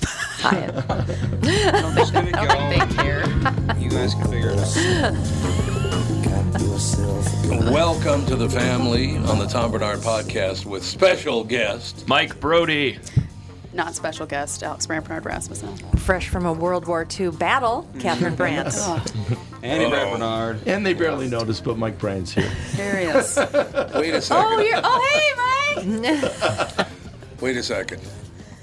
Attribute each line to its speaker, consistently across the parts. Speaker 1: Hyatt.
Speaker 2: don't think,
Speaker 1: I don't think they care.
Speaker 2: You guys can figure it out.
Speaker 3: Welcome to the family on the Tom Bernard podcast with special guest.
Speaker 4: Mike Brody.
Speaker 5: Not special guest, Alex Brampernard Rasmussen.
Speaker 1: Fresh from a World War II battle, Catherine Brandt.
Speaker 5: Oh,
Speaker 2: Andy Brad Bernard.
Speaker 6: And they barely noticed, but Mike Bryan's here.
Speaker 5: there he is.
Speaker 3: Wait a second.
Speaker 5: Oh, you're, oh, hey, Mike!
Speaker 3: Wait a second.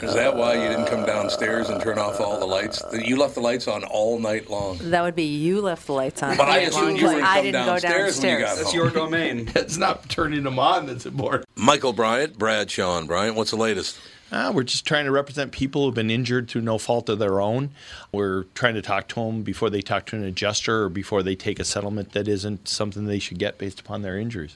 Speaker 3: Is that why you didn't come downstairs and turn off all the lights? That You left the lights on all night long.
Speaker 1: That would be you left the lights on.
Speaker 3: But I
Speaker 1: all
Speaker 3: assumed
Speaker 1: along,
Speaker 3: you
Speaker 1: but
Speaker 3: wouldn't
Speaker 1: I
Speaker 3: come
Speaker 1: didn't go
Speaker 3: downstairs
Speaker 1: downstairs.
Speaker 3: when you got
Speaker 2: That's your domain.
Speaker 6: it's not turning them on that's important.
Speaker 3: Michael Bryant, Brad Sean Bryant, what's the latest?
Speaker 7: Uh, we're just trying to represent people who've been injured through no fault of their own. We're trying to talk to them before they talk to an adjuster or before they take a settlement that isn't something they should get based upon their injuries.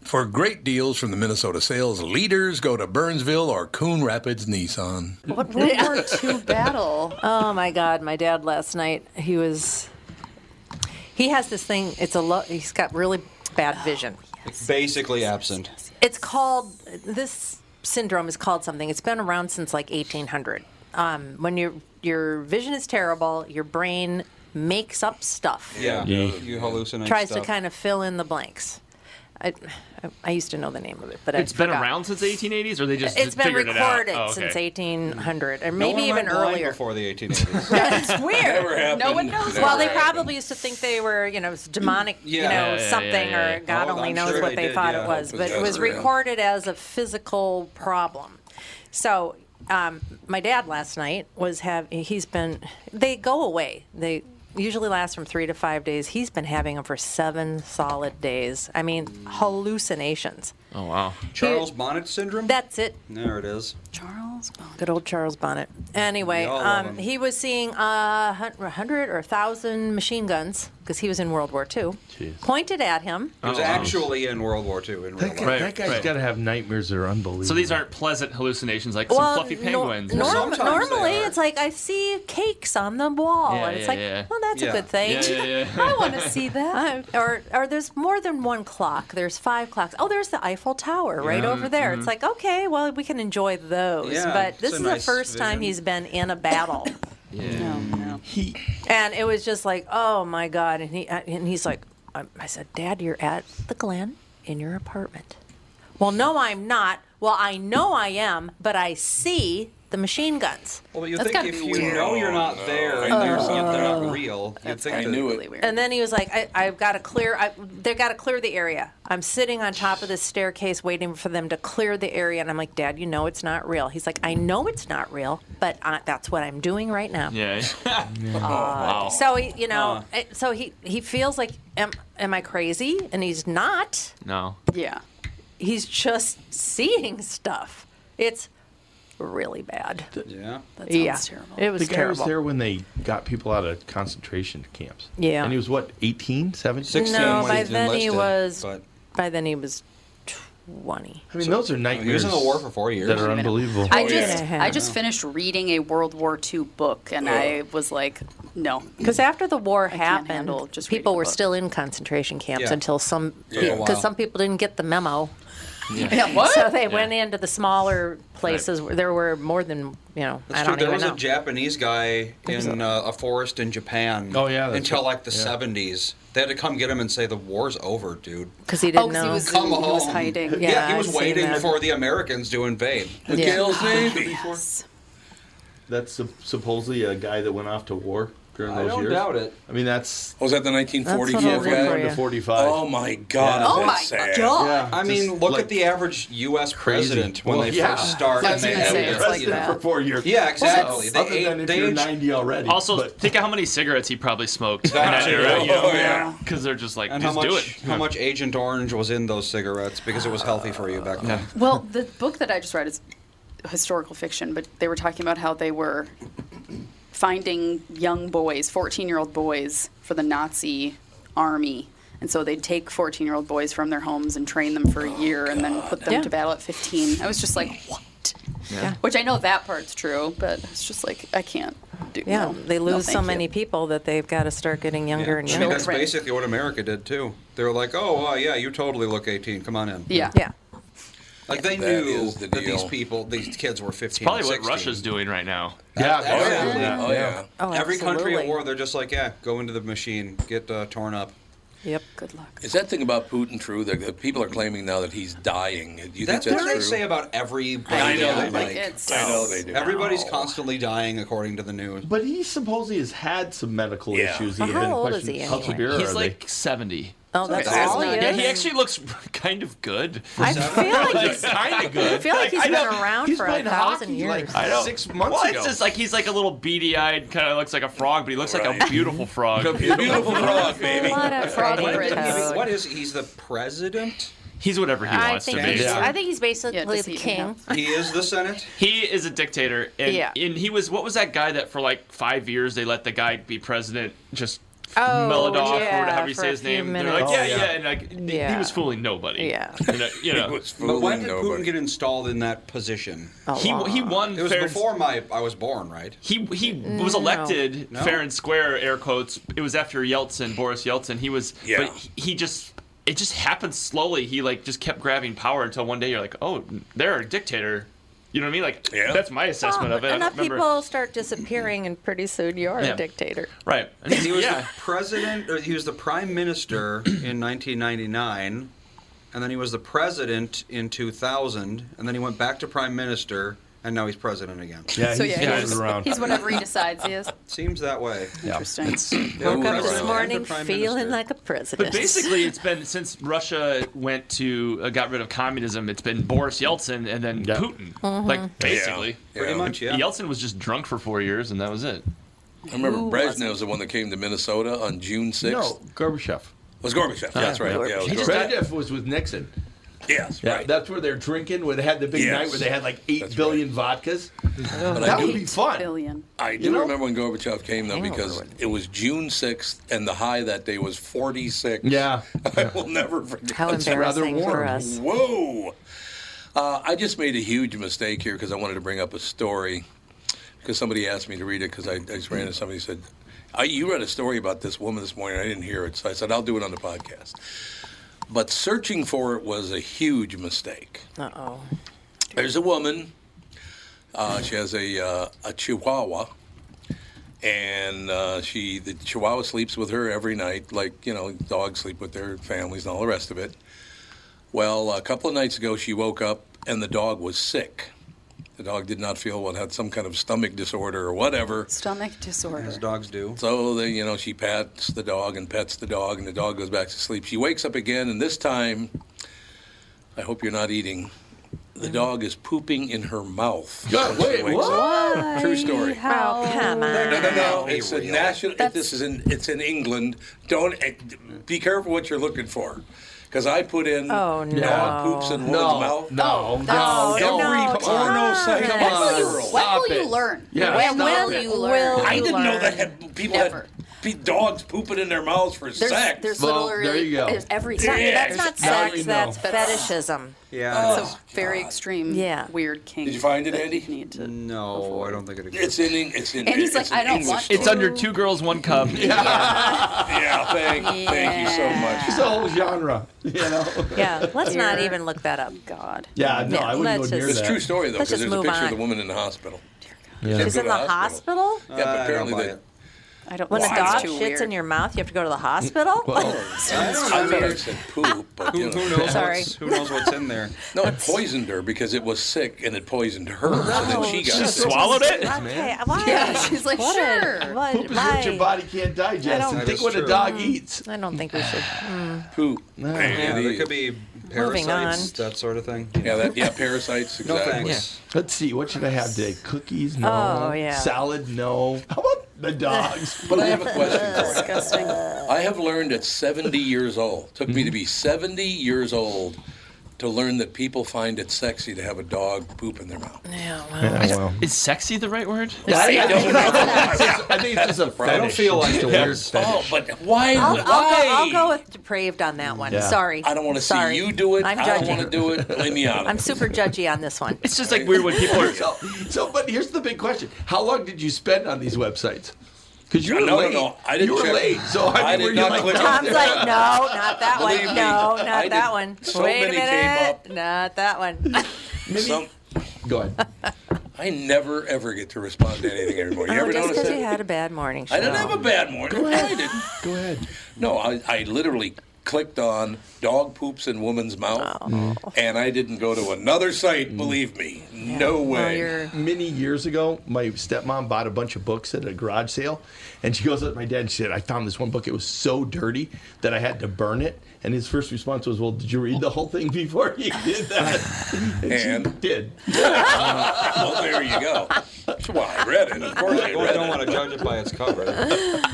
Speaker 3: For great deals from the Minnesota sales leaders, go to Burnsville or Coon Rapids Nissan.
Speaker 5: What World War II battle?
Speaker 1: Oh my God, my dad last night, he was. He has this thing, it's a lo- he's got really bad vision.
Speaker 2: Basically absent.
Speaker 1: It's called this syndrome is called something. It's been around since like 1800. Um, when your your vision is terrible, your brain makes up stuff,
Speaker 2: Yeah. You hallucinate.
Speaker 1: tries
Speaker 2: stuff.
Speaker 1: to kind of fill in the blanks. I, I, I used to know the name of it, but
Speaker 4: It's
Speaker 1: I
Speaker 4: been
Speaker 1: forgot.
Speaker 4: around since the 1880s, or they just
Speaker 1: It's been
Speaker 4: figured it out?
Speaker 1: recorded
Speaker 4: Oh, okay.
Speaker 1: since 1800, or
Speaker 2: No
Speaker 1: maybe
Speaker 2: one
Speaker 1: even
Speaker 2: went blind
Speaker 1: earlier.
Speaker 2: Before the 1880s.
Speaker 1: It's weird.
Speaker 5: No one knows.
Speaker 1: Well, they probably used to think they were, you know, demonic, you know,
Speaker 2: Yeah. Yeah, yeah,
Speaker 4: yeah,
Speaker 1: Oh, something,
Speaker 4: yeah.
Speaker 1: or God
Speaker 2: Oh,
Speaker 1: only
Speaker 2: I'm
Speaker 1: knows
Speaker 2: sure
Speaker 1: what
Speaker 2: they
Speaker 1: they
Speaker 2: did,
Speaker 1: thought
Speaker 2: yeah.
Speaker 1: it was. But it
Speaker 3: that's
Speaker 1: was
Speaker 3: real.
Speaker 1: recorded as a physical problem. So, um, my dad last night was having. He's been. They go away. They usually last from three to five days. He's been having them for seven solid days. I mean, hallucinations.
Speaker 4: Oh wow.
Speaker 2: Charles Bonnet syndrome?
Speaker 1: That's it.
Speaker 2: there it is.
Speaker 5: Charles Bonnet.
Speaker 1: Good old Charles Bonnet. Anyway,
Speaker 2: We all
Speaker 1: um,
Speaker 2: love him.
Speaker 1: he was seeing a hundred or a thousand machine guns because he was in World War II, pointed at him.
Speaker 2: It was actually in World War II in real
Speaker 6: That, guy,
Speaker 2: life.
Speaker 4: Right,
Speaker 6: that guy's
Speaker 4: right.
Speaker 6: got to have nightmares that are unbelievable.
Speaker 4: So these aren't pleasant hallucinations like
Speaker 1: Well,
Speaker 4: some fluffy
Speaker 1: no-
Speaker 4: penguins.
Speaker 1: norm-
Speaker 2: Sometimes they
Speaker 1: normally,
Speaker 2: are.
Speaker 1: it's like I see cakes on the wall,
Speaker 4: Yeah,
Speaker 1: and it's
Speaker 4: yeah,
Speaker 1: like,
Speaker 4: yeah.
Speaker 1: well, that's
Speaker 2: Yeah.
Speaker 1: a good thing.
Speaker 4: Yeah, yeah, yeah.
Speaker 1: I want to see that. or, or there's more than one clock. There's five clocks. Oh, there's the Eiffel Tower right over there. It's
Speaker 4: Mm-hmm.
Speaker 1: like, okay, well, we can enjoy those.
Speaker 2: Yeah,
Speaker 1: but
Speaker 2: it's
Speaker 1: this
Speaker 2: a
Speaker 1: is
Speaker 2: nice
Speaker 1: the first time
Speaker 2: vision.
Speaker 1: he's been in a battle.
Speaker 4: yeah.
Speaker 5: No, no.
Speaker 1: And it was just like, oh my god! And he and he's like, I I said, Dad, you're at the Glen in your apartment. Well, no, I'm not. Well, I know I am, but I see the machine guns.
Speaker 2: Well, you
Speaker 5: That's
Speaker 2: think
Speaker 5: gotta
Speaker 2: if
Speaker 5: be
Speaker 2: you
Speaker 5: weird.
Speaker 2: know you're not
Speaker 7: Oh,
Speaker 3: No,
Speaker 2: there
Speaker 3: I
Speaker 2: and
Speaker 1: Oh.
Speaker 2: they're, not, they're not real, you'd think
Speaker 3: I
Speaker 2: that,
Speaker 3: knew it.
Speaker 5: Really weird.
Speaker 1: And then he was like, I, I've got to clear. I, they've got to clear the area. I'm sitting on top of the staircase waiting for them to clear the area. And I'm like, Dad, you know it's not real. He's like, I know it's not real, but I, that's what I'm doing right now.
Speaker 4: Yeah.
Speaker 2: Oh,
Speaker 4: Oh,
Speaker 1: Uh, So he, you know,
Speaker 2: Uh.
Speaker 1: it- so he he feels like, am am I crazy? And he's not.
Speaker 4: No.
Speaker 5: Yeah.
Speaker 1: he's just seeing stuff. It's really bad.
Speaker 2: Yeah.
Speaker 5: That sounds
Speaker 1: yeah,
Speaker 5: terrible.
Speaker 1: it was
Speaker 7: the guy
Speaker 1: terrible.
Speaker 7: was there when they got people out of concentration camps.
Speaker 1: Yeah.
Speaker 7: And he was what, 18, 17?
Speaker 2: 16
Speaker 1: no,
Speaker 2: when
Speaker 1: by
Speaker 2: he's
Speaker 1: then he
Speaker 2: enlisted,
Speaker 1: was.
Speaker 2: but-
Speaker 1: By then he was twenty.
Speaker 7: I mean, those are nightmares.
Speaker 2: he was in the war for four years.
Speaker 7: That are unbelievable.
Speaker 5: I
Speaker 1: Oh,
Speaker 5: just
Speaker 1: yeah.
Speaker 5: I just finished reading a World War II book and I was like, no.
Speaker 1: Because after the war
Speaker 5: can't
Speaker 1: happened,
Speaker 5: handle just reading
Speaker 1: people
Speaker 5: a
Speaker 1: were
Speaker 5: book.
Speaker 1: still in concentration camps
Speaker 2: Yeah.
Speaker 1: until some
Speaker 2: Yeah, a while.
Speaker 1: because some people didn't get the memo,
Speaker 5: Yeah, what?
Speaker 1: so they went into the smaller places where there were more than you know.
Speaker 2: That's
Speaker 1: I
Speaker 2: true.
Speaker 1: don't
Speaker 2: There
Speaker 1: even
Speaker 2: was
Speaker 1: know.
Speaker 2: a Japanese guy in uh, a forest in Japan.
Speaker 7: Oh, yeah, that's
Speaker 2: until
Speaker 7: right.
Speaker 2: like the
Speaker 7: Yeah.
Speaker 2: seventies, they had to come get him and say the war's over, dude.
Speaker 1: because he
Speaker 5: Oh, 'cause
Speaker 1: didn't know.
Speaker 5: he was,
Speaker 2: Come
Speaker 5: he was
Speaker 2: home.
Speaker 5: hiding.
Speaker 1: Yeah,
Speaker 2: Yeah, he was
Speaker 1: I've seen
Speaker 2: waiting
Speaker 1: that.
Speaker 2: for the Americans to invade. The
Speaker 1: Yeah.
Speaker 2: Gills Navy.
Speaker 7: That's sup- supposedly a guy that went off to war during
Speaker 2: I
Speaker 7: those
Speaker 2: don't
Speaker 7: years.
Speaker 2: doubt it.
Speaker 7: I mean, that's
Speaker 8: Was Oh, that the
Speaker 1: That's what
Speaker 8: 1944
Speaker 1: I was
Speaker 7: going
Speaker 1: looking
Speaker 8: guy?
Speaker 1: for.
Speaker 7: to
Speaker 1: yeah.
Speaker 7: 45.
Speaker 8: Oh my God!
Speaker 5: Oh
Speaker 8: that's
Speaker 5: my
Speaker 8: sad.
Speaker 5: God.
Speaker 7: Yeah,
Speaker 2: I
Speaker 7: just
Speaker 2: mean, look
Speaker 7: like-
Speaker 2: at the average U.S.
Speaker 7: Crazy.
Speaker 2: president when
Speaker 7: Well,
Speaker 2: they
Speaker 7: yeah.
Speaker 2: first start.
Speaker 5: I was
Speaker 2: and
Speaker 5: gonna
Speaker 2: they
Speaker 5: say,
Speaker 2: have
Speaker 5: it's
Speaker 2: this,
Speaker 5: like
Speaker 2: you
Speaker 7: president
Speaker 2: know.
Speaker 5: that.
Speaker 7: for four years.
Speaker 2: Yeah, exactly.
Speaker 7: Other
Speaker 2: They
Speaker 7: than
Speaker 2: ate-
Speaker 7: if
Speaker 2: they
Speaker 7: you're
Speaker 2: ate-
Speaker 7: 90 already.
Speaker 4: Also,
Speaker 7: but-
Speaker 4: think of how many cigarettes he probably smoked in
Speaker 2: That's
Speaker 4: that
Speaker 2: true.
Speaker 4: era, you know?
Speaker 8: Oh yeah.
Speaker 4: Because they're just like,
Speaker 2: And how
Speaker 4: just
Speaker 2: much,
Speaker 4: do it.
Speaker 2: how much Agent Orange was in those cigarettes because it was healthy for you back then.
Speaker 5: Well, the book that I just read is historical fiction, but they were talking about how they were finding young boys, 14 year old boys, for the Nazi army. And so they'd take 14 year old boys from their homes and train them for a year and then put them
Speaker 1: Yeah.
Speaker 5: to battle at 15. I was just like, what?
Speaker 1: Yeah.
Speaker 5: Which I know that part's true, but it's just like, I can't do
Speaker 1: Yeah,
Speaker 5: no,
Speaker 1: they
Speaker 5: no,
Speaker 1: lose so
Speaker 5: thank you.
Speaker 1: many people that they've got to start getting younger and
Speaker 2: I mean,
Speaker 1: younger.
Speaker 2: that's basically what America did too. They were like, "Oh, uh, yeah, you totally look 18. Come on in."
Speaker 5: Yeah.
Speaker 1: Yeah.
Speaker 2: Like they
Speaker 8: That
Speaker 2: knew
Speaker 8: is the
Speaker 2: that these
Speaker 8: deal.
Speaker 2: people, these kids were 15.
Speaker 4: Probably what
Speaker 2: 16.
Speaker 4: Russia's doing right now.
Speaker 7: yeah,
Speaker 2: That's
Speaker 7: yeah.
Speaker 2: absolutely-
Speaker 8: Oh yeah.
Speaker 1: Oh,
Speaker 2: Every country at
Speaker 1: absolutely.
Speaker 2: war, they're just like, "Yeah, go into the machine, get uh, torn up."
Speaker 1: Yep.
Speaker 5: Good luck.
Speaker 3: Is that thing about Putin true? That that people are claiming now that he's dying. Do you
Speaker 2: That's
Speaker 3: think
Speaker 2: what
Speaker 3: that's
Speaker 2: they
Speaker 3: true?
Speaker 2: say about everybody.
Speaker 3: I know
Speaker 2: Like,
Speaker 3: they like.
Speaker 5: it's-
Speaker 3: I know they do.
Speaker 2: Everybody's
Speaker 8: Oh.
Speaker 2: constantly dying, according to the news.
Speaker 7: But he supposedly has had some medical
Speaker 3: Yeah.
Speaker 7: issues.
Speaker 1: Well,
Speaker 7: he
Speaker 1: how
Speaker 7: had been
Speaker 1: old is
Speaker 7: questioned.
Speaker 1: he
Speaker 7: How
Speaker 1: anyway?
Speaker 7: severe
Speaker 4: He's
Speaker 7: are
Speaker 4: like 70.
Speaker 1: Oh, that's
Speaker 5: that's
Speaker 1: all he
Speaker 5: not-
Speaker 1: is.
Speaker 4: Yeah, he actually looks kind of good.
Speaker 1: I feel like he's,
Speaker 4: kind of good.
Speaker 1: I feel like he's
Speaker 4: I
Speaker 1: been
Speaker 4: know-
Speaker 1: around
Speaker 7: he's
Speaker 1: for a
Speaker 7: playing
Speaker 1: thousand
Speaker 7: hockey,
Speaker 1: years.
Speaker 7: like-
Speaker 4: I know.
Speaker 7: Six months
Speaker 4: well,
Speaker 7: ago.
Speaker 4: it's just like he's like a little beady-eyed, kind of looks like a frog, but he looks like a
Speaker 3: Right.
Speaker 4: beautiful frog.
Speaker 3: The beautiful frog,
Speaker 1: a
Speaker 3: baby.
Speaker 1: lot of
Speaker 5: frog
Speaker 1: frog
Speaker 5: brain
Speaker 2: What-
Speaker 5: Toad.
Speaker 1: brain
Speaker 2: what is he's the president?
Speaker 4: He's whatever he
Speaker 1: I
Speaker 4: wants to
Speaker 1: think
Speaker 4: be.
Speaker 1: he's,
Speaker 7: Yeah.
Speaker 1: I think he's basically
Speaker 5: Yeah, does
Speaker 1: the
Speaker 5: he even
Speaker 1: king.
Speaker 5: have-
Speaker 2: He is the Senate.
Speaker 4: He is a dictator, and,
Speaker 1: Yeah.
Speaker 4: and he was what was that guy that for like five years they let the guy be president just.
Speaker 1: Oh,
Speaker 4: Melodov,
Speaker 1: yeah,
Speaker 4: or however you
Speaker 1: for
Speaker 4: say
Speaker 1: a
Speaker 4: his
Speaker 1: few
Speaker 4: name. They're
Speaker 1: minutes.
Speaker 4: like,
Speaker 1: Oh,
Speaker 4: yeah, yeah,
Speaker 7: yeah.
Speaker 4: and like, he-
Speaker 1: Yeah.
Speaker 4: he was fooling nobody.
Speaker 1: Yeah.
Speaker 4: You know, you know.
Speaker 3: It was
Speaker 2: But
Speaker 3: fooling
Speaker 2: when did Putin
Speaker 3: nobody.
Speaker 2: get installed in that position?
Speaker 1: A
Speaker 4: he
Speaker 1: lot. Mm,
Speaker 4: he won.
Speaker 2: It was
Speaker 4: fair and-
Speaker 2: before my I was born, right?
Speaker 4: He he was elected
Speaker 2: No.
Speaker 4: fair and square, air quotes. It was after Yeltsin, Boris Yeltsin. He was,
Speaker 3: Yeah.
Speaker 4: but he, he just it just happened slowly. He like just kept grabbing power until one day you're like, oh, they're a dictator. You know what I mean? Like
Speaker 3: Yeah.
Speaker 4: that's my assessment
Speaker 1: Oh,
Speaker 4: of it. I don't
Speaker 1: Enough
Speaker 4: remember.
Speaker 1: people start disappearing, and pretty soon you are
Speaker 4: Yeah.
Speaker 1: a dictator.
Speaker 4: right?
Speaker 2: He was
Speaker 4: yeah.
Speaker 2: the president, or he was the prime minister in 1999, and then he was the president in 2000, and then he went back to prime minister, and now he's president again.
Speaker 7: they? Yeah,
Speaker 5: So
Speaker 7: he's
Speaker 5: yeah, he's,
Speaker 7: floated around.
Speaker 5: he's whatever he decides he is.
Speaker 2: Seems that way.
Speaker 5: Interesting.
Speaker 1: Woke up this
Speaker 2: president
Speaker 1: morning
Speaker 2: and prime
Speaker 1: feeling
Speaker 2: minister.
Speaker 1: like a
Speaker 4: But
Speaker 1: president.
Speaker 4: basically, it's been since Russia went to uh, got rid of communism. It's been Boris Yeltsin and then
Speaker 7: Yeah.
Speaker 4: Putin.
Speaker 1: Mm-hmm.
Speaker 4: Like basically,
Speaker 2: Pretty much, yeah.
Speaker 4: Yeltsin was just drunk for four years, and that was it.
Speaker 3: I remember Brezhnev's the one that came to Minnesota on June 6th.
Speaker 7: no, Ah, Gorbachev.
Speaker 3: was Gorbachev. that's right. Yeah, it was
Speaker 4: He just
Speaker 3: Gorbachev.
Speaker 4: died-
Speaker 7: Brezhnev was with Nixon.
Speaker 3: Yes,
Speaker 7: Yeah,
Speaker 3: right.
Speaker 7: that's where they're drinking. Where they had the big
Speaker 3: Yes.
Speaker 7: night where they had like eight
Speaker 3: That's
Speaker 7: billion vodkas.
Speaker 3: but
Speaker 7: That
Speaker 3: I
Speaker 7: would
Speaker 3: do,
Speaker 7: be fun.
Speaker 5: Billion.
Speaker 3: I do
Speaker 7: you know?
Speaker 3: remember when Gorbachev came though, because it was June 6th, and the high that day was 46.
Speaker 7: Yeah.
Speaker 3: I will never forget.
Speaker 1: How
Speaker 3: that.
Speaker 7: rather
Speaker 1: embarrassing for
Speaker 7: warm.
Speaker 1: us.
Speaker 3: Whoa! Uh, I just made a huge mistake here because I wanted to bring up a story because somebody asked me to read it because I, I just ran into somebody who said, I, "You read a story about this woman this morning. I didn't hear it, so I said I'll do it on the podcast." But searching for it was a huge mistake.
Speaker 1: Uh oh.
Speaker 3: There's a woman. Uh, she has a uh, a Chihuahua, and uh, she the Chihuahua sleeps with her every night, like you know dogs sleep with their families and all the rest of it. Well, a couple of nights ago, she woke up and the dog was sick. The dog did not feel well, had some kind of stomach disorder or whatever.
Speaker 5: Stomach disorder.
Speaker 2: As dogs do.
Speaker 3: So they, you know, she pats the dog and pets the dog, and the dog goes back to sleep. She wakes up again, and this time, I hope you're not eating. The dog is pooping in her mouth.
Speaker 7: God,
Speaker 3: when she
Speaker 7: Mm. wait,
Speaker 3: wakes
Speaker 7: what?
Speaker 3: up. True story.
Speaker 5: How-
Speaker 1: Oh, come on.
Speaker 3: No, no, no.
Speaker 2: Be
Speaker 3: It's a
Speaker 2: real.
Speaker 3: national.
Speaker 5: That's-
Speaker 3: This is in. It's in England. Don't eh, be careful what you're looking for, Because I put in
Speaker 1: Oh, no.
Speaker 3: dog poops in woman's mouth.
Speaker 9: no, no,
Speaker 1: Oh,
Speaker 3: Every
Speaker 1: no,
Speaker 3: porno
Speaker 1: John.
Speaker 3: site in
Speaker 5: When will
Speaker 3: the
Speaker 5: you,
Speaker 3: world.
Speaker 5: when
Speaker 9: Stop
Speaker 5: will you
Speaker 9: it.
Speaker 5: learn?
Speaker 4: Yeah,
Speaker 5: when
Speaker 1: stop
Speaker 5: will
Speaker 1: it.
Speaker 5: you
Speaker 1: When
Speaker 5: learn?
Speaker 1: will
Speaker 3: I didn't know
Speaker 1: learn.
Speaker 3: that had, people
Speaker 5: Never.
Speaker 3: had pe- dogs pooping in their mouths for
Speaker 5: There's,
Speaker 3: sex.
Speaker 5: there's
Speaker 7: Well,
Speaker 5: literally
Speaker 7: there you go.
Speaker 5: there's everything.
Speaker 1: That- that's not
Speaker 5: There's everything.
Speaker 1: sex. That's fetishism.
Speaker 2: Yeah.
Speaker 5: It's a very extreme,
Speaker 1: Yeah.
Speaker 5: weird kink.
Speaker 3: Did you find it,
Speaker 5: that
Speaker 3: Andy?
Speaker 5: you Need to.
Speaker 2: No, I don't think it exists.
Speaker 3: It's in. Eng- It's in.
Speaker 5: And he's like,
Speaker 3: it's an
Speaker 5: "I don't
Speaker 3: English
Speaker 5: want
Speaker 4: It's
Speaker 3: story."
Speaker 4: under two girls, one cup.
Speaker 3: Yeah, Oh, thank, thank you so much.
Speaker 7: It's a whole genre, you know.
Speaker 1: Yeah, let's not even look that up.
Speaker 5: God.
Speaker 7: Yeah, no,
Speaker 1: Yeah,
Speaker 7: I wouldn't
Speaker 1: let's
Speaker 7: go near
Speaker 1: just-
Speaker 3: It's a
Speaker 7: that.
Speaker 3: true story though,
Speaker 1: Let's
Speaker 3: because
Speaker 1: just
Speaker 3: there's a
Speaker 1: move
Speaker 3: picture of
Speaker 1: on.
Speaker 3: the woman in the hospital.
Speaker 1: She's
Speaker 3: Go
Speaker 1: in
Speaker 3: to
Speaker 1: the
Speaker 3: the hospital.
Speaker 1: hospital.
Speaker 3: Yeah, but
Speaker 2: I don't
Speaker 3: apparently
Speaker 2: buy
Speaker 3: they-
Speaker 2: it.
Speaker 5: I don't.
Speaker 1: When a
Speaker 5: it's
Speaker 1: dog
Speaker 5: too
Speaker 1: shits
Speaker 5: weird.
Speaker 1: in your mouth, you have to go to the hospital.
Speaker 3: Oh, I thought I said poop, but
Speaker 2: Who,
Speaker 3: you
Speaker 2: who
Speaker 3: know.
Speaker 2: knows?
Speaker 1: Sorry.
Speaker 2: What's, who knows what's in there?
Speaker 3: No, it poisoned her because it was sick and it poisoned her. So then she got
Speaker 4: She
Speaker 3: sick.
Speaker 4: swallowed it.
Speaker 1: okay, why?
Speaker 5: Yeah, she's like,
Speaker 1: what a-
Speaker 5: sure.
Speaker 1: what-
Speaker 7: Poop is
Speaker 1: why?
Speaker 7: what your body can't
Speaker 1: don't-
Speaker 7: digest.
Speaker 1: Mm.
Speaker 7: And
Speaker 2: That
Speaker 7: think
Speaker 2: is
Speaker 7: what a
Speaker 2: true.
Speaker 7: dog eats.
Speaker 1: I don't think we should. Mm.
Speaker 3: poop.
Speaker 2: Yeah,
Speaker 3: Andy.
Speaker 2: there could be parasites, that sort of thing.
Speaker 3: Yeah, that, yeah, parasites.
Speaker 2: No
Speaker 3: Exactly.
Speaker 2: thanks.
Speaker 7: Let's see. What should I have today? Cookies? No.
Speaker 1: Oh, yeah.
Speaker 7: Salad? No. How about the dogs?
Speaker 3: But I have a question. for you.
Speaker 5: Disgusting.
Speaker 3: I have learned at 70 years old. Took me to
Speaker 2: Mm-hmm.
Speaker 3: be 70 years old to learn that people find it sexy to have a dog poop in their mouth.
Speaker 1: Yeah, well,
Speaker 4: Is sexy the right word?
Speaker 3: I don't know.
Speaker 7: I think it's just a fetish.
Speaker 2: I don't feel like
Speaker 7: It's just a
Speaker 2: it.
Speaker 7: weird
Speaker 3: Oh,
Speaker 7: fetish.
Speaker 3: but why?
Speaker 1: I'll,
Speaker 3: why?
Speaker 1: I'll, go, I'll go with depraved on that one.
Speaker 7: Yeah.
Speaker 1: Sorry.
Speaker 3: I don't want to see
Speaker 1: Sorry.
Speaker 3: you do it.
Speaker 1: I'm
Speaker 3: I
Speaker 1: judging.
Speaker 3: don't want to do it. Leave me out. of
Speaker 1: I'm
Speaker 3: it.
Speaker 1: super judgy on this one.
Speaker 4: It's just like weird when people are.
Speaker 7: So, so, but here's the big question: How long did you spend on these websites? Because you were
Speaker 3: No, no,
Speaker 7: late.
Speaker 3: no, I didn't
Speaker 7: you were
Speaker 3: check.
Speaker 7: late, so I,
Speaker 3: I
Speaker 7: mean,
Speaker 3: did
Speaker 7: were you
Speaker 3: not
Speaker 7: like,
Speaker 3: click on
Speaker 7: no,
Speaker 1: Tom's like, no, not that
Speaker 3: Believe
Speaker 1: one.
Speaker 3: me,
Speaker 1: No,
Speaker 3: I
Speaker 1: not
Speaker 3: did-
Speaker 1: that one.
Speaker 3: so
Speaker 1: Wait a
Speaker 3: many came
Speaker 1: minute.
Speaker 3: up.
Speaker 1: Not that one.
Speaker 3: Some,
Speaker 7: Go ahead.
Speaker 3: I never ever get to respond to anything anymore. You
Speaker 1: Oh,
Speaker 3: ever
Speaker 1: just
Speaker 3: notice
Speaker 1: because
Speaker 3: that?
Speaker 1: you had a bad morning show.
Speaker 3: I didn't have a bad morning. I didn't.
Speaker 7: Go ahead.
Speaker 3: No, I, I literally clicked on dog poops in woman's mouth,
Speaker 1: Oh.
Speaker 3: and I didn't go to another
Speaker 7: Mm.
Speaker 3: site. Believe me, no
Speaker 1: Well,
Speaker 3: way.
Speaker 1: Oh, you're-
Speaker 7: Many years ago, my stepmom bought a bunch of books at a garage sale, and she goes up to my dad and she said, "I found this one book. It was so dirty that I had to burn it." And his first response was, "Well, did you read the whole thing before you did that?" And, she
Speaker 3: And-
Speaker 7: did.
Speaker 3: well, there you go. That's why I read it. Of course, I
Speaker 2: Well, I
Speaker 3: read
Speaker 2: don't
Speaker 3: it.
Speaker 2: want to judge it by its cover.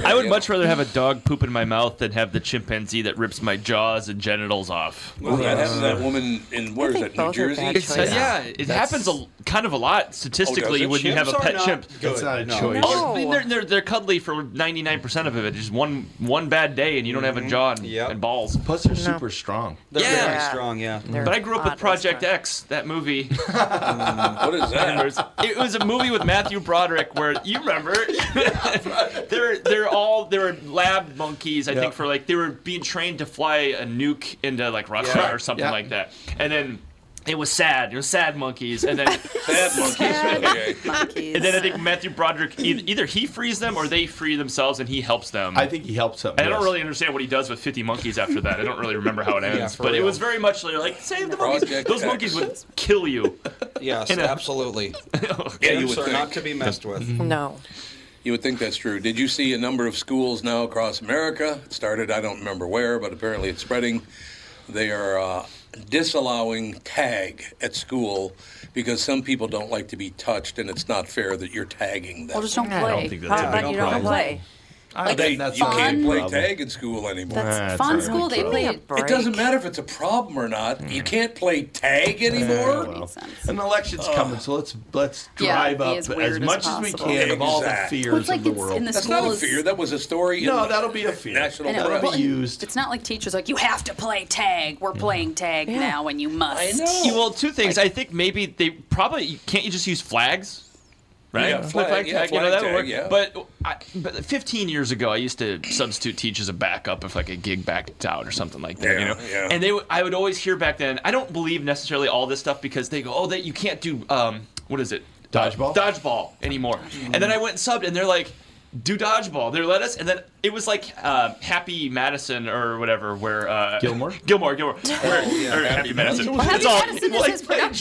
Speaker 4: I would much rather have a dog poop in my mouth than have the chimpanzee that rips my jaws and genitals off.
Speaker 3: Well, that happened to that woman in where is
Speaker 1: think
Speaker 3: it? New
Speaker 1: both are
Speaker 3: Jersey.
Speaker 1: bad
Speaker 7: uh,
Speaker 1: choices.
Speaker 4: It's- uh, yeah, it happens a, kind of a lot statistically
Speaker 3: Oh, does it?
Speaker 4: when you have a
Speaker 2: Chimps are
Speaker 4: pet
Speaker 2: not
Speaker 4: chimp.
Speaker 2: good.
Speaker 7: It's not a
Speaker 2: No.
Speaker 7: choice.
Speaker 1: No.
Speaker 4: Oh, I mean, they're, they're, they're cuddly for 99% of it. Just one one bad day and you don't have
Speaker 7: Mm-hmm.
Speaker 4: a jaw and,
Speaker 2: Yep.
Speaker 4: and balls.
Speaker 7: Plus, they're super strong.
Speaker 2: They're
Speaker 4: Yeah.
Speaker 2: very strong, yeah.
Speaker 4: But I grew up with Project X, that movie.
Speaker 7: Mm,
Speaker 3: What is that?
Speaker 4: it was a movie with Matthew Broderick where you remember they're they're all they were lab monkeys I
Speaker 7: Yeah.
Speaker 4: think for like they were being trained to fly a nuke into like Russia
Speaker 2: Yeah.
Speaker 4: or something
Speaker 7: Yeah.
Speaker 4: like that and then it was sad it was sad monkeys and then
Speaker 3: Bad monkeys. Okay.
Speaker 5: Monkeys.
Speaker 4: and then I think Matthew Broderick either, either he frees them or they free themselves and he helps them
Speaker 7: I think he helps them.
Speaker 4: And I don't
Speaker 7: yes.
Speaker 4: really understand what he does with 50 monkeys after that. I don't really remember how it ends,
Speaker 2: for
Speaker 4: but it
Speaker 2: real.
Speaker 4: was very much like save the monkeys.
Speaker 3: Project
Speaker 4: Those
Speaker 3: X.
Speaker 4: monkeys would kill you.
Speaker 2: Yes,
Speaker 4: In a-
Speaker 2: absolutely.
Speaker 3: Yeah, you
Speaker 2: Chimps
Speaker 3: would
Speaker 2: are
Speaker 3: think.
Speaker 2: not to be messed with.
Speaker 7: Mm-hmm.
Speaker 1: No.
Speaker 3: You would think that's true. Did you see a number of schools now across America? It started, I don't remember where, but apparently it's spreading. They are uh, disallowing tag at school because some people don't like to be touched, and it's not fair that you're tagging them.
Speaker 5: well, just don't play.
Speaker 1: I don't
Speaker 7: think that's
Speaker 1: How
Speaker 7: a
Speaker 1: about
Speaker 7: big
Speaker 1: you don't
Speaker 7: problem.
Speaker 1: play?
Speaker 7: I
Speaker 3: they,
Speaker 7: think that's
Speaker 3: you
Speaker 7: not a
Speaker 3: can't
Speaker 7: big
Speaker 3: play
Speaker 7: problem.
Speaker 3: tag in school anymore.
Speaker 5: That's
Speaker 7: Nah, it's
Speaker 5: fun
Speaker 7: not
Speaker 5: school.
Speaker 7: really
Speaker 5: They
Speaker 7: true.
Speaker 5: play.
Speaker 1: Give me a break.
Speaker 3: it doesn't matter if it's a problem or not. You can't play tag anymore.
Speaker 7: Mm. Yeah, well.
Speaker 5: Makes sense.
Speaker 7: An election's coming, so let's let's
Speaker 5: Yeah,
Speaker 7: drive
Speaker 5: be
Speaker 7: up
Speaker 5: as
Speaker 7: as,
Speaker 5: weird as
Speaker 7: much as, we
Speaker 5: possible.
Speaker 7: can of all the
Speaker 3: Exactly.
Speaker 7: fears
Speaker 5: Well, it's like
Speaker 7: of the
Speaker 5: it's
Speaker 7: world.
Speaker 5: in the
Speaker 3: That's not a
Speaker 5: schools-
Speaker 3: fear. That was a story. in
Speaker 7: no,
Speaker 3: the
Speaker 7: that'll be a fear.
Speaker 3: National
Speaker 5: I know,
Speaker 3: Press.
Speaker 5: well, and
Speaker 7: used.
Speaker 5: It's not like teachers like you have to play tag. We're playing tag now, and you must.
Speaker 3: I know.
Speaker 4: Yeah, well, two things. I think maybe they probably can't. You just use flags, right?
Speaker 3: Yeah, flag- yeah,
Speaker 4: you know,
Speaker 3: flag
Speaker 4: that would work.
Speaker 3: tag,
Speaker 4: But, I, but 15 years ago, I used to substitute teach as a backup if like a gig backed out or something like that. you
Speaker 3: Yeah,
Speaker 4: know,
Speaker 3: yeah.
Speaker 4: and they would. I would always hear back then. I don't believe necessarily all this stuff because they go, "Oh, that you can't do um, what is it?
Speaker 7: Dodgeball?
Speaker 4: dodgeball anymore." And then I went and subbed, and they're like. Do dodgeball. They let us, and then it was like uh, Happy Madison or whatever, where uh,
Speaker 7: Gilmore?
Speaker 4: Gilmore, Gilmore, where, or Happy Madison.
Speaker 5: Happy
Speaker 4: It's all-
Speaker 5: Madison is
Speaker 4: like,
Speaker 5: his production.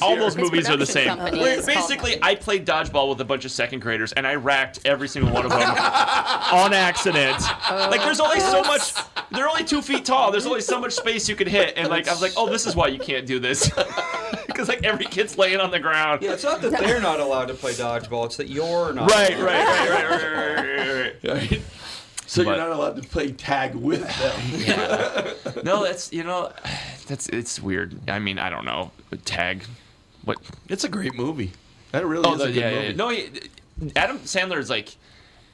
Speaker 4: all
Speaker 7: here.
Speaker 4: those movies are the same.
Speaker 5: production company
Speaker 4: Where
Speaker 5: is called
Speaker 4: basically, I played dodgeball with a bunch of second graders, and I racked every single one of them on accident. Like, there's only
Speaker 5: Oh.
Speaker 4: so much. They're only two feet tall. There's only so much space you can hit, and like, I was like, oh, this is why you can't do this, because like every kid's laying on the ground.
Speaker 2: Yeah, it's not that they're not allowed to play dodgeball, "Oh, it's that you're not.
Speaker 4: Right, right,
Speaker 2: allowed.
Speaker 4: right, right, right, right, right, right.
Speaker 7: So
Speaker 4: But-
Speaker 7: you're not allowed to play tag with them.
Speaker 4: No, that's you know, that's it's weird. I mean, I don't know. Tag, what?
Speaker 7: It's a great movie. That really
Speaker 4: Oh,
Speaker 7: is
Speaker 4: the-
Speaker 7: a good
Speaker 4: yeah, yeah,
Speaker 7: movie.
Speaker 4: yeah. No, he, Adam Sandler is like,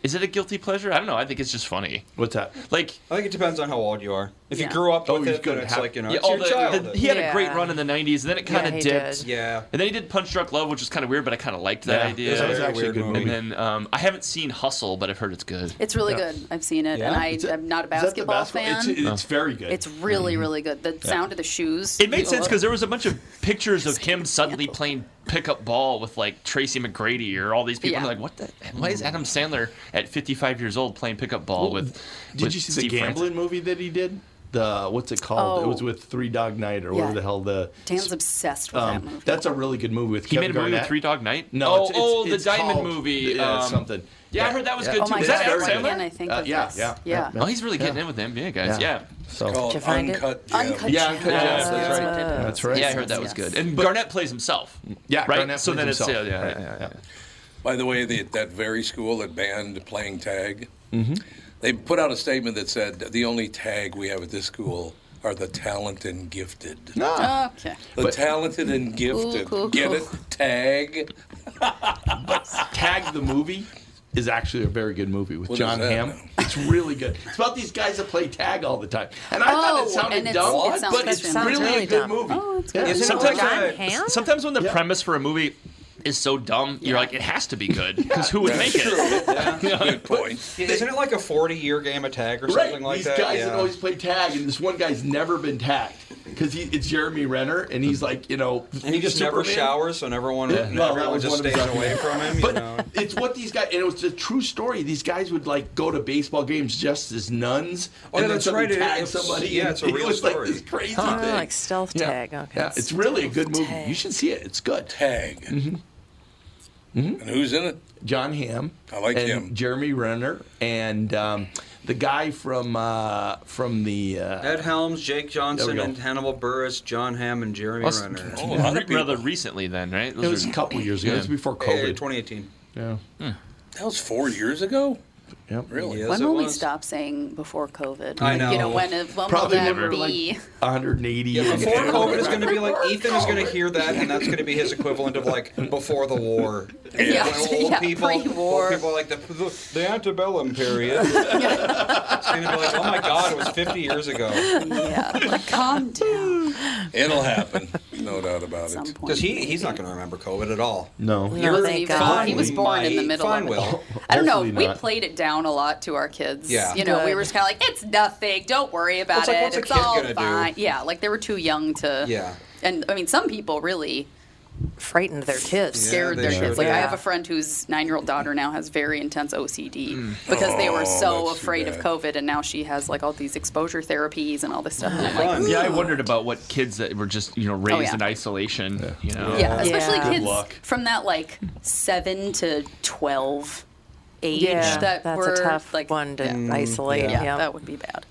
Speaker 4: is it a guilty pleasure? I don't know. I think it's just funny.
Speaker 7: What's that?
Speaker 4: Like,
Speaker 2: I think it depends on how old you are. If
Speaker 5: Yeah.
Speaker 2: you grew up
Speaker 7: Oh,
Speaker 2: with
Speaker 7: he's
Speaker 2: it, then
Speaker 7: gonna
Speaker 2: it's
Speaker 7: have-
Speaker 2: like you know,
Speaker 4: yeah,
Speaker 2: it's
Speaker 4: all
Speaker 2: your
Speaker 4: the,
Speaker 2: childhood.
Speaker 4: the- he had a great
Speaker 1: Yeah.
Speaker 4: run in the '90s, and then it kind
Speaker 1: he
Speaker 4: of dipped.
Speaker 1: did.
Speaker 2: yeah,
Speaker 4: And then he did Punch Drunk Love, which is kind of weird, but I kind of liked that
Speaker 7: Yeah,
Speaker 4: idea.
Speaker 7: that was
Speaker 2: Very
Speaker 7: actually a
Speaker 2: weird
Speaker 7: good
Speaker 2: movie.
Speaker 7: movie.
Speaker 4: and then um, I haven't seen Hustle, but I've heard it's good.
Speaker 5: It's really
Speaker 7: Yeah.
Speaker 5: good. I've seen it,
Speaker 2: Yeah?
Speaker 5: and I,
Speaker 7: Is it-
Speaker 5: am not a
Speaker 7: is that the
Speaker 5: basketball
Speaker 7: basketball-
Speaker 5: fan.
Speaker 7: It's, Mm-hmm. it's very good.
Speaker 5: It's really, really good. The sound of the shoes.
Speaker 4: It made sense because there was a bunch of pictures of him suddenly playing pickup ball with like Tracy McGrady or all these people. And
Speaker 5: Yeah.
Speaker 4: they're like, what the? Why is Adam Sandler at 55 years old playing pickup ball with?
Speaker 7: Did
Speaker 4: with
Speaker 7: you see
Speaker 4: Steve
Speaker 7: the
Speaker 4: Francis?
Speaker 7: gambling movie that he did? The what's it called? It
Speaker 5: Oh.
Speaker 7: was with Three Dog Night or
Speaker 5: Yeah.
Speaker 7: whatever the hell the.
Speaker 5: Dan's obsessed with that movie.
Speaker 7: Um, that's a really good movie with
Speaker 4: He made
Speaker 7: Kevin
Speaker 4: a movie with
Speaker 7: Garnett.
Speaker 4: Three Dog Night.
Speaker 7: No,
Speaker 4: oh,
Speaker 7: it's, it's,
Speaker 4: oh, the
Speaker 7: it's
Speaker 4: Diamond
Speaker 7: called-
Speaker 4: movie.
Speaker 7: Yeah,
Speaker 4: um,
Speaker 7: something.
Speaker 4: yeah, I heard that was good
Speaker 5: oh my
Speaker 4: too.
Speaker 5: god!
Speaker 4: Is that Adam
Speaker 7: very
Speaker 5: why
Speaker 7: good.
Speaker 5: can't I
Speaker 4: Sandler?
Speaker 5: think
Speaker 7: Uh,
Speaker 5: of
Speaker 7: yeah,
Speaker 5: this?
Speaker 7: yeah,
Speaker 5: yeah,
Speaker 7: yeah.
Speaker 4: Oh, he's really getting in with them, yeah, guys. Yeah,
Speaker 7: So
Speaker 3: Called
Speaker 1: you find it?
Speaker 3: Uncut Gems.
Speaker 5: Uncut
Speaker 7: yeah,
Speaker 5: Gems.
Speaker 7: Uncut Gems.
Speaker 5: That's
Speaker 7: That's
Speaker 5: what
Speaker 7: right.
Speaker 5: it is.
Speaker 7: That's right.
Speaker 4: yeah, I heard that was
Speaker 5: yes.
Speaker 4: good. And Garnett plays himself.
Speaker 7: Yeah,
Speaker 4: right.
Speaker 7: Garnett
Speaker 4: so
Speaker 7: plays
Speaker 4: then it's yeah,
Speaker 7: himself.
Speaker 4: yeah,
Speaker 7: Right,
Speaker 4: yeah, yeah, yeah.
Speaker 3: By the way, the, that very school that banned playing tag,
Speaker 7: Mm-hmm.
Speaker 3: they put out a statement that said the only tag we have at this school are the talented and gifted.
Speaker 5: Okay.
Speaker 3: The talented and gifted.
Speaker 5: cool,
Speaker 3: Get
Speaker 5: cool.
Speaker 3: it? Tag.
Speaker 7: Tag the movie is actually a very good movie with
Speaker 3: What
Speaker 7: John
Speaker 3: is that?
Speaker 7: Hamm. It's really good. It's about these guys that play tag all the time. And I thought
Speaker 5: Oh,
Speaker 7: it sounded
Speaker 5: and it's-
Speaker 7: dumb,
Speaker 5: it sounds
Speaker 7: but it's
Speaker 5: Christian.
Speaker 7: really,
Speaker 1: Sounds really
Speaker 7: a good
Speaker 1: dumb.
Speaker 7: movie.
Speaker 5: Oh, it's
Speaker 7: Yeah.
Speaker 5: good.
Speaker 2: Isn't it
Speaker 1: Sometimes
Speaker 2: like
Speaker 1: John
Speaker 2: a-
Speaker 1: Hamm?
Speaker 4: Sometimes when the premise for a movie is so dumb, you're like, it has to be good because who would make it?
Speaker 3: Good point.
Speaker 2: Isn't it like a 40 year game of tag or
Speaker 7: Right,
Speaker 2: something like
Speaker 7: these
Speaker 2: that?
Speaker 7: guys
Speaker 2: yeah.
Speaker 7: that always play tag, and this one guy's never been tagged because it's Jeremy Renner, and he's like, you know,
Speaker 2: and he just never
Speaker 7: Superman.
Speaker 2: showers, so everyone,
Speaker 7: Yeah, no, that
Speaker 2: everyone
Speaker 7: was
Speaker 2: just
Speaker 7: one of
Speaker 2: stays
Speaker 7: his
Speaker 2: away
Speaker 7: ideas.
Speaker 2: from him. You
Speaker 7: But
Speaker 2: know?
Speaker 7: it's what these guys, and it was a true story. These guys would like go to baseball games just as nuns,
Speaker 2: Oh, yeah,
Speaker 7: and then
Speaker 2: that's
Speaker 7: somebody
Speaker 2: right. It-
Speaker 7: tag
Speaker 2: it's-
Speaker 7: somebody.
Speaker 2: yeah,
Speaker 7: and
Speaker 2: it's a
Speaker 7: it
Speaker 2: real
Speaker 7: was
Speaker 2: story.
Speaker 7: like this crazy
Speaker 1: Oh,
Speaker 7: thing,
Speaker 1: like stealth
Speaker 7: Yeah.
Speaker 1: tag, okay.
Speaker 7: yeah, it's really a good movie.
Speaker 1: Tag.
Speaker 7: You should see it. It's good. Mm-hmm.
Speaker 3: Tag. And who's in it?
Speaker 7: John Hamm.
Speaker 3: I like
Speaker 7: and
Speaker 3: him.
Speaker 7: Jeremy Renner and um, the guy from uh, from the uh,
Speaker 2: Ed Helms, Jake Johnson,
Speaker 7: go.
Speaker 2: and Hannibal Burris, John Hamm, and Jeremy
Speaker 4: Plus-
Speaker 2: Renner.
Speaker 3: Oh, a lot of people.
Speaker 4: Rather recently, then, right? Those
Speaker 7: it was
Speaker 4: are-
Speaker 7: a couple years ago. It was
Speaker 4: Yeah.
Speaker 7: before
Speaker 2: Hey,
Speaker 7: COVID.
Speaker 2: 2018.
Speaker 7: yeah.
Speaker 3: That was four years ago?
Speaker 7: Yep.
Speaker 3: Really?
Speaker 2: Yes,
Speaker 5: When
Speaker 2: it
Speaker 5: will we
Speaker 2: was.
Speaker 5: stop saying before COVID?
Speaker 2: I
Speaker 5: Like,
Speaker 2: know.
Speaker 5: You know when? When will
Speaker 7: Probably
Speaker 5: that
Speaker 7: never, like-
Speaker 5: be?
Speaker 7: 180.
Speaker 2: Yeah,
Speaker 7: and-
Speaker 2: before COVID is going to be like Ethan is going to hear that, and that's going to be his equivalent of like before the war.
Speaker 5: Yeah,
Speaker 2: When old
Speaker 5: yeah,
Speaker 2: people,
Speaker 5: pre-war.
Speaker 2: old people are like the, the, the antebellum period. it's going to be like, oh my god, it was 50 years ago.
Speaker 5: yeah. Like, calm down.
Speaker 3: It'll happen. No doubt about
Speaker 5: Some
Speaker 3: it.
Speaker 5: point.
Speaker 2: Because he, he's not going to remember COVID at all.
Speaker 7: No.
Speaker 1: No,
Speaker 5: Doesn't
Speaker 1: thank
Speaker 5: even-
Speaker 1: God.
Speaker 5: He was born in the
Speaker 2: Fine,
Speaker 5: middle
Speaker 2: fine,
Speaker 5: of it.
Speaker 2: Will.
Speaker 5: I don't know.
Speaker 7: Hopefully
Speaker 5: We
Speaker 7: not.
Speaker 5: played it down a lot to our kids.
Speaker 2: Yeah.
Speaker 5: You know, we
Speaker 1: Good.
Speaker 5: were just kind of like, it's nothing. Don't worry about
Speaker 2: It's
Speaker 5: it.
Speaker 2: like, what's a
Speaker 5: it's
Speaker 2: kid
Speaker 5: all
Speaker 2: gonna do?"
Speaker 5: fine. Yeah. Like they were too young to.
Speaker 2: Yeah.
Speaker 5: And I mean, some people really
Speaker 1: frightened their kids.
Speaker 5: scared
Speaker 2: they
Speaker 5: their
Speaker 2: should.
Speaker 5: kids. Like I
Speaker 1: Yeah.
Speaker 5: have a friend whose nine-year-old daughter now has very intense OCD
Speaker 2: Mm.
Speaker 5: because they were
Speaker 2: Oh,
Speaker 5: so
Speaker 3: that's too
Speaker 5: afraid of
Speaker 3: bad.
Speaker 5: COVID, and now she has like all these exposure therapies and all this stuff. And I'm like, Oh,
Speaker 2: Fun.
Speaker 4: Yeah, I wondered about what kids that were just you know raised
Speaker 5: yeah.
Speaker 4: in isolation. You know,
Speaker 5: yeah, especially
Speaker 1: Good
Speaker 5: kids
Speaker 7: luck.
Speaker 5: from that like seven to twelve age.
Speaker 1: Yeah,
Speaker 5: that
Speaker 1: that's
Speaker 5: were
Speaker 1: a tough
Speaker 5: like
Speaker 1: one to
Speaker 5: yeah,
Speaker 1: isolate.
Speaker 5: yeah,
Speaker 1: Yeah,
Speaker 5: that would be bad.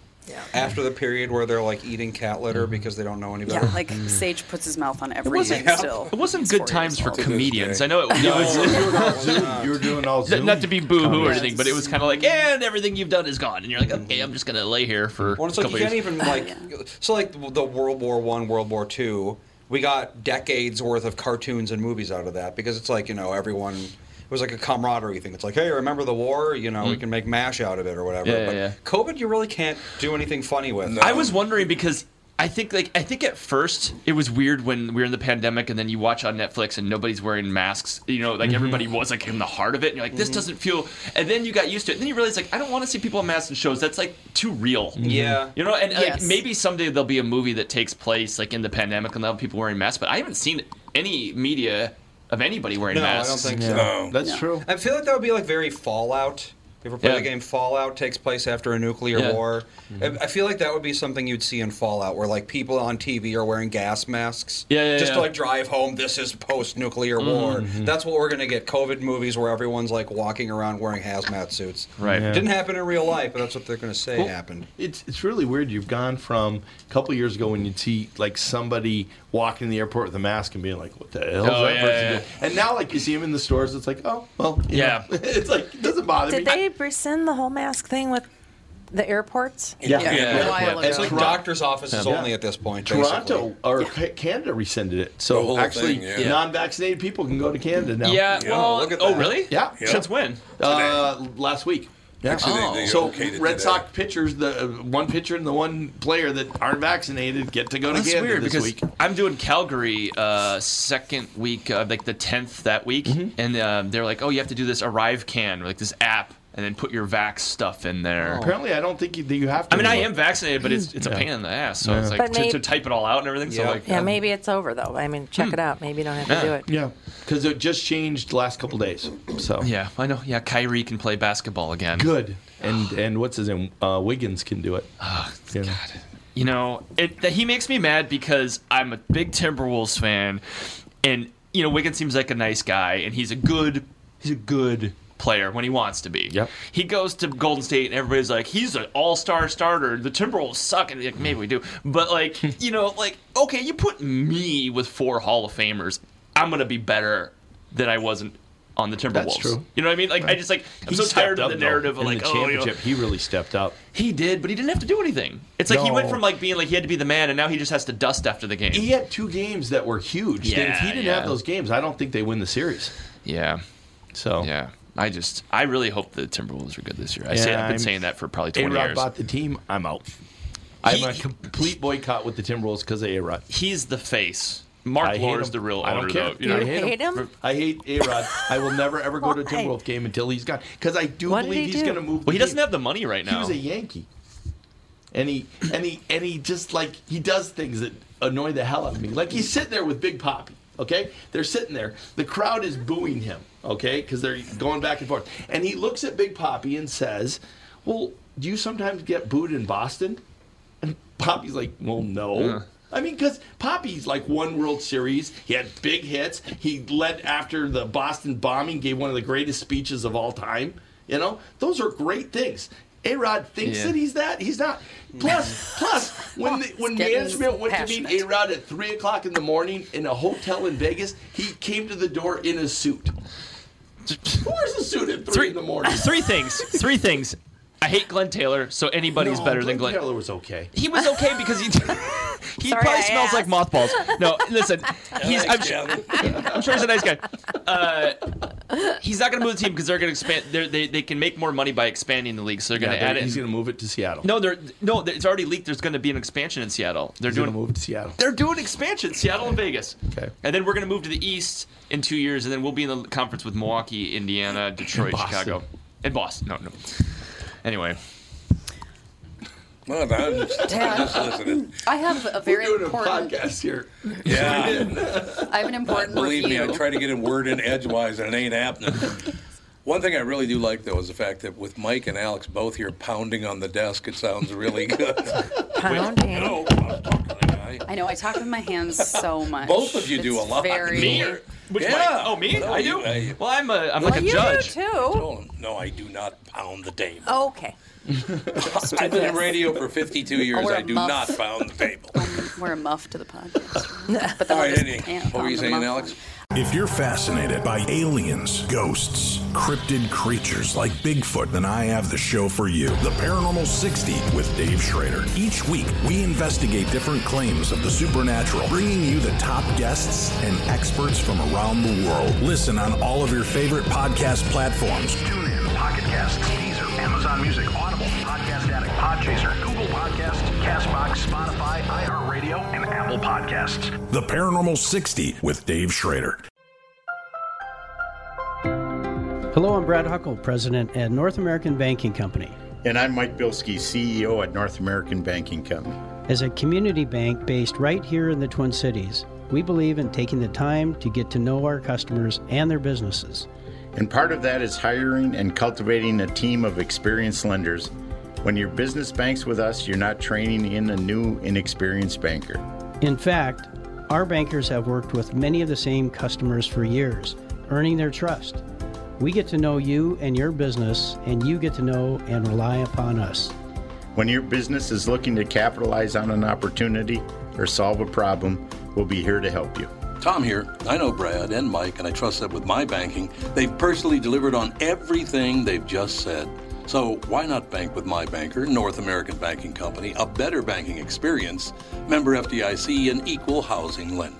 Speaker 2: After the period where they're like eating cat litter because they don't know any
Speaker 5: Yeah,
Speaker 2: better.
Speaker 5: like
Speaker 7: Mm.
Speaker 5: Sage puts his mouth on everything.
Speaker 2: Mm. wasn't- yeah.
Speaker 5: Still,
Speaker 4: it wasn't
Speaker 5: He's
Speaker 4: good
Speaker 5: four
Speaker 4: times
Speaker 5: years
Speaker 4: for
Speaker 5: old.
Speaker 4: comedians.
Speaker 3: day.
Speaker 4: I know it was.
Speaker 7: You were doing all Zoom.
Speaker 4: Not to be boo-hoo or anything, but it was kind of like, and everything you've done is gone, and you're like, okay, I'm just gonna lay here for
Speaker 2: Well,
Speaker 4: a
Speaker 2: it's like
Speaker 4: couple
Speaker 2: you can't
Speaker 4: years.
Speaker 2: even
Speaker 5: Oh,
Speaker 2: like so like the World War One, World War Two. We got decades worth of cartoons and movies out of that because it's like you know everyone. It was like a camaraderie thing. It's like, hey, remember the war? You know, we can make mash out of it or whatever.
Speaker 4: Hmm. Yeah, yeah,
Speaker 2: but
Speaker 4: yeah.
Speaker 2: COVID, you really can't do anything funny with.
Speaker 3: No.
Speaker 4: I was wondering because I think like I think at first it was weird when we were in the pandemic and then you watch on Netflix and nobody's wearing masks. You know,
Speaker 2: Mm-hmm.
Speaker 4: like everybody was like in the heart of it. And you're like, this doesn't feel. And then you got used to it. And then you realize like I don't want to see people in masks in shows. That's like too real.
Speaker 2: Mm-hmm. Yeah.
Speaker 4: You know, and like
Speaker 5: Yes.
Speaker 4: maybe someday there'll be a movie that takes place like in the pandemic and they'll have people wearing masks. But I haven't seen any media of anybody wearing
Speaker 2: No, I
Speaker 4: masks.
Speaker 2: don't think so.
Speaker 3: No.
Speaker 7: That's true.
Speaker 2: I feel like that would be like very Fallout. You ever play
Speaker 4: Yeah.
Speaker 2: the game Fallout? Takes place after a nuclear
Speaker 4: Yeah. Mm-hmm.
Speaker 2: war. I I feel like that would be something you'd see in Fallout, where like people on TV are wearing gas masks.
Speaker 4: Yeah, yeah,
Speaker 2: Just
Speaker 4: yeah. Mm-hmm.
Speaker 2: to like drive home, this is post-nuclear war. That's what we're gonna get. COVID movies where everyone's like walking around wearing hazmat suits.
Speaker 4: Right.
Speaker 2: It Didn't happen in real life, but that's what they're gonna say happened.
Speaker 7: It's it's really weird. You've gone from a couple years ago when you'd see like somebody walking in the airport with a mask and being like, "What the hell?" is
Speaker 4: Oh,
Speaker 7: that
Speaker 4: yeah,
Speaker 7: person
Speaker 4: yeah,
Speaker 7: doing?" And now like you see them in the stores, it's like, "Oh well, you
Speaker 4: Yeah.
Speaker 7: know. it's like it doesn't bother
Speaker 1: Did
Speaker 7: me."
Speaker 1: they rescind the whole mask thing with the airports.
Speaker 7: Yeah.
Speaker 5: Yeah.
Speaker 3: Yeah.
Speaker 5: A while
Speaker 2: It's
Speaker 5: ago.
Speaker 2: like doctor's offices only at this point.
Speaker 7: Toronto
Speaker 2: basically.
Speaker 7: or Ca- Canada rescinded it, so
Speaker 3: The whole
Speaker 7: actually
Speaker 3: thing, yeah.
Speaker 7: non-vaccinated people can go to Canada now.
Speaker 4: Yeah. Well,
Speaker 2: look at
Speaker 4: oh
Speaker 2: that.
Speaker 4: really?
Speaker 7: Yeah. Yeah.
Speaker 4: Since when?
Speaker 7: uh, last week. Yeah.
Speaker 3: Actually, they- they
Speaker 7: so
Speaker 3: okayed it
Speaker 7: Red
Speaker 3: today.
Speaker 7: Sox pitchers, the uh, one pitcher and the one player that aren't vaccinated get to go to
Speaker 4: That's
Speaker 7: Canada
Speaker 4: weird
Speaker 7: this
Speaker 4: because
Speaker 7: week.
Speaker 4: I'm doing Calgary uh, second week, uh, like the tenth that week,
Speaker 7: Mm-hmm.
Speaker 4: and um, they're like, "Oh, you have to do this Arrive Can, or like this app, and then put your vax stuff in there."
Speaker 7: Apparently, I don't think you, you have to.
Speaker 4: I mean, I am
Speaker 7: anymore.
Speaker 4: vaccinated, but it's it's a pain in the ass. So it's like
Speaker 1: But
Speaker 4: to,
Speaker 1: may-
Speaker 4: to type it all out and everything. So
Speaker 2: Yeah.
Speaker 4: like,
Speaker 1: Yeah,
Speaker 4: um,
Speaker 1: maybe it's over though. I mean, check it out. Maybe you don't have to do
Speaker 4: Yeah.
Speaker 1: it.
Speaker 7: Yeah, because it just changed the last couple days. So
Speaker 4: yeah, I know. Yeah, Kyrie can play basketball again.
Speaker 7: good. And and what's his name? Uh, Wiggins can do it. Yeah.
Speaker 4: You know, it, that he makes me mad because I'm a big Timberwolves fan, and you know Wiggins seems like a nice guy, and he's a good, he's a good player when he wants to be.
Speaker 7: Yep.
Speaker 4: He goes to Golden State, and everybody's like, he's an all-star starter. The Timberwolves suck, and like, maybe we do, but like, you know, like okay, you put me with four Hall of Famers, I'm gonna be better than I wasn't on the Timberwolves.
Speaker 7: true.
Speaker 4: You know what I mean? Like, I just like I'm
Speaker 7: He
Speaker 4: so tired
Speaker 7: stepped
Speaker 4: of the
Speaker 7: up, though,
Speaker 4: narrative of
Speaker 7: in
Speaker 4: like,
Speaker 7: the
Speaker 4: oh, you know,
Speaker 7: championship, he really stepped up.
Speaker 4: he did, but he didn't have to do anything. It's like he went
Speaker 7: Oh. No.
Speaker 4: from like being like he had to be the man, and now he just has to dust after the game.
Speaker 7: He had two games that were huge. and if
Speaker 4: Yeah,
Speaker 7: he didn't
Speaker 4: yeah.
Speaker 7: have those games, I don't think they win the series.
Speaker 4: Yeah,
Speaker 7: So
Speaker 4: yeah. I just, I really hope the Timberwolves are good this year. I say,
Speaker 7: Yeah,
Speaker 4: I've been
Speaker 7: I'm-
Speaker 4: saying that for probably
Speaker 7: A
Speaker 4: 20
Speaker 7: Rod
Speaker 4: years.
Speaker 7: bought the team. I'm out.
Speaker 4: He-
Speaker 7: I'm a complete boycott with the Timberwolves because of A Rod.
Speaker 4: He's the face. Mark
Speaker 7: I hate
Speaker 4: Lore is
Speaker 7: him.
Speaker 4: the real
Speaker 7: I
Speaker 4: owner,
Speaker 7: don't care.
Speaker 4: though. You
Speaker 1: You
Speaker 4: know?
Speaker 7: I hate him.
Speaker 1: hate him?
Speaker 7: I hate A Rod. I will never ever go to a
Speaker 1: Why?
Speaker 7: Timberwolves game until he's gone because I do
Speaker 1: What did
Speaker 7: believe
Speaker 1: he
Speaker 7: he's
Speaker 1: do?
Speaker 7: going to move.
Speaker 4: Well, he
Speaker 7: the
Speaker 4: doesn't
Speaker 7: team.
Speaker 4: have the money right
Speaker 7: He
Speaker 4: now.
Speaker 7: was a Yankee, and he and he and he just like he does things that annoy the hell out of me. Like he's sitting there with Big Poppy. Okay, they're sitting there. The crowd is booing him. Okay, because they're going back and forth, and he looks at Big Poppy and says, "Well, do you sometimes get booed in Boston?" And Poppy's like, well, no. I mean, because Poppy's like won World Series. He had big hits. He led after the Boston bombing, gave one of the greatest speeches of all time. You know, those are great things. A Rod thinks
Speaker 4: Yeah.
Speaker 7: that he's that. He's not. Plus, plus, when the, when
Speaker 5: getting
Speaker 7: management went to meet
Speaker 5: passionate.
Speaker 7: A Rod at three o'clock in the morning in a hotel in Vegas, he came to the door in a suit. Who wears a suit at three, in the morning?
Speaker 4: three things. Three things. I hate Glenn Taylor, so anybody's
Speaker 7: No,
Speaker 4: better than Glenn.
Speaker 7: Taylor was okay.
Speaker 4: He was okay because he he
Speaker 1: Sorry,
Speaker 4: probably
Speaker 1: I
Speaker 4: smells like
Speaker 1: asked.
Speaker 4: mothballs. No, listen, he's I'm, su- I'm sure he's a nice guy. Uh, he's not going to move the team because they're going to expand. They're, they they can make more money by expanding the league, so they're
Speaker 7: Yeah,
Speaker 4: going to
Speaker 7: they're-
Speaker 4: add it.
Speaker 7: he's going to move it to Seattle.
Speaker 4: no, they're no. they- It's already leaked. There's going to be an expansion in Seattle. They're
Speaker 7: he's going
Speaker 4: doing
Speaker 7: to move to Seattle.
Speaker 4: they're doing expansion, Seattle and Vegas.
Speaker 7: Okay.
Speaker 4: And then we're going to move to the East in two years, and then we'll be in the conference with Milwaukee, Indiana, Detroit,
Speaker 7: Boston.
Speaker 4: Chicago, and Boston. No, no. Anyway,
Speaker 3: No, no, I'm just, I'm just listening.
Speaker 5: I have a very
Speaker 7: We're doing
Speaker 5: important.
Speaker 7: a podcast here.
Speaker 3: Yeah.
Speaker 5: I have an important
Speaker 3: Believe me,
Speaker 5: review.
Speaker 3: I try to get a word in edgewise, and it ain't happening. One thing I really do like, though, is the fact that with Mike and Alex both here pounding on the desk, it sounds really good.
Speaker 1: Pounding.
Speaker 3: You know, I'm talking to the guy.
Speaker 5: I know I talk with my hands so much.
Speaker 3: Both of you do
Speaker 5: It's
Speaker 3: a lot.
Speaker 5: Very,
Speaker 4: me? or- Which
Speaker 3: Yeah.
Speaker 4: way? Oh, me?
Speaker 3: No,
Speaker 4: I
Speaker 3: you-
Speaker 4: do.
Speaker 3: I-
Speaker 4: well, I'm a I'm
Speaker 1: Well,
Speaker 4: like a
Speaker 1: you
Speaker 4: judge.
Speaker 1: do too.
Speaker 3: Oh, no, I do not pound the table.
Speaker 5: Oh,
Speaker 1: Okay.
Speaker 3: I've been in radio for 52 years.
Speaker 5: Oh, we're
Speaker 3: I
Speaker 5: a
Speaker 3: do
Speaker 5: muff.
Speaker 3: not pound the table.
Speaker 5: We're a muff to the podcast. But
Speaker 3: All
Speaker 5: then
Speaker 3: right,
Speaker 5: just
Speaker 3: any,
Speaker 5: can't
Speaker 3: what were you
Speaker 5: pound the
Speaker 3: saying,
Speaker 5: muff
Speaker 3: Alex?
Speaker 5: on.
Speaker 10: If you're fascinated by aliens, ghosts, cryptid creatures like Bigfoot, then I have the show for you The Paranormal 60 with Dave Schrader. Each week, we investigate different claims of the supernatural, bringing you the top guests and experts from around the world. Listen on all of your favorite podcast platforms.
Speaker 11: Tune in, Pocket Casts, Deezer, Amazon Music, Audible, Podcast Addict, Podchaser, Google Podcasts, Castbox, Spotify, iHeartRadio, and Apple Podcasts.
Speaker 10: The Paranormal 60 with Dave Schrader.
Speaker 12: Hello, I'm Brad Huckle, president at North American Banking Company.
Speaker 11: And I'm Mike Bilski, CEO at North American Banking Company.
Speaker 12: As a community bank based right here in the Twin Cities, we believe in taking the time to get to know our customers and their businesses.
Speaker 11: And part of that is hiring and cultivating a team of experienced lenders. When your business banks with us, you're not training in a new, inexperienced banker.
Speaker 12: In fact, our bankers have worked with many of the same customers for years, earning their trust. We get to know you and your business, and you get to know and rely upon us.
Speaker 11: When your business is looking to capitalize on an opportunity or solve a problem, we'll be here to help you.
Speaker 3: Tom here. I know Brad and Mike, and I trust that with my banking, they've personally delivered on everything they've just said. So why not bank with my banker, North American Banking Company, a better banking experience, member FDIC, an equal housing lender.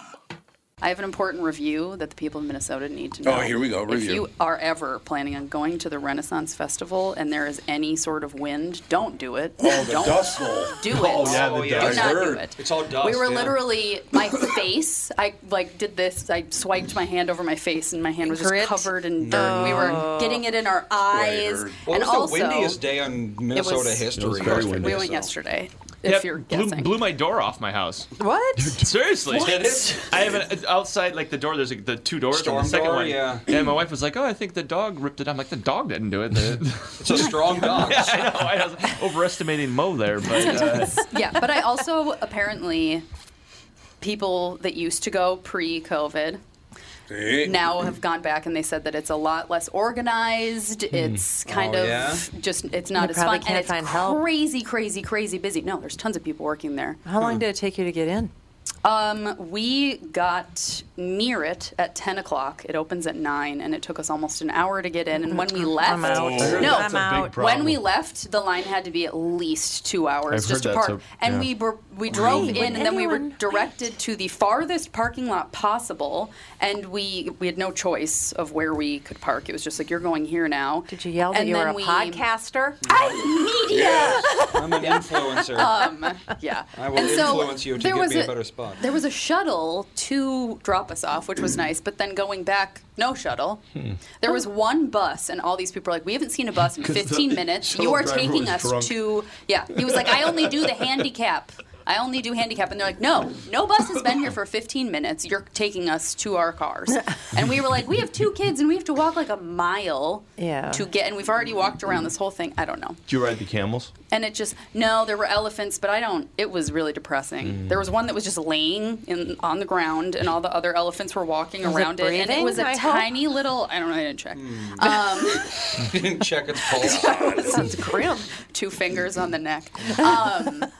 Speaker 5: I have an important review that the people of Minnesota need to know.
Speaker 3: Oh, here we go,
Speaker 5: If
Speaker 3: review.
Speaker 5: you are ever planning on going to the Renaissance Festival and there is any sort of wind, don't do it.
Speaker 2: Oh, the
Speaker 5: don't
Speaker 2: dust bowl.
Speaker 5: Do it.
Speaker 2: Oh, yeah, the
Speaker 5: do
Speaker 2: dust.
Speaker 5: not
Speaker 2: Heard.
Speaker 5: do it.
Speaker 2: It's all dust,
Speaker 5: We were
Speaker 2: yeah.
Speaker 5: literally my face. I like did this. I swiped my hand over my face, and my hand was
Speaker 1: Grit?
Speaker 5: just covered in dirt. We
Speaker 1: No.
Speaker 5: were getting it in our eyes,
Speaker 2: What
Speaker 5: and
Speaker 2: was
Speaker 5: also
Speaker 2: the windiest day on Minnesota
Speaker 5: it was,
Speaker 2: history?
Speaker 5: We went yesterday. If
Speaker 4: Yep,
Speaker 5: you're
Speaker 4: blew,
Speaker 5: guessing.
Speaker 4: blew my door off my house.
Speaker 1: What?
Speaker 4: Seriously?
Speaker 5: What? Did it?
Speaker 4: I have an outside like the door. There's like, the two doors. and
Speaker 2: Storm
Speaker 4: the second
Speaker 2: door,
Speaker 4: one.
Speaker 2: yeah.
Speaker 4: And my wife was like, "Oh, I think the dog ripped it." I'm like, "The dog didn't do it." it's
Speaker 2: a strong dog.
Speaker 4: yeah, I know. I was overestimating Mo there, but uh,
Speaker 5: yeah, but I also apparently people that used to go pre-COVID now have gone back and they said that it's a lot less organized. It's kind
Speaker 1: Oh,
Speaker 5: of
Speaker 1: yeah?
Speaker 5: just it's not
Speaker 1: They
Speaker 5: as
Speaker 1: probably
Speaker 5: fun and
Speaker 1: can't
Speaker 5: it's
Speaker 1: find help.
Speaker 5: crazy, crazy, crazy busy. No, there's tons of people working there.
Speaker 1: How long did it take you to get in?
Speaker 5: Um, we got near it at 10 o'clock. It opens at 9, and it took us almost an hour to get in. And when we left,
Speaker 1: I'm out. Oh,
Speaker 5: no,
Speaker 1: that's a big I'm out. problem.
Speaker 5: when we left, the line had to be at least two hours
Speaker 1: I've
Speaker 5: just to
Speaker 1: heard
Speaker 5: park.
Speaker 1: that's a-
Speaker 5: and
Speaker 1: yeah.
Speaker 5: we were, we drove
Speaker 1: Really?
Speaker 5: in, and then we were
Speaker 1: Anyone-
Speaker 5: directed to the farthest parking lot possible. And we we had no choice of where we could park. It was just like you're going here now. Did you yell
Speaker 1: that you were a
Speaker 5: podcaster? I media.
Speaker 2: I'm an influencer.
Speaker 5: Um, yeah.
Speaker 2: I will
Speaker 5: And so
Speaker 2: influence you to
Speaker 5: there
Speaker 2: get
Speaker 5: was
Speaker 2: me a better spot.
Speaker 5: There was a shuttle to drop us off, which was nice, but then going back, no shuttle.
Speaker 4: Hmm.
Speaker 5: There was one bus, and all these people are like, "We haven't seen a bus in
Speaker 13: 'Cause the
Speaker 5: 15 minutes. You
Speaker 13: shuttle
Speaker 5: are
Speaker 13: driver
Speaker 5: taking
Speaker 13: was
Speaker 5: us
Speaker 13: drunk."
Speaker 5: to." Yeah, he was like, "I only do the handicap. I only do handicap," and they're like, "No, no bus has been here for 15 minutes. You're taking us to our cars." And we were like, "We have two kids, and we have to walk like a mile
Speaker 1: Yeah.
Speaker 5: to get, and we've already walked around this whole thing. I don't know."
Speaker 7: Do you ride the camels?
Speaker 5: And it just no, there were elephants, but I don't. It was really depressing.
Speaker 7: Mm.
Speaker 5: There was one that was just laying in on the ground, and all the other elephants were walking
Speaker 1: Was it
Speaker 5: around it, and it
Speaker 1: breathing,
Speaker 5: was a
Speaker 1: I hope?
Speaker 5: tiny little. I don't know. I didn't check. Um,
Speaker 2: Hmm. Didn't check its pulse.
Speaker 5: sounds grim. Two fingers on the neck. Um,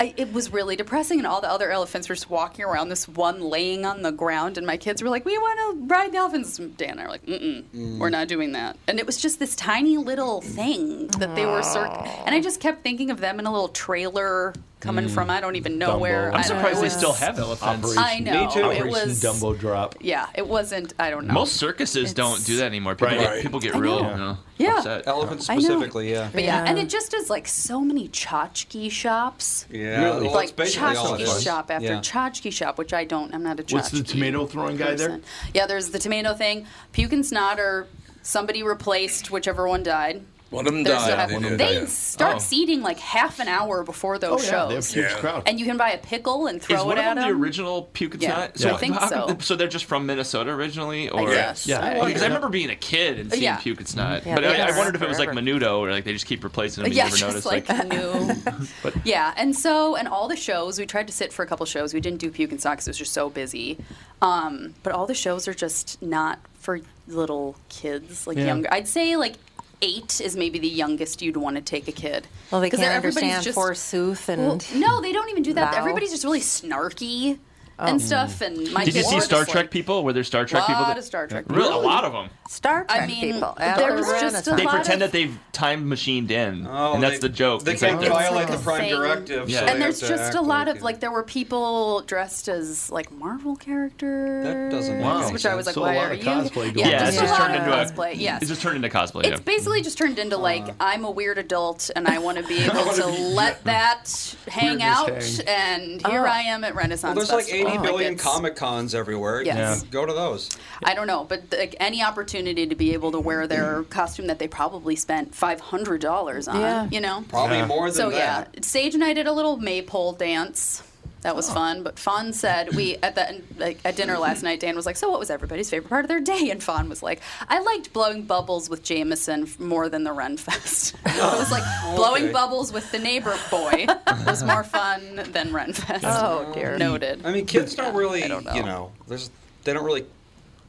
Speaker 5: I, it was really depressing, and all the other elephants were just walking around this one laying on the ground, and my kids were like, "We want to ride the elephants." Dan and I were like, Mm-mm,
Speaker 13: Mm.
Speaker 5: "We're not doing that." And it was just this tiny little thing that they were, cir- and I just kept thinking of them in a little trailer coming
Speaker 7: Mm.
Speaker 5: from I don't even know
Speaker 7: Dumbo.
Speaker 5: where. I
Speaker 4: I'm
Speaker 5: don't
Speaker 4: surprised
Speaker 5: know.
Speaker 4: they still have elephants.
Speaker 5: I know.
Speaker 4: Me too.
Speaker 5: It
Speaker 7: Operation
Speaker 5: was.
Speaker 7: Dumbo drop.
Speaker 5: Yeah, it wasn't. I don't know.
Speaker 4: Most circuses don't do that anymore. People
Speaker 7: Right.
Speaker 4: get,
Speaker 7: Right.
Speaker 4: people get
Speaker 5: I
Speaker 4: real
Speaker 5: know.
Speaker 4: you know,
Speaker 5: Yeah.
Speaker 4: upset.
Speaker 5: Elephants I know. specifically,
Speaker 2: yeah.
Speaker 5: But yeah. and it just is like so many tchotchke shops.
Speaker 2: Yeah, Really? well,
Speaker 5: like
Speaker 2: it's basically all it
Speaker 5: tchotchke
Speaker 2: is.
Speaker 5: shop after
Speaker 2: Yeah.
Speaker 5: tchotchke shop, which I don't. I'm not a tchotchke.
Speaker 7: What's the tomato throwing guy there?
Speaker 5: person. Yeah, there's the tomato thing. Puke and Snotter, somebody replaced whichever one died.
Speaker 3: One of them
Speaker 5: There's
Speaker 3: died,
Speaker 5: still half-
Speaker 3: they
Speaker 5: They,
Speaker 3: did, yeah.
Speaker 5: start
Speaker 3: Oh.
Speaker 5: seating like half an hour before
Speaker 3: Oh,
Speaker 5: those
Speaker 3: yeah, they have
Speaker 5: shows.
Speaker 3: huge Yeah. crowd.
Speaker 5: And you can buy a pickle and throw
Speaker 4: Is one
Speaker 5: it
Speaker 4: of
Speaker 5: at
Speaker 4: them the
Speaker 5: them.
Speaker 4: original puke and
Speaker 5: Yeah.
Speaker 4: snot?
Speaker 5: I think
Speaker 4: how
Speaker 5: so.
Speaker 4: come- So they're just from Minnesota originally, or
Speaker 5: guess. Yeah.
Speaker 4: Okay, 'cause I remember being a kid and seeing
Speaker 5: Yeah.
Speaker 4: puke and snot,
Speaker 5: Yeah,
Speaker 4: but
Speaker 5: they've
Speaker 4: I,
Speaker 5: been
Speaker 4: I
Speaker 5: around
Speaker 4: wondered if it was like
Speaker 5: forever.
Speaker 4: Menudo, or like they just keep replacing them. and
Speaker 5: yeah,
Speaker 4: you never
Speaker 5: just
Speaker 4: notice,
Speaker 5: like, new. yeah, and so and all the shows we tried to sit for a couple shows. We didn't do puke and snot because it was just so busy. Um, but all the shows are just not for little kids, like
Speaker 1: Yeah.
Speaker 5: younger. I'd say like eight is maybe the youngest you'd want to take a kid.
Speaker 1: Well, they
Speaker 5: 'Cause
Speaker 1: can't
Speaker 5: they're- everybody's
Speaker 1: understand
Speaker 5: just-
Speaker 1: forsooth and
Speaker 5: Well, no, they don't even do that.
Speaker 1: Thou?
Speaker 5: Everybody's just really snarky
Speaker 1: Oh.
Speaker 5: and stuff. And my
Speaker 4: Mm. Did you
Speaker 5: kids
Speaker 4: see
Speaker 5: were
Speaker 4: Star
Speaker 5: just,
Speaker 4: Trek
Speaker 5: like,
Speaker 4: people? Were there Star Trek people?
Speaker 5: Lot
Speaker 4: that-
Speaker 5: of Star Trek
Speaker 4: Really? A
Speaker 5: people.
Speaker 4: lot of them.
Speaker 1: Star Trek
Speaker 5: I mean,
Speaker 1: people.
Speaker 5: there
Speaker 1: after
Speaker 5: was just a
Speaker 1: Renaissance.
Speaker 4: They
Speaker 5: lot
Speaker 4: pretend
Speaker 5: of-
Speaker 4: that they've time machined in, and that's the joke.
Speaker 2: Oh, they
Speaker 4: It's like
Speaker 2: can't
Speaker 4: they're-
Speaker 2: violate the prime directive, so
Speaker 5: and
Speaker 2: they
Speaker 5: there's
Speaker 2: have to
Speaker 5: just
Speaker 2: act
Speaker 5: a lot
Speaker 2: like
Speaker 5: of like there were people dressed as like Marvel characters.
Speaker 2: That doesn't make
Speaker 5: Wow.
Speaker 2: any
Speaker 5: Which I was
Speaker 2: sense.
Speaker 5: like,
Speaker 2: So a
Speaker 5: why
Speaker 2: lot
Speaker 5: are
Speaker 2: of
Speaker 5: you?
Speaker 2: cosplay
Speaker 5: yeah,
Speaker 2: going on.
Speaker 4: it's
Speaker 5: just a
Speaker 4: just
Speaker 5: lot
Speaker 4: turned
Speaker 5: of
Speaker 4: into a-
Speaker 5: cosplay. Yes.
Speaker 4: It's just turned into cosplay.
Speaker 5: It's basically just turned into like
Speaker 2: Uh.
Speaker 5: I'm a weird adult and I want to be able to let that hang
Speaker 2: Weirdness
Speaker 5: out,
Speaker 2: hang. Uh.
Speaker 5: and here I am at Renaissance.
Speaker 2: Well, there's like 80
Speaker 5: Festival. Oh
Speaker 2: billion
Speaker 5: it's-
Speaker 2: Comic Cons everywhere.
Speaker 5: Yes.
Speaker 2: Go to those.
Speaker 5: I don't know, but like any opportunity to be able to wear their costume that they probably spent five hundred dollars on,
Speaker 2: Yeah.
Speaker 5: you know,
Speaker 2: Probably Yeah. more than
Speaker 5: so
Speaker 2: that.
Speaker 5: yeah. Sage and I did a little maypole dance. That was fun. But Fawn said we at the like, at dinner last night. Dan was like, "So what was everybody's favorite part of their day?" And Fawn was like, "I liked blowing bubbles with Jameson f- more than the Ren Fest. it was like blowing
Speaker 2: Okay.
Speaker 5: bubbles with the neighbor boy was more fun than Ren Fest." Noted.
Speaker 2: I mean, kids don't really, you know, there's they don't really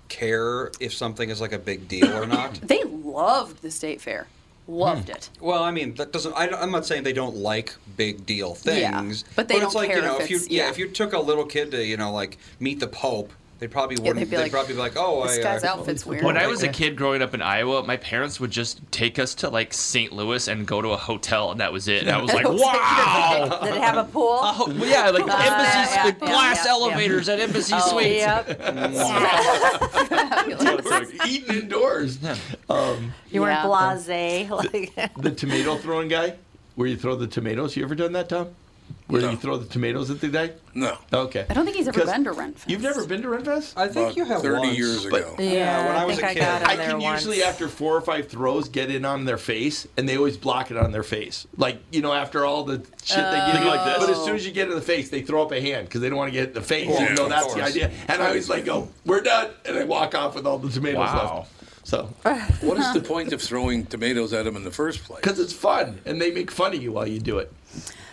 Speaker 2: care if something is like a big deal or not.
Speaker 5: They loved the state fair. Loved it.
Speaker 2: Well, I mean, that doesn't. I, am not saying they don't like big deal
Speaker 5: Yeah,
Speaker 2: things,
Speaker 5: but they
Speaker 2: it's
Speaker 5: don't
Speaker 2: like
Speaker 5: care
Speaker 2: you know,
Speaker 5: if
Speaker 2: if, you
Speaker 5: it's-
Speaker 2: yeah,
Speaker 5: yeah.
Speaker 2: if you took a little kid to you know like meet the Pope, they probably
Speaker 5: Yeah,
Speaker 2: wouldn't.
Speaker 5: they'd be like,
Speaker 2: probably be like, oh,
Speaker 5: "This
Speaker 2: I,
Speaker 5: guy's
Speaker 2: I,
Speaker 5: outfit's weird."
Speaker 4: When I was a kid growing up in Iowa, my parents would just take us to like St. Louis and go to a hotel, and that was it. And I was like, wow.
Speaker 1: Did it have a pool?
Speaker 4: well, yeah, like
Speaker 1: Uh,
Speaker 4: embassy,
Speaker 1: yeah,
Speaker 4: like
Speaker 1: yeah,
Speaker 4: glass
Speaker 1: yeah,
Speaker 4: elevators at Embassy
Speaker 1: Oh,
Speaker 4: Suites.
Speaker 1: yep.
Speaker 7: eating indoors. Um,
Speaker 1: You weren't blasé. Like,
Speaker 7: The tomato throwing guy, where you throw the tomatoes. You ever done that, Tom? Where you throw the tomatoes at the guy?
Speaker 3: No.
Speaker 7: Okay.
Speaker 5: I don't think he's ever
Speaker 7: 'Cause
Speaker 5: been to Ren Fest.
Speaker 7: You've never been to Renfest?
Speaker 2: I think you have
Speaker 3: 30 once. years
Speaker 7: But-
Speaker 3: ago.
Speaker 5: Yeah,
Speaker 7: when
Speaker 5: I
Speaker 7: I was
Speaker 5: think
Speaker 7: a
Speaker 5: I
Speaker 7: kid,
Speaker 5: got in
Speaker 7: I
Speaker 5: there
Speaker 7: can usually after four or five throws get in on their face, and they always block it on their face. Like you know, after all the shit they
Speaker 3: They
Speaker 7: give
Speaker 3: go
Speaker 7: you
Speaker 3: Oh. like this?
Speaker 7: But as soon as you get in the face, they throw up a hand because they don't want to get hit in the face.
Speaker 3: Yeah,
Speaker 7: you know
Speaker 3: of
Speaker 7: that's the
Speaker 3: course.
Speaker 7: idea. And I always like go, "We're done," and I walk off with all the tomatoes
Speaker 3: Wow.
Speaker 7: left. So
Speaker 3: What is the point of throwing tomatoes at them in the first place?
Speaker 7: because it's fun, and they make fun of you while you do it.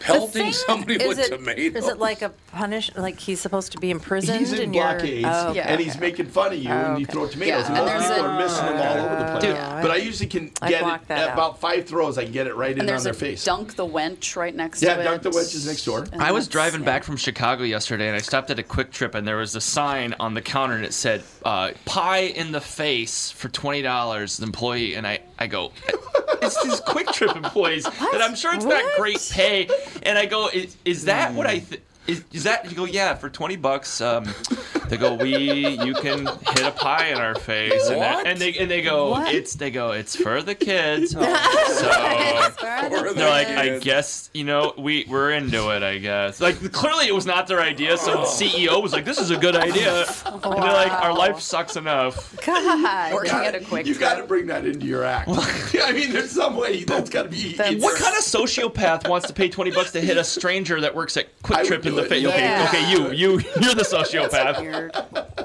Speaker 3: Pelting somebody
Speaker 1: is
Speaker 3: with
Speaker 1: it,
Speaker 3: tomatoes.
Speaker 1: Is it like a punish? Like he's supposed to be imprisoned?
Speaker 7: He's in
Speaker 1: and you're-
Speaker 7: blockades,
Speaker 1: Oh, okay.
Speaker 7: and he's making fun of you, and you throw tomatoes,
Speaker 1: Yeah,
Speaker 7: and
Speaker 1: and
Speaker 7: those
Speaker 1: there's
Speaker 7: people
Speaker 1: a-
Speaker 7: are missing them all over the place.
Speaker 5: Yeah.
Speaker 7: But I usually can
Speaker 5: I
Speaker 7: get
Speaker 5: blocked
Speaker 7: it
Speaker 5: that
Speaker 7: at
Speaker 5: out.
Speaker 7: about five throws. I can get it right
Speaker 5: And
Speaker 7: in on
Speaker 5: there's
Speaker 7: their
Speaker 5: a
Speaker 7: face.
Speaker 5: dunk the wench right next
Speaker 7: Yeah,
Speaker 5: to it.
Speaker 7: dunk the wench is next door.
Speaker 5: And
Speaker 4: I
Speaker 5: that's-
Speaker 4: was driving back from Chicago yesterday, and I stopped at a Quick Trip, and there was a sign on the counter, and it said uh, "pie in the face for twenty dollars." The employee and I, I go, "It's these Quick Trip employees that I'm sure it's not great pay." And I go, "Is, is that what I?" Th- is, is that you go yeah for 20 bucks um, they go we you can hit a pie in our face and, that-
Speaker 3: What?
Speaker 4: and they and they go
Speaker 3: What?
Speaker 4: it's they go it's for the kids
Speaker 3: It's
Speaker 4: so they're like I guess you know we we're into it I guess like clearly it was not their idea so
Speaker 3: Oh.
Speaker 4: the CEO was like this is a good idea and they're like our life sucks enough
Speaker 5: God.
Speaker 4: Working
Speaker 7: gotta,
Speaker 4: at a Quick
Speaker 7: You got to bring that into your act. I mean, there's some way that's got to be.
Speaker 4: what kind of sociopath wants to pay 20 bucks to hit a stranger that works at
Speaker 7: I
Speaker 4: Quick
Speaker 7: would
Speaker 4: Trip in
Speaker 7: do
Speaker 4: the
Speaker 7: it.
Speaker 4: face? Okay,
Speaker 7: Yeah.
Speaker 4: okay, you, you, you're the sociopath.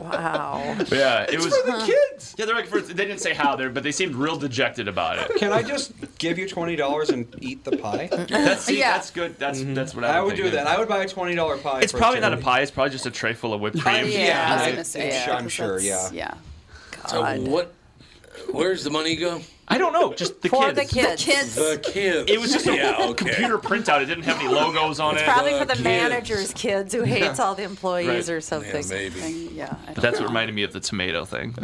Speaker 1: Wow.
Speaker 4: Yeah, it was
Speaker 2: for the kids.
Speaker 4: Yeah, they're like, for, they didn't say how there, but they seemed real dejected about it.
Speaker 2: Can I just give you twenty dollars and eat the pie?
Speaker 4: That's see, that's good. That's that's what I,
Speaker 2: I would do
Speaker 4: thinking.
Speaker 2: that. I would buy a twenty dollar pie.
Speaker 4: Mm-hmm. It's
Speaker 2: for
Speaker 4: probably not a
Speaker 2: charity.
Speaker 4: pie. It's probably just a tray full of whipped
Speaker 5: Oh,
Speaker 2: Uh,
Speaker 4: cream.
Speaker 2: yeah, I was gonna
Speaker 5: say, yeah,
Speaker 2: I'm sure, yeah.
Speaker 5: Yeah.
Speaker 3: So
Speaker 5: God.
Speaker 3: what? Where's the money go?
Speaker 4: I don't know. Just the
Speaker 1: For
Speaker 4: kids.
Speaker 1: the kids. The kids.
Speaker 3: The kids.
Speaker 4: It was just a
Speaker 3: yeah, okay.
Speaker 4: computer printout. It didn't have any logos on
Speaker 1: It's
Speaker 4: it.
Speaker 1: probably for the manager's kids who hates all the employees
Speaker 4: Right.
Speaker 1: or something.
Speaker 3: Yeah, maybe.
Speaker 5: Yeah.
Speaker 4: But that's what reminded me of the tomato thing.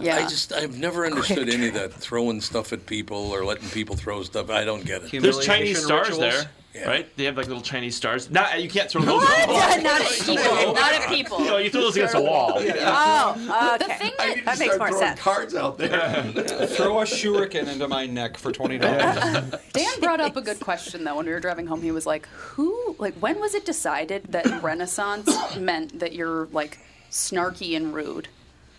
Speaker 5: Yeah.
Speaker 3: I just I've never understood any of that throwing stuff at people or letting people throw stuff. I don't get it.
Speaker 4: There's Chinese stars
Speaker 3: rituals?
Speaker 4: there, right? They have like little Chinese stars. Not you can't throw those.
Speaker 5: What?
Speaker 4: at the wall.
Speaker 5: Not at people. Not at people.
Speaker 4: No, you throw those against a wall.
Speaker 1: Oh, okay.
Speaker 5: I need
Speaker 1: that
Speaker 5: to
Speaker 1: makes
Speaker 5: start
Speaker 1: more
Speaker 5: throwing
Speaker 1: sense.
Speaker 7: cards out there?
Speaker 2: Throw a shuriken into my neck for twenty dollars.
Speaker 5: Dan brought up a good question though when we were driving home. He was like, "Who? Like, when was it decided that Renaissance meant that you're like snarky and rude?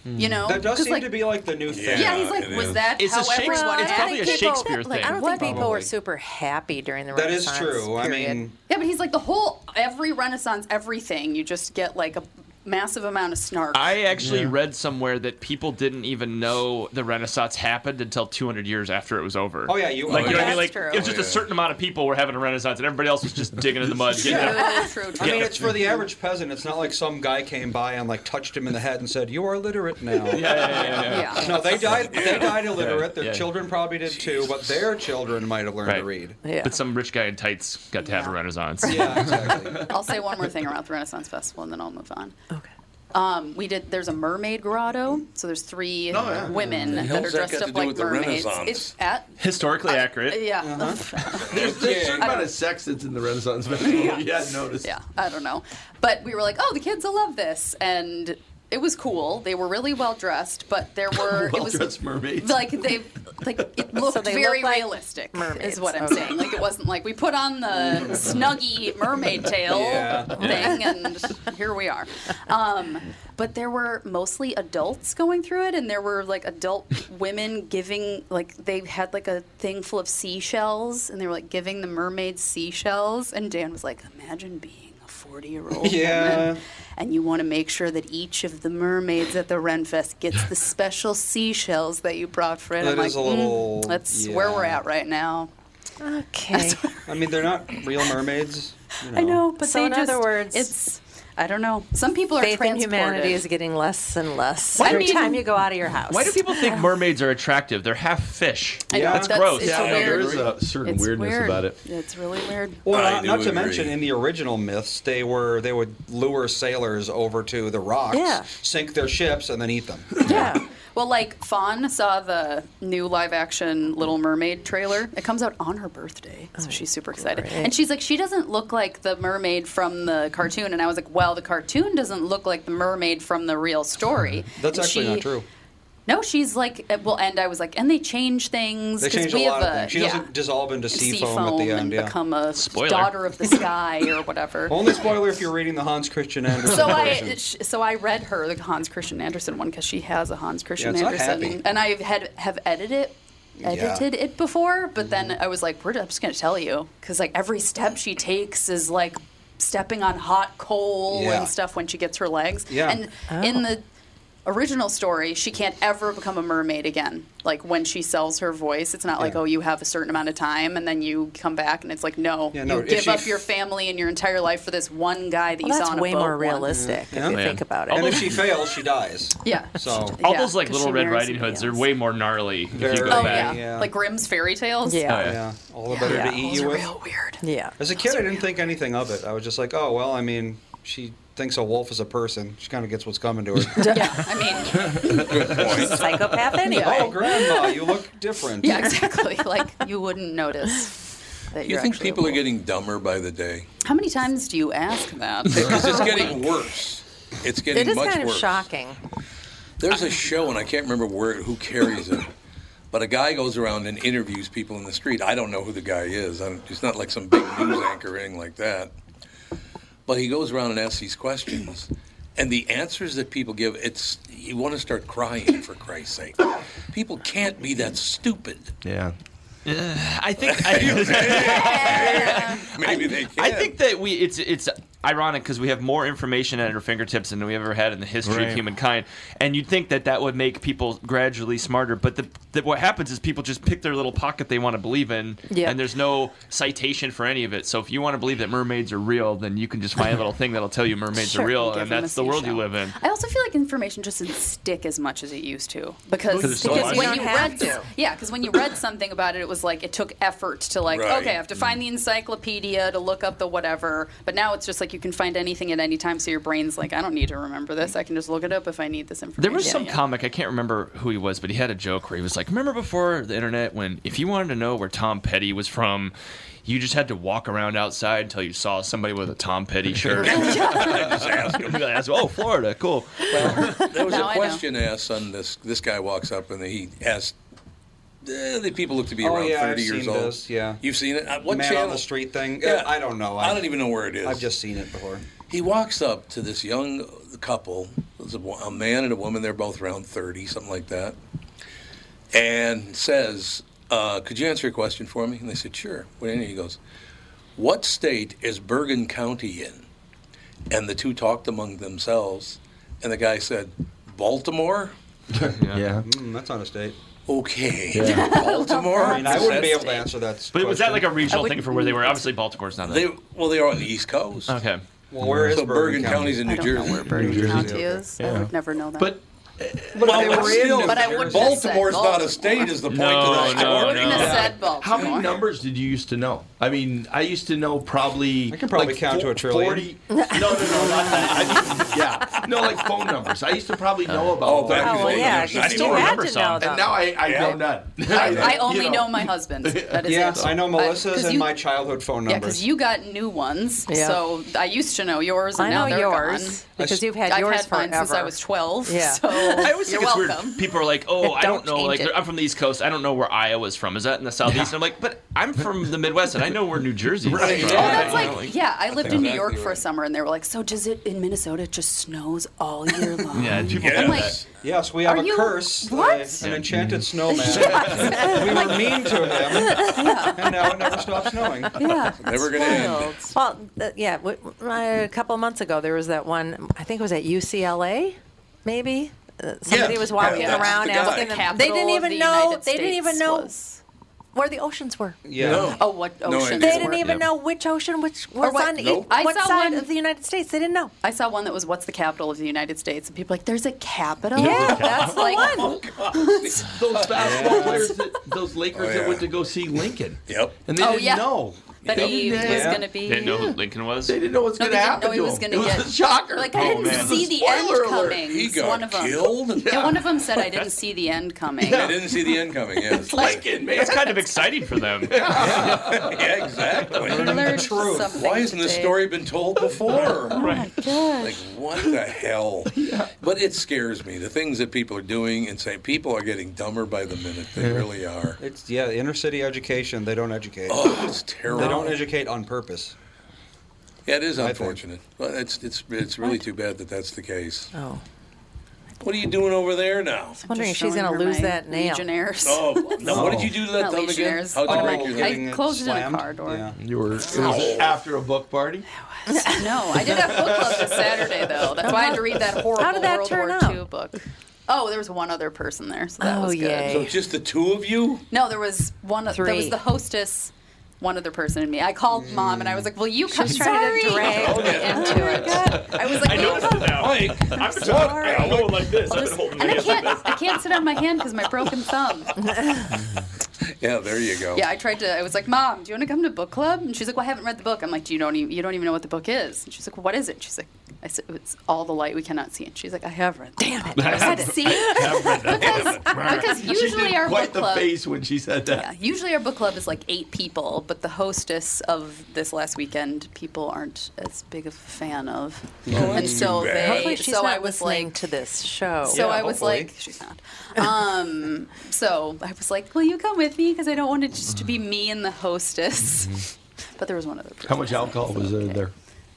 Speaker 5: You know,
Speaker 2: Hmm. that does
Speaker 5: 'Cause,
Speaker 2: seem
Speaker 5: like,
Speaker 2: to be like the new thing.
Speaker 5: Yeah, he's like,
Speaker 2: it
Speaker 5: was
Speaker 2: is.
Speaker 5: that
Speaker 2: It's a
Speaker 5: how
Speaker 2: Shakespeare-
Speaker 5: everyone?
Speaker 2: it's
Speaker 5: I
Speaker 2: probably a
Speaker 5: think
Speaker 1: People-
Speaker 2: Shakespeare
Speaker 1: like, I
Speaker 2: thing.
Speaker 1: don't think people
Speaker 2: Probably.
Speaker 1: were super happy during the
Speaker 2: That is
Speaker 1: Renaissance.
Speaker 2: true. I
Speaker 1: period.
Speaker 2: mean,
Speaker 5: Yeah, but he's like the whole every Renaissance, everything. You just get like a massive amount of snark.
Speaker 4: I actually read somewhere that people didn't even know the Renaissance happened until 200 years after it was over.
Speaker 2: Oh, yeah, you-
Speaker 4: like you know what I
Speaker 2: That's
Speaker 4: mean? Like
Speaker 2: true.
Speaker 4: it was just
Speaker 2: Oh,
Speaker 4: a
Speaker 2: yeah.
Speaker 4: certain amount of people were having a Renaissance, and everybody else was just digging in the mud. Getting out.
Speaker 2: I mean, it's for the average peasant. It's not like some guy came by and like touched him in the head and said, "You are literate now."
Speaker 4: Yeah, yeah, yeah, yeah, yeah.
Speaker 2: No, they died. They died illiterate. Their
Speaker 4: Yeah.
Speaker 2: children probably did too, but their children might have learned to read.
Speaker 4: But some rich guy in tights got to have a Renaissance.
Speaker 2: Yeah, exactly.
Speaker 5: I'll say one more thing around the Renaissance Festival, and then I'll move on. Okay. Um, we did. There's a mermaid grotto, so there's three
Speaker 3: Oh, yeah.
Speaker 5: women
Speaker 3: The
Speaker 5: that
Speaker 3: hell's
Speaker 5: are
Speaker 3: that
Speaker 5: dressed
Speaker 3: got
Speaker 5: up
Speaker 3: to do
Speaker 5: like
Speaker 3: with the
Speaker 5: mermaids.
Speaker 3: Renaissance?
Speaker 5: It's at
Speaker 4: Historically accurate.
Speaker 5: yeah.
Speaker 7: There's, there's a certain amount of sex that's in the Renaissance festival. Yeah. You hadn't noticed.
Speaker 5: Yeah, I don't know. But we were like, oh, the kids will love this. And it was cool. They were really well dressed, but there were. it
Speaker 7: Well
Speaker 5: was
Speaker 7: dressed mermaids.
Speaker 5: Like, they. Like, it looked
Speaker 1: they
Speaker 5: very
Speaker 1: look like
Speaker 5: realistic,
Speaker 1: mermaids.
Speaker 5: is what I'm
Speaker 1: Okay.
Speaker 5: saying. Like, it wasn't like we put on the snuggy mermaid tail
Speaker 1: Yeah.
Speaker 5: thing, and here we are. Um, but there were mostly adults going through it, and there were like adult women giving, like, they had like a thing full of seashells, and they were like giving the mermaids seashells. And Dan was like, imagine being 40 year old
Speaker 2: Yeah.
Speaker 5: woman. And you want to make sure that each of the mermaids at the Ren Fest gets the special seashells that you brought for it.
Speaker 2: That
Speaker 5: I'm
Speaker 2: is
Speaker 5: like,
Speaker 2: a little-
Speaker 5: "Mm, that's where we're
Speaker 2: yeah.
Speaker 5: at right now.
Speaker 1: Okay.
Speaker 2: I mean, they're not real mermaids. You know.
Speaker 5: I know, but
Speaker 1: So
Speaker 5: they
Speaker 1: in
Speaker 5: just,
Speaker 1: other words,
Speaker 5: it's I don't know. Some people are
Speaker 1: Faith in
Speaker 5: transported.
Speaker 1: humanity is getting less and less
Speaker 5: Why
Speaker 1: every
Speaker 5: do you-
Speaker 1: time you go out of your house.
Speaker 4: Why do people think mermaids are attractive? They're half fish.
Speaker 5: I know,
Speaker 4: that's,
Speaker 5: that's-
Speaker 4: gross.
Speaker 5: it's Yeah, I know, weird.
Speaker 7: there is a certain
Speaker 5: It's
Speaker 7: weirdness
Speaker 5: weird.
Speaker 7: about it.
Speaker 5: It's really weird.
Speaker 2: Well,
Speaker 7: I
Speaker 2: not,
Speaker 7: do
Speaker 2: not to
Speaker 7: agree.
Speaker 2: mention in the original myths, they were they would lure sailors over to the rocks,
Speaker 5: Yeah.
Speaker 2: sink their ships, and then eat them.
Speaker 5: Well, like Fawn saw the new live action Little Mermaid trailer. It comes out on her birthday, so she's super excited.
Speaker 1: great.
Speaker 5: And she's like, she doesn't look like the mermaid from the cartoon. And I was like, well, the cartoon doesn't look like the mermaid from the real story.
Speaker 2: That's
Speaker 5: And
Speaker 2: actually
Speaker 5: she-
Speaker 2: not true.
Speaker 5: No, she's like, uh, well, and I was like, and they change things.
Speaker 2: They
Speaker 5: 'cause
Speaker 2: changed
Speaker 5: we
Speaker 2: a lot
Speaker 5: have
Speaker 2: of things. She
Speaker 5: yeah,
Speaker 2: doesn't dissolve into sea,
Speaker 5: sea
Speaker 2: foam, at the
Speaker 5: foam
Speaker 2: end.
Speaker 5: and
Speaker 2: Yeah.
Speaker 5: become a
Speaker 2: Spoiler.
Speaker 5: daughter of the sky or whatever.
Speaker 2: Only spoiler if you're reading the Hans Christian Andersen
Speaker 5: So I
Speaker 2: version.
Speaker 5: sh- so I read her the Hans Christian Andersen one because she has a Hans Christian
Speaker 2: it's not happy.
Speaker 5: Andersen, and I had have edited
Speaker 2: Yeah. Mm-hmm.
Speaker 5: edited it before, but then I was like, we're I'm just gonna tell you because like every step she takes is like stepping on hot coal
Speaker 2: Yeah.
Speaker 5: and stuff when she gets her legs,
Speaker 2: Yeah.
Speaker 5: and in the original story she can't ever become a mermaid again like when she sells her voice it's not like
Speaker 2: Yeah.
Speaker 5: oh you have a certain amount of time and then you come back and it's like no,
Speaker 2: Yeah, no,
Speaker 5: you
Speaker 2: if
Speaker 5: give
Speaker 2: she
Speaker 5: up
Speaker 2: f-
Speaker 5: your family and your entire life for this one guy that
Speaker 1: Well,
Speaker 5: you
Speaker 1: that's
Speaker 5: saw on a
Speaker 1: way
Speaker 5: boat
Speaker 1: more
Speaker 5: once.
Speaker 1: realistic if you
Speaker 4: Yeah.
Speaker 1: think about it.
Speaker 2: and if she fails, she dies.
Speaker 5: Yeah.
Speaker 2: So
Speaker 4: All those like
Speaker 5: 'cause
Speaker 4: Little
Speaker 5: she
Speaker 4: Red
Speaker 5: marries
Speaker 4: Riding
Speaker 5: somebody
Speaker 4: Hoods are way more gnarly. if you go
Speaker 5: Oh yeah.
Speaker 4: back.
Speaker 5: like Grimm's fairy tales.
Speaker 2: Yeah. Oh, yeah. All the better
Speaker 5: Yeah.
Speaker 2: to eat you
Speaker 5: Those are
Speaker 2: with.
Speaker 5: real weird.
Speaker 1: Yeah.
Speaker 2: As a kid, I didn't think anything of it. I was just like, oh well. I mean, she thinks a wolf is a person. She kind of gets what's coming to her.
Speaker 5: yeah, I mean,
Speaker 1: She's a psychopath anyway.
Speaker 2: Oh, grandma, you look different.
Speaker 5: yeah, exactly. like you wouldn't notice that
Speaker 3: You
Speaker 5: you're
Speaker 3: think
Speaker 5: actually a
Speaker 3: people are
Speaker 5: wolf.
Speaker 3: getting dumber by the day?
Speaker 5: How many times do you ask that?
Speaker 3: Because it's getting worse. It's getting
Speaker 1: It is
Speaker 3: much
Speaker 1: kind of
Speaker 3: worse.
Speaker 1: shocking.
Speaker 3: There's a show, and I can't remember where who carries it, but a guy goes around and interviews people in the street. I don't know who the guy is. I don't, he's not like some big news anchor or anything like that. But he goes around and asks these questions, and the answers that people give, it's you want to start crying for Christ's sake. People can't be that stupid.
Speaker 7: Yeah.
Speaker 4: I think I,
Speaker 3: Maybe they can.
Speaker 4: I think that we it's it's ironic because we have more information at our fingertips than we ever had in the history of
Speaker 9: Right.
Speaker 4: humankind, and you'd think that that would make people gradually smarter. But the, the what happens is people just pick their little pocket they want to believe in,
Speaker 1: Yeah.
Speaker 4: and there's no citation for any of it. So if you want to believe that mermaids are real, then you can just find a little thing that'll tell you mermaids
Speaker 5: Sure,
Speaker 4: are real,
Speaker 5: give
Speaker 4: and
Speaker 5: them
Speaker 4: that's
Speaker 5: a
Speaker 4: the world you
Speaker 5: seashell.
Speaker 4: live in.
Speaker 5: I also feel like information just didn't stick as much as it used to because,
Speaker 4: Because it's so much.
Speaker 5: when
Speaker 1: You
Speaker 5: you
Speaker 1: don't have
Speaker 5: read
Speaker 1: to.
Speaker 5: yeah because when you read something about it it was like it took effort to like
Speaker 3: Right.
Speaker 5: okay I have to find the
Speaker 4: Mm.
Speaker 5: encyclopedia to look up the whatever but now it's just like you can find anything at any time so your brain's like I don't need to remember this I can just look it up if I need this information.
Speaker 4: There was some
Speaker 5: Yeah.
Speaker 4: comic I can't remember who he was, but he had a joke where he was like, "Remember before the internet, when if you wanted to know where Tom Petty was from, you just had to walk around outside until you saw somebody with a Tom Petty shirt."
Speaker 3: Just ask him.
Speaker 4: You'd be like, "Oh, Florida, cool."
Speaker 3: There was a
Speaker 5: Now I know.
Speaker 3: question asked on this. This guy walks up and he asked eh, the people look to be
Speaker 2: Oh,
Speaker 3: around
Speaker 2: yeah,
Speaker 3: 30
Speaker 2: I've
Speaker 3: years
Speaker 2: seen
Speaker 3: old.
Speaker 2: this, yeah.
Speaker 3: You've seen it? Uh, What
Speaker 2: Man
Speaker 3: channel?
Speaker 2: on the street thing.
Speaker 3: Yeah.
Speaker 2: I don't know.
Speaker 3: I don't even know where it is.
Speaker 2: I've just seen it before.
Speaker 3: He walks up to this young couple, It's a, wo- a man and a woman. They're both around 30, something like that, and says, uh, "Could you answer a question for me?" And they said, "Sure." What and he goes, "What state is Bergen County in?" And the two talked among themselves, and the guy said, "Baltimore."
Speaker 7: Yeah.
Speaker 2: Mm, that's not a state.
Speaker 3: Okay,
Speaker 7: Yeah.
Speaker 3: Baltimore.
Speaker 2: I mean, I wouldn't be able to answer that.
Speaker 4: But was that like a
Speaker 2: question.
Speaker 4: regional
Speaker 5: I would-
Speaker 4: thing for where they were? Obviously, Baltimore's not that.
Speaker 3: They well, they are on the East Coast.
Speaker 4: okay.
Speaker 2: Well, where is
Speaker 3: So Bergen
Speaker 2: County?
Speaker 3: County's in
Speaker 5: I
Speaker 3: New
Speaker 5: don't
Speaker 3: Jersey.
Speaker 5: know where Bergen
Speaker 2: Jersey,
Speaker 5: County
Speaker 2: okay.
Speaker 5: is I would never know that
Speaker 7: But
Speaker 3: well,
Speaker 2: were
Speaker 3: but
Speaker 2: in
Speaker 3: still,
Speaker 2: New
Speaker 5: But I wouldn't have said
Speaker 3: Baltimore's not a
Speaker 5: Baltimore.
Speaker 3: state. Is the point
Speaker 4: No,
Speaker 3: of the
Speaker 4: no,
Speaker 3: story?
Speaker 5: I wouldn't have
Speaker 4: no.
Speaker 5: said Baltimore.
Speaker 7: How many numbers did you used to know? I mean, I used to know probably.
Speaker 2: I can probably count to a trillion.
Speaker 7: 40 no, no, no, not that. I mean, yeah. No, like phone numbers. I used to probably know about.
Speaker 3: Oh,
Speaker 7: all
Speaker 3: back
Speaker 7: that.
Speaker 3: in
Speaker 1: Oh,
Speaker 3: the
Speaker 1: well,
Speaker 3: day,
Speaker 1: yeah,
Speaker 3: there's
Speaker 1: she
Speaker 3: not
Speaker 1: still
Speaker 3: even
Speaker 1: had
Speaker 3: numbers
Speaker 1: to know
Speaker 3: on
Speaker 1: them.
Speaker 7: And now I, I know none.
Speaker 4: uh,
Speaker 5: I only
Speaker 7: you
Speaker 5: know. my husband. That is
Speaker 2: Yeah,
Speaker 5: it.
Speaker 2: I know
Speaker 5: I-
Speaker 2: Melissa's
Speaker 5: 'cause
Speaker 2: and
Speaker 5: you-
Speaker 2: my childhood phone
Speaker 5: Yeah,
Speaker 2: numbers.
Speaker 5: because you got new ones.
Speaker 1: Yeah.
Speaker 5: So I used to know yours, and
Speaker 1: I
Speaker 5: now
Speaker 1: know
Speaker 5: they're
Speaker 1: yours
Speaker 5: gone.
Speaker 1: because you've had
Speaker 5: I've
Speaker 1: yours
Speaker 5: had mine
Speaker 1: forever.
Speaker 5: since I was 12.
Speaker 1: Yeah.
Speaker 5: So
Speaker 4: I always think
Speaker 13: You're
Speaker 4: it's
Speaker 13: welcome.
Speaker 4: weird. People are like, "Oh,
Speaker 13: Don't
Speaker 4: I don't know.
Speaker 13: change
Speaker 4: Like,
Speaker 13: it.
Speaker 4: I'm from the East Coast. I don't know where Iowa's from. Is that in the southeast?" And I'm like, "But I'm from the Midwest, and I know where New Jersey is."
Speaker 5: Right.
Speaker 4: from."
Speaker 5: Well, that's
Speaker 4: You know,
Speaker 5: like, yeah, I lived
Speaker 4: that's
Speaker 5: in New
Speaker 4: exactly
Speaker 5: York for a
Speaker 4: right.
Speaker 5: summer, and they were like, "So does it in Minnesota? It just snows all year long."
Speaker 4: Yeah, people
Speaker 5: I'm
Speaker 4: do
Speaker 5: like,
Speaker 4: that.
Speaker 2: Yes, we have
Speaker 5: Are
Speaker 2: a
Speaker 5: you-
Speaker 2: curse.
Speaker 5: what?
Speaker 2: uh, An enchanted snowman. we were mean to him, and now it never stops snowing.
Speaker 1: Yeah,
Speaker 3: Never gonna end.
Speaker 1: Well, th- yeah, w- uh, a couple of months ago, there was that one, I think it was at UCLA, maybe? Uh, Somebody
Speaker 13: Yeah.
Speaker 1: was walking
Speaker 13: Yeah, that's
Speaker 1: around
Speaker 13: the guy.
Speaker 1: asking them.
Speaker 13: The
Speaker 1: They
Speaker 5: capital
Speaker 1: didn't
Speaker 5: of
Speaker 1: even
Speaker 5: the
Speaker 1: know.
Speaker 5: United
Speaker 1: They didn't even
Speaker 5: States
Speaker 1: know where the oceans were.
Speaker 2: Yeah. No.
Speaker 5: Oh, what
Speaker 1: No
Speaker 5: ocean?
Speaker 1: idea. They didn't even know which ocean which was on each,
Speaker 5: I
Speaker 1: what
Speaker 5: saw
Speaker 1: side
Speaker 5: one,
Speaker 1: of the United States. They didn't know.
Speaker 5: I saw one that was what's the capital of the United States, and people were like, "There's a capital."
Speaker 1: Yeah, that's the
Speaker 5: like,
Speaker 1: one.
Speaker 7: Those basketball players, that, those Lakers
Speaker 4: Oh, yeah.
Speaker 7: that went to go see Lincoln.
Speaker 4: Yep.
Speaker 7: And they
Speaker 5: Oh,
Speaker 7: didn't
Speaker 5: yeah.
Speaker 7: know.
Speaker 5: But
Speaker 7: They
Speaker 5: he
Speaker 7: didn't-
Speaker 5: was gonna be-
Speaker 4: They didn't know who Lincoln was.
Speaker 7: They didn't know what's
Speaker 5: No,
Speaker 7: going
Speaker 5: they
Speaker 7: to
Speaker 5: didn't
Speaker 7: happen
Speaker 5: know he
Speaker 7: to
Speaker 5: was
Speaker 7: him.
Speaker 5: gonna
Speaker 7: It
Speaker 5: get-
Speaker 7: was a shocker.
Speaker 5: Like, I didn't see the end coming.
Speaker 3: Oh, He got
Speaker 5: one of them.
Speaker 3: killed.
Speaker 5: Yeah, one of them said, "I didn't see the end coming."
Speaker 3: I didn't see the end coming. Yeah, it's
Speaker 7: Lincoln, man.
Speaker 4: That's kind of exciting for them.
Speaker 3: yeah, exactly.
Speaker 5: learned Truth. something
Speaker 3: Why hasn't this
Speaker 5: today.
Speaker 3: story been told before?
Speaker 5: Right.
Speaker 3: Like what the hell? But it scares me. The things that people are doing and saying people are getting dumber by the minute. They
Speaker 2: Yeah.
Speaker 3: really are.
Speaker 2: It's yeah, inner city education. They don't educate.
Speaker 3: Oh, it's terrible.
Speaker 2: They don't educate on purpose.
Speaker 3: Yeah, it is
Speaker 2: I think.
Speaker 3: unfortunate. But it's it's it's really too bad that that's the case.
Speaker 1: Oh.
Speaker 3: What are you doing over there now?
Speaker 1: I'm wondering if
Speaker 5: Just
Speaker 1: she's
Speaker 5: showing
Speaker 1: gonna
Speaker 5: her
Speaker 1: lose
Speaker 5: my
Speaker 1: that nail.
Speaker 5: Legionnaires.
Speaker 3: Oh, no, what did you do to that
Speaker 5: Not
Speaker 3: thumb again?
Speaker 5: legionnaires.
Speaker 3: How'd you
Speaker 5: Oh,
Speaker 3: break your thumb?
Speaker 5: I closed it in a car door.
Speaker 7: You were. It was after a book party.
Speaker 5: no, I did have book club this Saturday though. That's why I had to read that horrible
Speaker 1: How did that
Speaker 5: World
Speaker 1: turn
Speaker 5: War
Speaker 1: out?
Speaker 5: II book. Oh, there was one other person there, so that
Speaker 1: Oh,
Speaker 5: was good.
Speaker 1: yay.
Speaker 3: So it's just the two of you?
Speaker 5: No, there was one. There
Speaker 1: Three.
Speaker 5: was the hostess, one other person, and me. I called mom, and I was like, "Will you come?"
Speaker 1: She's trying to
Speaker 5: Sorry.
Speaker 1: drag
Speaker 3: Oh,
Speaker 1: me
Speaker 5: into it. I was like,
Speaker 4: I know it now. Mike, I've been talking. I know it like this. I've been holding
Speaker 5: And I
Speaker 4: this like
Speaker 5: can't.
Speaker 4: this.
Speaker 5: I can't sit on my hand because my broken thumb.
Speaker 3: Yeah, there you go.
Speaker 5: Yeah, I tried to. I was like, "Mom, do you want to come to book club?" And she's like, "Well, I haven't read the book." I'm like, "Do you don't even you don't even know what the book is?" And she's like, "What is it?" She's like, "I said it's all the light we cannot see." And she's like, "I have read." Damn it! I said, "See, because usually our
Speaker 7: Quite
Speaker 5: book
Speaker 7: the
Speaker 5: club."
Speaker 7: face when she said that.
Speaker 5: Yeah, usually our book club is like eight people, but the hostess of this last weekend, people aren't as big of a fan of, and so they.
Speaker 1: Hopefully she's
Speaker 5: so
Speaker 1: not
Speaker 5: I was
Speaker 1: listening Oh.
Speaker 5: like,
Speaker 1: to this show.
Speaker 5: so I was like, she's not. Um, so I was like, will you come with me? Because I don't want it just to be me and the hostess. but there was one other.
Speaker 7: Mm-hmm. How much alcohol was there? there?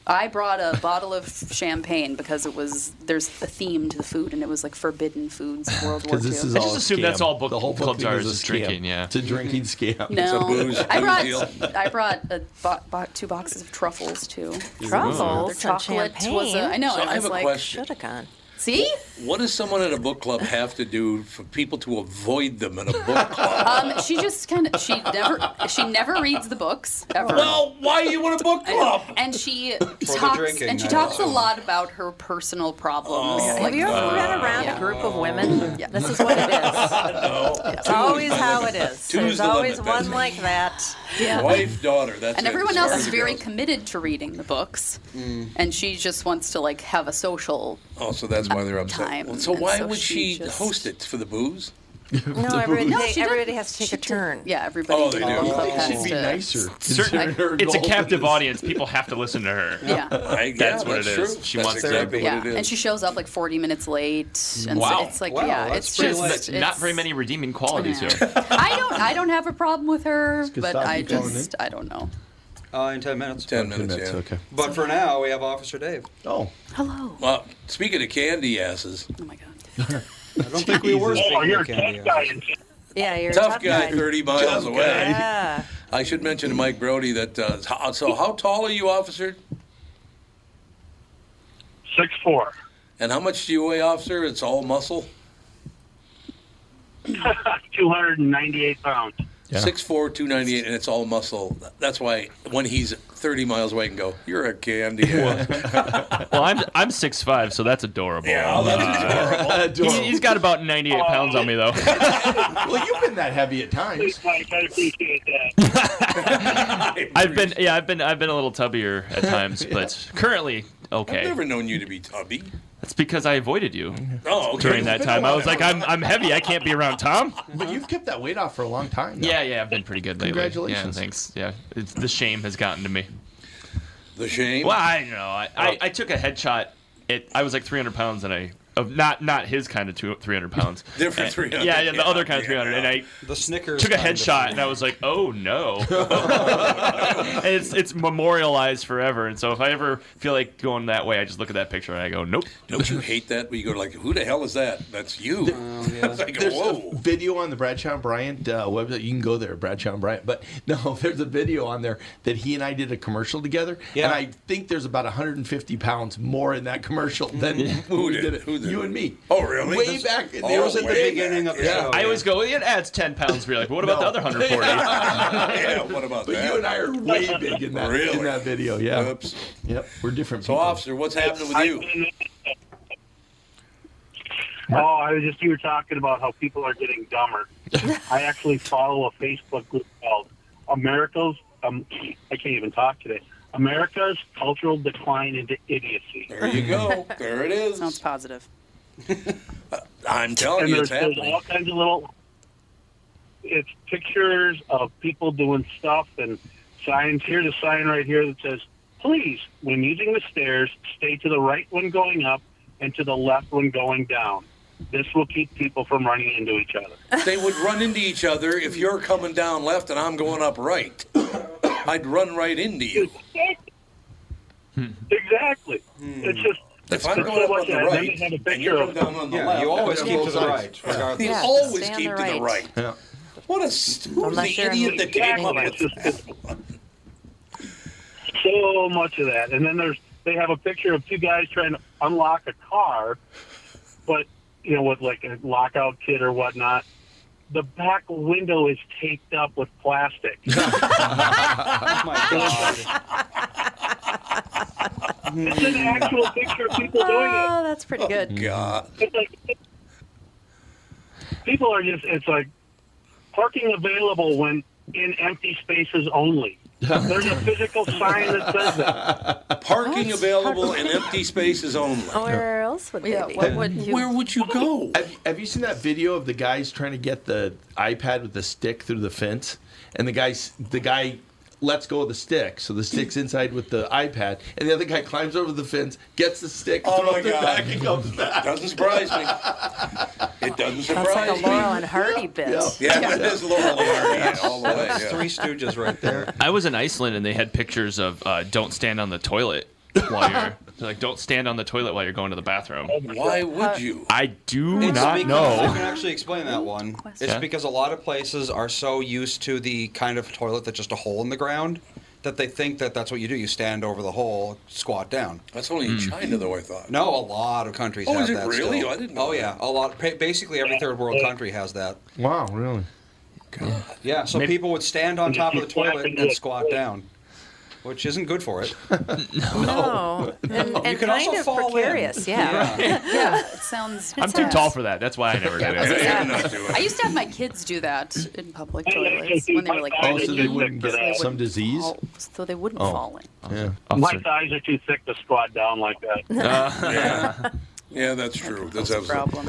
Speaker 5: I brought a bottle of champagne because it was there's a theme to the food, and it was like forbidden foods of World War II.
Speaker 7: Because this is
Speaker 4: I
Speaker 7: all
Speaker 4: just
Speaker 7: a
Speaker 4: assume that's
Speaker 7: scam.
Speaker 4: all book
Speaker 7: the whole book
Speaker 4: clubs
Speaker 7: thing
Speaker 4: are
Speaker 7: is a
Speaker 4: is
Speaker 7: scam.
Speaker 4: drinking, yeah.
Speaker 7: it's a drinking scam.
Speaker 5: Mm-hmm. No, I brought
Speaker 7: deal.
Speaker 5: I brought a, bo- bo- two boxes of truffles too.
Speaker 1: Truffles
Speaker 5: Their
Speaker 1: and
Speaker 5: chocolate was a,
Speaker 1: champagne?
Speaker 5: I know.
Speaker 3: So
Speaker 5: and
Speaker 3: I
Speaker 5: I
Speaker 3: have
Speaker 5: was
Speaker 3: a
Speaker 5: like,
Speaker 3: question.
Speaker 5: see,
Speaker 3: What does someone at a book club have to do for people to avoid them in a book club?
Speaker 5: um, she just kind of she never she never reads the books ever.
Speaker 3: well, why you want a book club?
Speaker 5: and she
Speaker 3: the
Speaker 5: talks
Speaker 3: drinking,
Speaker 5: and she
Speaker 3: I
Speaker 5: talks a
Speaker 3: know.
Speaker 5: lot about her personal problems.
Speaker 3: Oh,
Speaker 1: Have
Speaker 5: like-
Speaker 1: you ever been around a group of women? This is what it is. It's always how it is.
Speaker 3: Two's
Speaker 1: There's
Speaker 3: the limit,
Speaker 1: always one
Speaker 3: Benjamin.
Speaker 1: like that.
Speaker 5: Yeah.
Speaker 3: Wife, daughter. That's
Speaker 5: and
Speaker 3: it,
Speaker 5: everyone
Speaker 3: as
Speaker 5: else
Speaker 3: far
Speaker 5: is
Speaker 3: as it
Speaker 5: very Mm.
Speaker 3: goes.
Speaker 5: committed to reading the books,
Speaker 3: Mm.
Speaker 5: and she just wants to like have a social.
Speaker 3: Oh, so that's why they're upset.
Speaker 5: Time,
Speaker 3: Well, so
Speaker 5: and
Speaker 3: why
Speaker 5: so
Speaker 3: would
Speaker 5: she
Speaker 3: she
Speaker 5: just-
Speaker 3: host it for the booze?
Speaker 1: No, everybody,
Speaker 5: No,
Speaker 1: they-
Speaker 5: she did-
Speaker 1: everybody has to take a turn.
Speaker 5: Yeah, everybody.
Speaker 3: Oh, they do.
Speaker 5: in the club
Speaker 3: It
Speaker 5: has
Speaker 3: should be
Speaker 5: to-
Speaker 7: nicer.
Speaker 4: Certain, it's a captive audience. People have to listen to her.
Speaker 5: Yeah.
Speaker 3: I,
Speaker 4: That's
Speaker 3: yeah,
Speaker 4: what it
Speaker 3: that's
Speaker 4: is.
Speaker 3: true.
Speaker 4: She
Speaker 3: That's
Speaker 4: wants
Speaker 3: exactly
Speaker 4: therapy.
Speaker 3: what it
Speaker 5: Yeah, and she shows up like 40 minutes late, and
Speaker 4: Wow.
Speaker 5: so it's like,
Speaker 4: Wow,
Speaker 5: yeah,
Speaker 4: that's
Speaker 5: it's
Speaker 4: pretty
Speaker 5: just.
Speaker 4: late.
Speaker 5: It's,
Speaker 4: not very many redeeming qualities here.
Speaker 5: I don't. I don't have a problem with her,
Speaker 2: good
Speaker 5: but
Speaker 2: stuff.
Speaker 5: I
Speaker 2: Keep going,
Speaker 5: just. I don't know.
Speaker 2: Uh, in ten minutes.
Speaker 3: Ten minutes. yeah.
Speaker 7: okay.
Speaker 2: But for now, we have Officer Dave.
Speaker 7: Oh,
Speaker 5: Hello.
Speaker 3: Well, speaking of candy asses,
Speaker 5: Oh my god.
Speaker 2: I don't think we were
Speaker 3: Jesus.
Speaker 2: speaking
Speaker 3: Oh, you're
Speaker 2: of candy. Actually.
Speaker 1: Yeah, you're a
Speaker 3: tough guy, thirty miles
Speaker 7: Tough
Speaker 3: away.
Speaker 7: guy.
Speaker 1: Yeah.
Speaker 3: I should mention to Mike Brody that. Uh, how- so, how tall are you, officer?
Speaker 14: Six four.
Speaker 3: And how much do you weigh, officer? It's all muscle.
Speaker 14: Two hundred and ninety eight pounds.
Speaker 3: Six four, two ninety eight, and it's all muscle. That's why when he's 30 miles away, I can go, You're a candy ass.
Speaker 4: Well, I'm I'm six five, so that's adorable.
Speaker 3: Yeah, well, that's
Speaker 4: adorable. He, has got about ninety eight pounds on me though.
Speaker 7: well, you've been that heavy at times.
Speaker 14: Mike, I appreciate that.
Speaker 4: I've been yeah, I've been I've been a little tubbier at times, but currently
Speaker 3: I've
Speaker 4: okay.
Speaker 3: never known you to be tubby.
Speaker 4: That's because I avoided you
Speaker 3: Oh, okay.
Speaker 4: during that
Speaker 7: It's been
Speaker 4: time.
Speaker 7: a
Speaker 4: I
Speaker 7: while
Speaker 4: was like, I'm I'm heavy. I can't be around Tom.
Speaker 7: But you've kept that weight off for a long time. Though.
Speaker 4: Yeah, yeah, I've been pretty good lately.
Speaker 7: Congratulations.
Speaker 4: Yeah, thanks. Yeah, it's, the shame has gotten to me.
Speaker 3: The shame.
Speaker 4: Well, I don't know. I, I, I took a headshot. It I was like 300 pounds, and I of not not his kind of two, 300 pounds.
Speaker 3: Different
Speaker 4: And-
Speaker 3: 300,
Speaker 4: Yeah, yeah, the
Speaker 3: yeah,
Speaker 4: other kind of 300. And I
Speaker 2: the Snickers
Speaker 4: took a
Speaker 2: kind of
Speaker 4: headshot and I was like, oh no. and it's it's memorialized forever. And so if I ever feel like going that way, I just look at that picture and I go, nope.
Speaker 3: Don't you hate that? Where you go like, who the hell is that? That's you.
Speaker 7: oh,
Speaker 3: It's like,
Speaker 7: There's
Speaker 3: whoa.
Speaker 7: a video on the Bradshaw and Bryant uh, website. You can go there, Bradshaw and Bryant. But no, there's a video on there that he and I did a commercial together.
Speaker 2: Yeah.
Speaker 7: And I think there's about 150 pounds more in that commercial than when we did it. You and me.
Speaker 3: Oh, really?
Speaker 7: Way back.
Speaker 4: Oh,
Speaker 7: there was at the
Speaker 4: way
Speaker 7: beginning
Speaker 4: back.
Speaker 7: of the
Speaker 4: Yeah.
Speaker 7: show.
Speaker 4: I always go, it adds 10 pounds. We're like, what about the other 140?
Speaker 3: Oh. yeah, what about
Speaker 7: But
Speaker 3: that?
Speaker 7: you and I are way big in that
Speaker 3: Really?
Speaker 7: in that video. Yeah.
Speaker 3: Oops.
Speaker 7: Yep. We're different.
Speaker 3: So, officer, what's happening with you?
Speaker 14: Oh, I was just you were talking about how people are getting dumber. I actually follow a Facebook group called America's. Um, I can't even talk today. America's cultural decline into idiocy.
Speaker 3: There you go. Oh, There it is.
Speaker 5: Sounds positive.
Speaker 3: I'm telling
Speaker 14: and
Speaker 3: you,
Speaker 14: there's,
Speaker 3: it's
Speaker 14: there's
Speaker 3: happening.
Speaker 14: all kinds of little. It's pictures of people doing stuff and signs. Here's a sign right here that says, "Please, when using the stairs, stay to the right when going up and to the left when going down. This will keep people from running into each other."
Speaker 3: They would run into each other if you're coming down left and I'm going up right. I'd run right into you.
Speaker 14: exactly. It's just.
Speaker 3: Hmm. If I'm
Speaker 14: it's
Speaker 3: going up
Speaker 14: so
Speaker 3: on
Speaker 14: much-
Speaker 3: the
Speaker 14: I
Speaker 3: right
Speaker 14: even have a
Speaker 3: and you're
Speaker 14: picture of-
Speaker 3: coming down on the
Speaker 2: Yeah,
Speaker 3: left,
Speaker 2: you always
Speaker 3: everyone
Speaker 2: keep
Speaker 3: rolls
Speaker 2: to the
Speaker 3: over.
Speaker 2: right, regardless.
Speaker 3: You
Speaker 2: Yeah,
Speaker 3: always
Speaker 1: stay on
Speaker 3: keep
Speaker 1: the
Speaker 3: to the
Speaker 1: right.
Speaker 3: right. What a stu- who's
Speaker 1: Unless
Speaker 3: the
Speaker 1: you're-
Speaker 3: idiot that came up
Speaker 14: Exactly.
Speaker 3: with
Speaker 14: It's just- it's so much of that. And then there's they have a picture of two guys trying to unlock a car, but you know, with like a lockout kit or whatnot. The back window is taped up with plastic. Oh it's an actual picture of people doing it.
Speaker 1: Oh, that's pretty good.
Speaker 3: God.
Speaker 14: It's like people are just it's like parking available when in empty spaces only. There's a physical sign that says that.
Speaker 3: Parking available in empty spaces only.
Speaker 1: Where else would they
Speaker 5: Yeah,
Speaker 1: be?
Speaker 5: what would you?
Speaker 3: Where would you go?
Speaker 7: Have, have you seen that video of the guys trying to get the iPad with the stick through the fence, and the guys the guy lets go of the stick, so the stick's inside with the iPad, and the other guy climbs over the fence, gets the stick,
Speaker 3: Oh, my
Speaker 7: throws it
Speaker 3: God.
Speaker 7: back, and comes back.
Speaker 3: Doesn't surprise me. It doesn't
Speaker 1: That's like a
Speaker 3: surprise
Speaker 1: Laurel
Speaker 3: me.
Speaker 1: and Hardy bit.
Speaker 3: Yeah, that is Laurel and Hardy yeah, all the way.
Speaker 2: That's
Speaker 3: yeah.
Speaker 2: Three Stooges right there.
Speaker 4: I was in Iceland and they had pictures of uh, don't stand on the toilet while you're they're like don't stand on the toilet while you're going to the bathroom.
Speaker 3: Why would you?
Speaker 4: I do
Speaker 2: It's
Speaker 4: not
Speaker 2: because-
Speaker 4: know.
Speaker 2: I can actually explain that one. It's
Speaker 4: Yeah.
Speaker 2: because a lot of places are so used to the kind of toilet that's just a hole in the ground that they think that that's what you do. You stand over the hole, squat down.
Speaker 3: That's only
Speaker 2: Hmm.
Speaker 3: in China, though. I thought.
Speaker 2: No, a lot of countries
Speaker 3: Oh,
Speaker 2: have
Speaker 3: is it
Speaker 2: that.
Speaker 3: really?
Speaker 2: still.
Speaker 3: I didn't know
Speaker 2: Oh, yeah.
Speaker 3: that.
Speaker 2: A lot. pa- Basically, every third world country has that.
Speaker 7: Wow, really?
Speaker 2: Yeah, so people would stand on top of the toilet and squat down, which isn't good for it.
Speaker 1: No. And, and
Speaker 2: You can
Speaker 1: kind
Speaker 2: also
Speaker 1: of
Speaker 2: fall in.
Speaker 1: precarious, yeah.
Speaker 5: Yeah, it sounds.
Speaker 4: I'm too tall for that. That's why I never did
Speaker 3: Yeah,
Speaker 4: it.
Speaker 3: you're not doing
Speaker 5: I
Speaker 3: it.
Speaker 5: used to have my kids do that in public
Speaker 14: I actually
Speaker 5: toilets
Speaker 14: think
Speaker 5: when they were
Speaker 14: my
Speaker 5: like,
Speaker 14: thighs
Speaker 7: Oh, so
Speaker 5: eight.
Speaker 7: they wouldn't get
Speaker 5: They wouldn't
Speaker 7: some disease?
Speaker 5: fall- so they wouldn't
Speaker 4: Oh.
Speaker 5: fall in.
Speaker 7: Yeah.
Speaker 14: My
Speaker 4: Officer.
Speaker 14: thighs are too thick to squat down like that.
Speaker 3: Yeah. yeah, that's true. That's
Speaker 5: That's a
Speaker 3: absolutely.
Speaker 5: problem.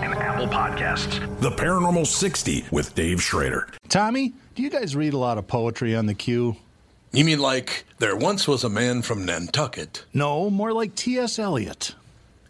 Speaker 13: and Apple Podcasts.
Speaker 10: The Paranormal 60 with Dave Schrader.
Speaker 15: Tommy, do you guys read a lot of poetry on the queue?
Speaker 16: You mean like there once was a man from Nantucket?
Speaker 15: No, more like T.S. Eliot.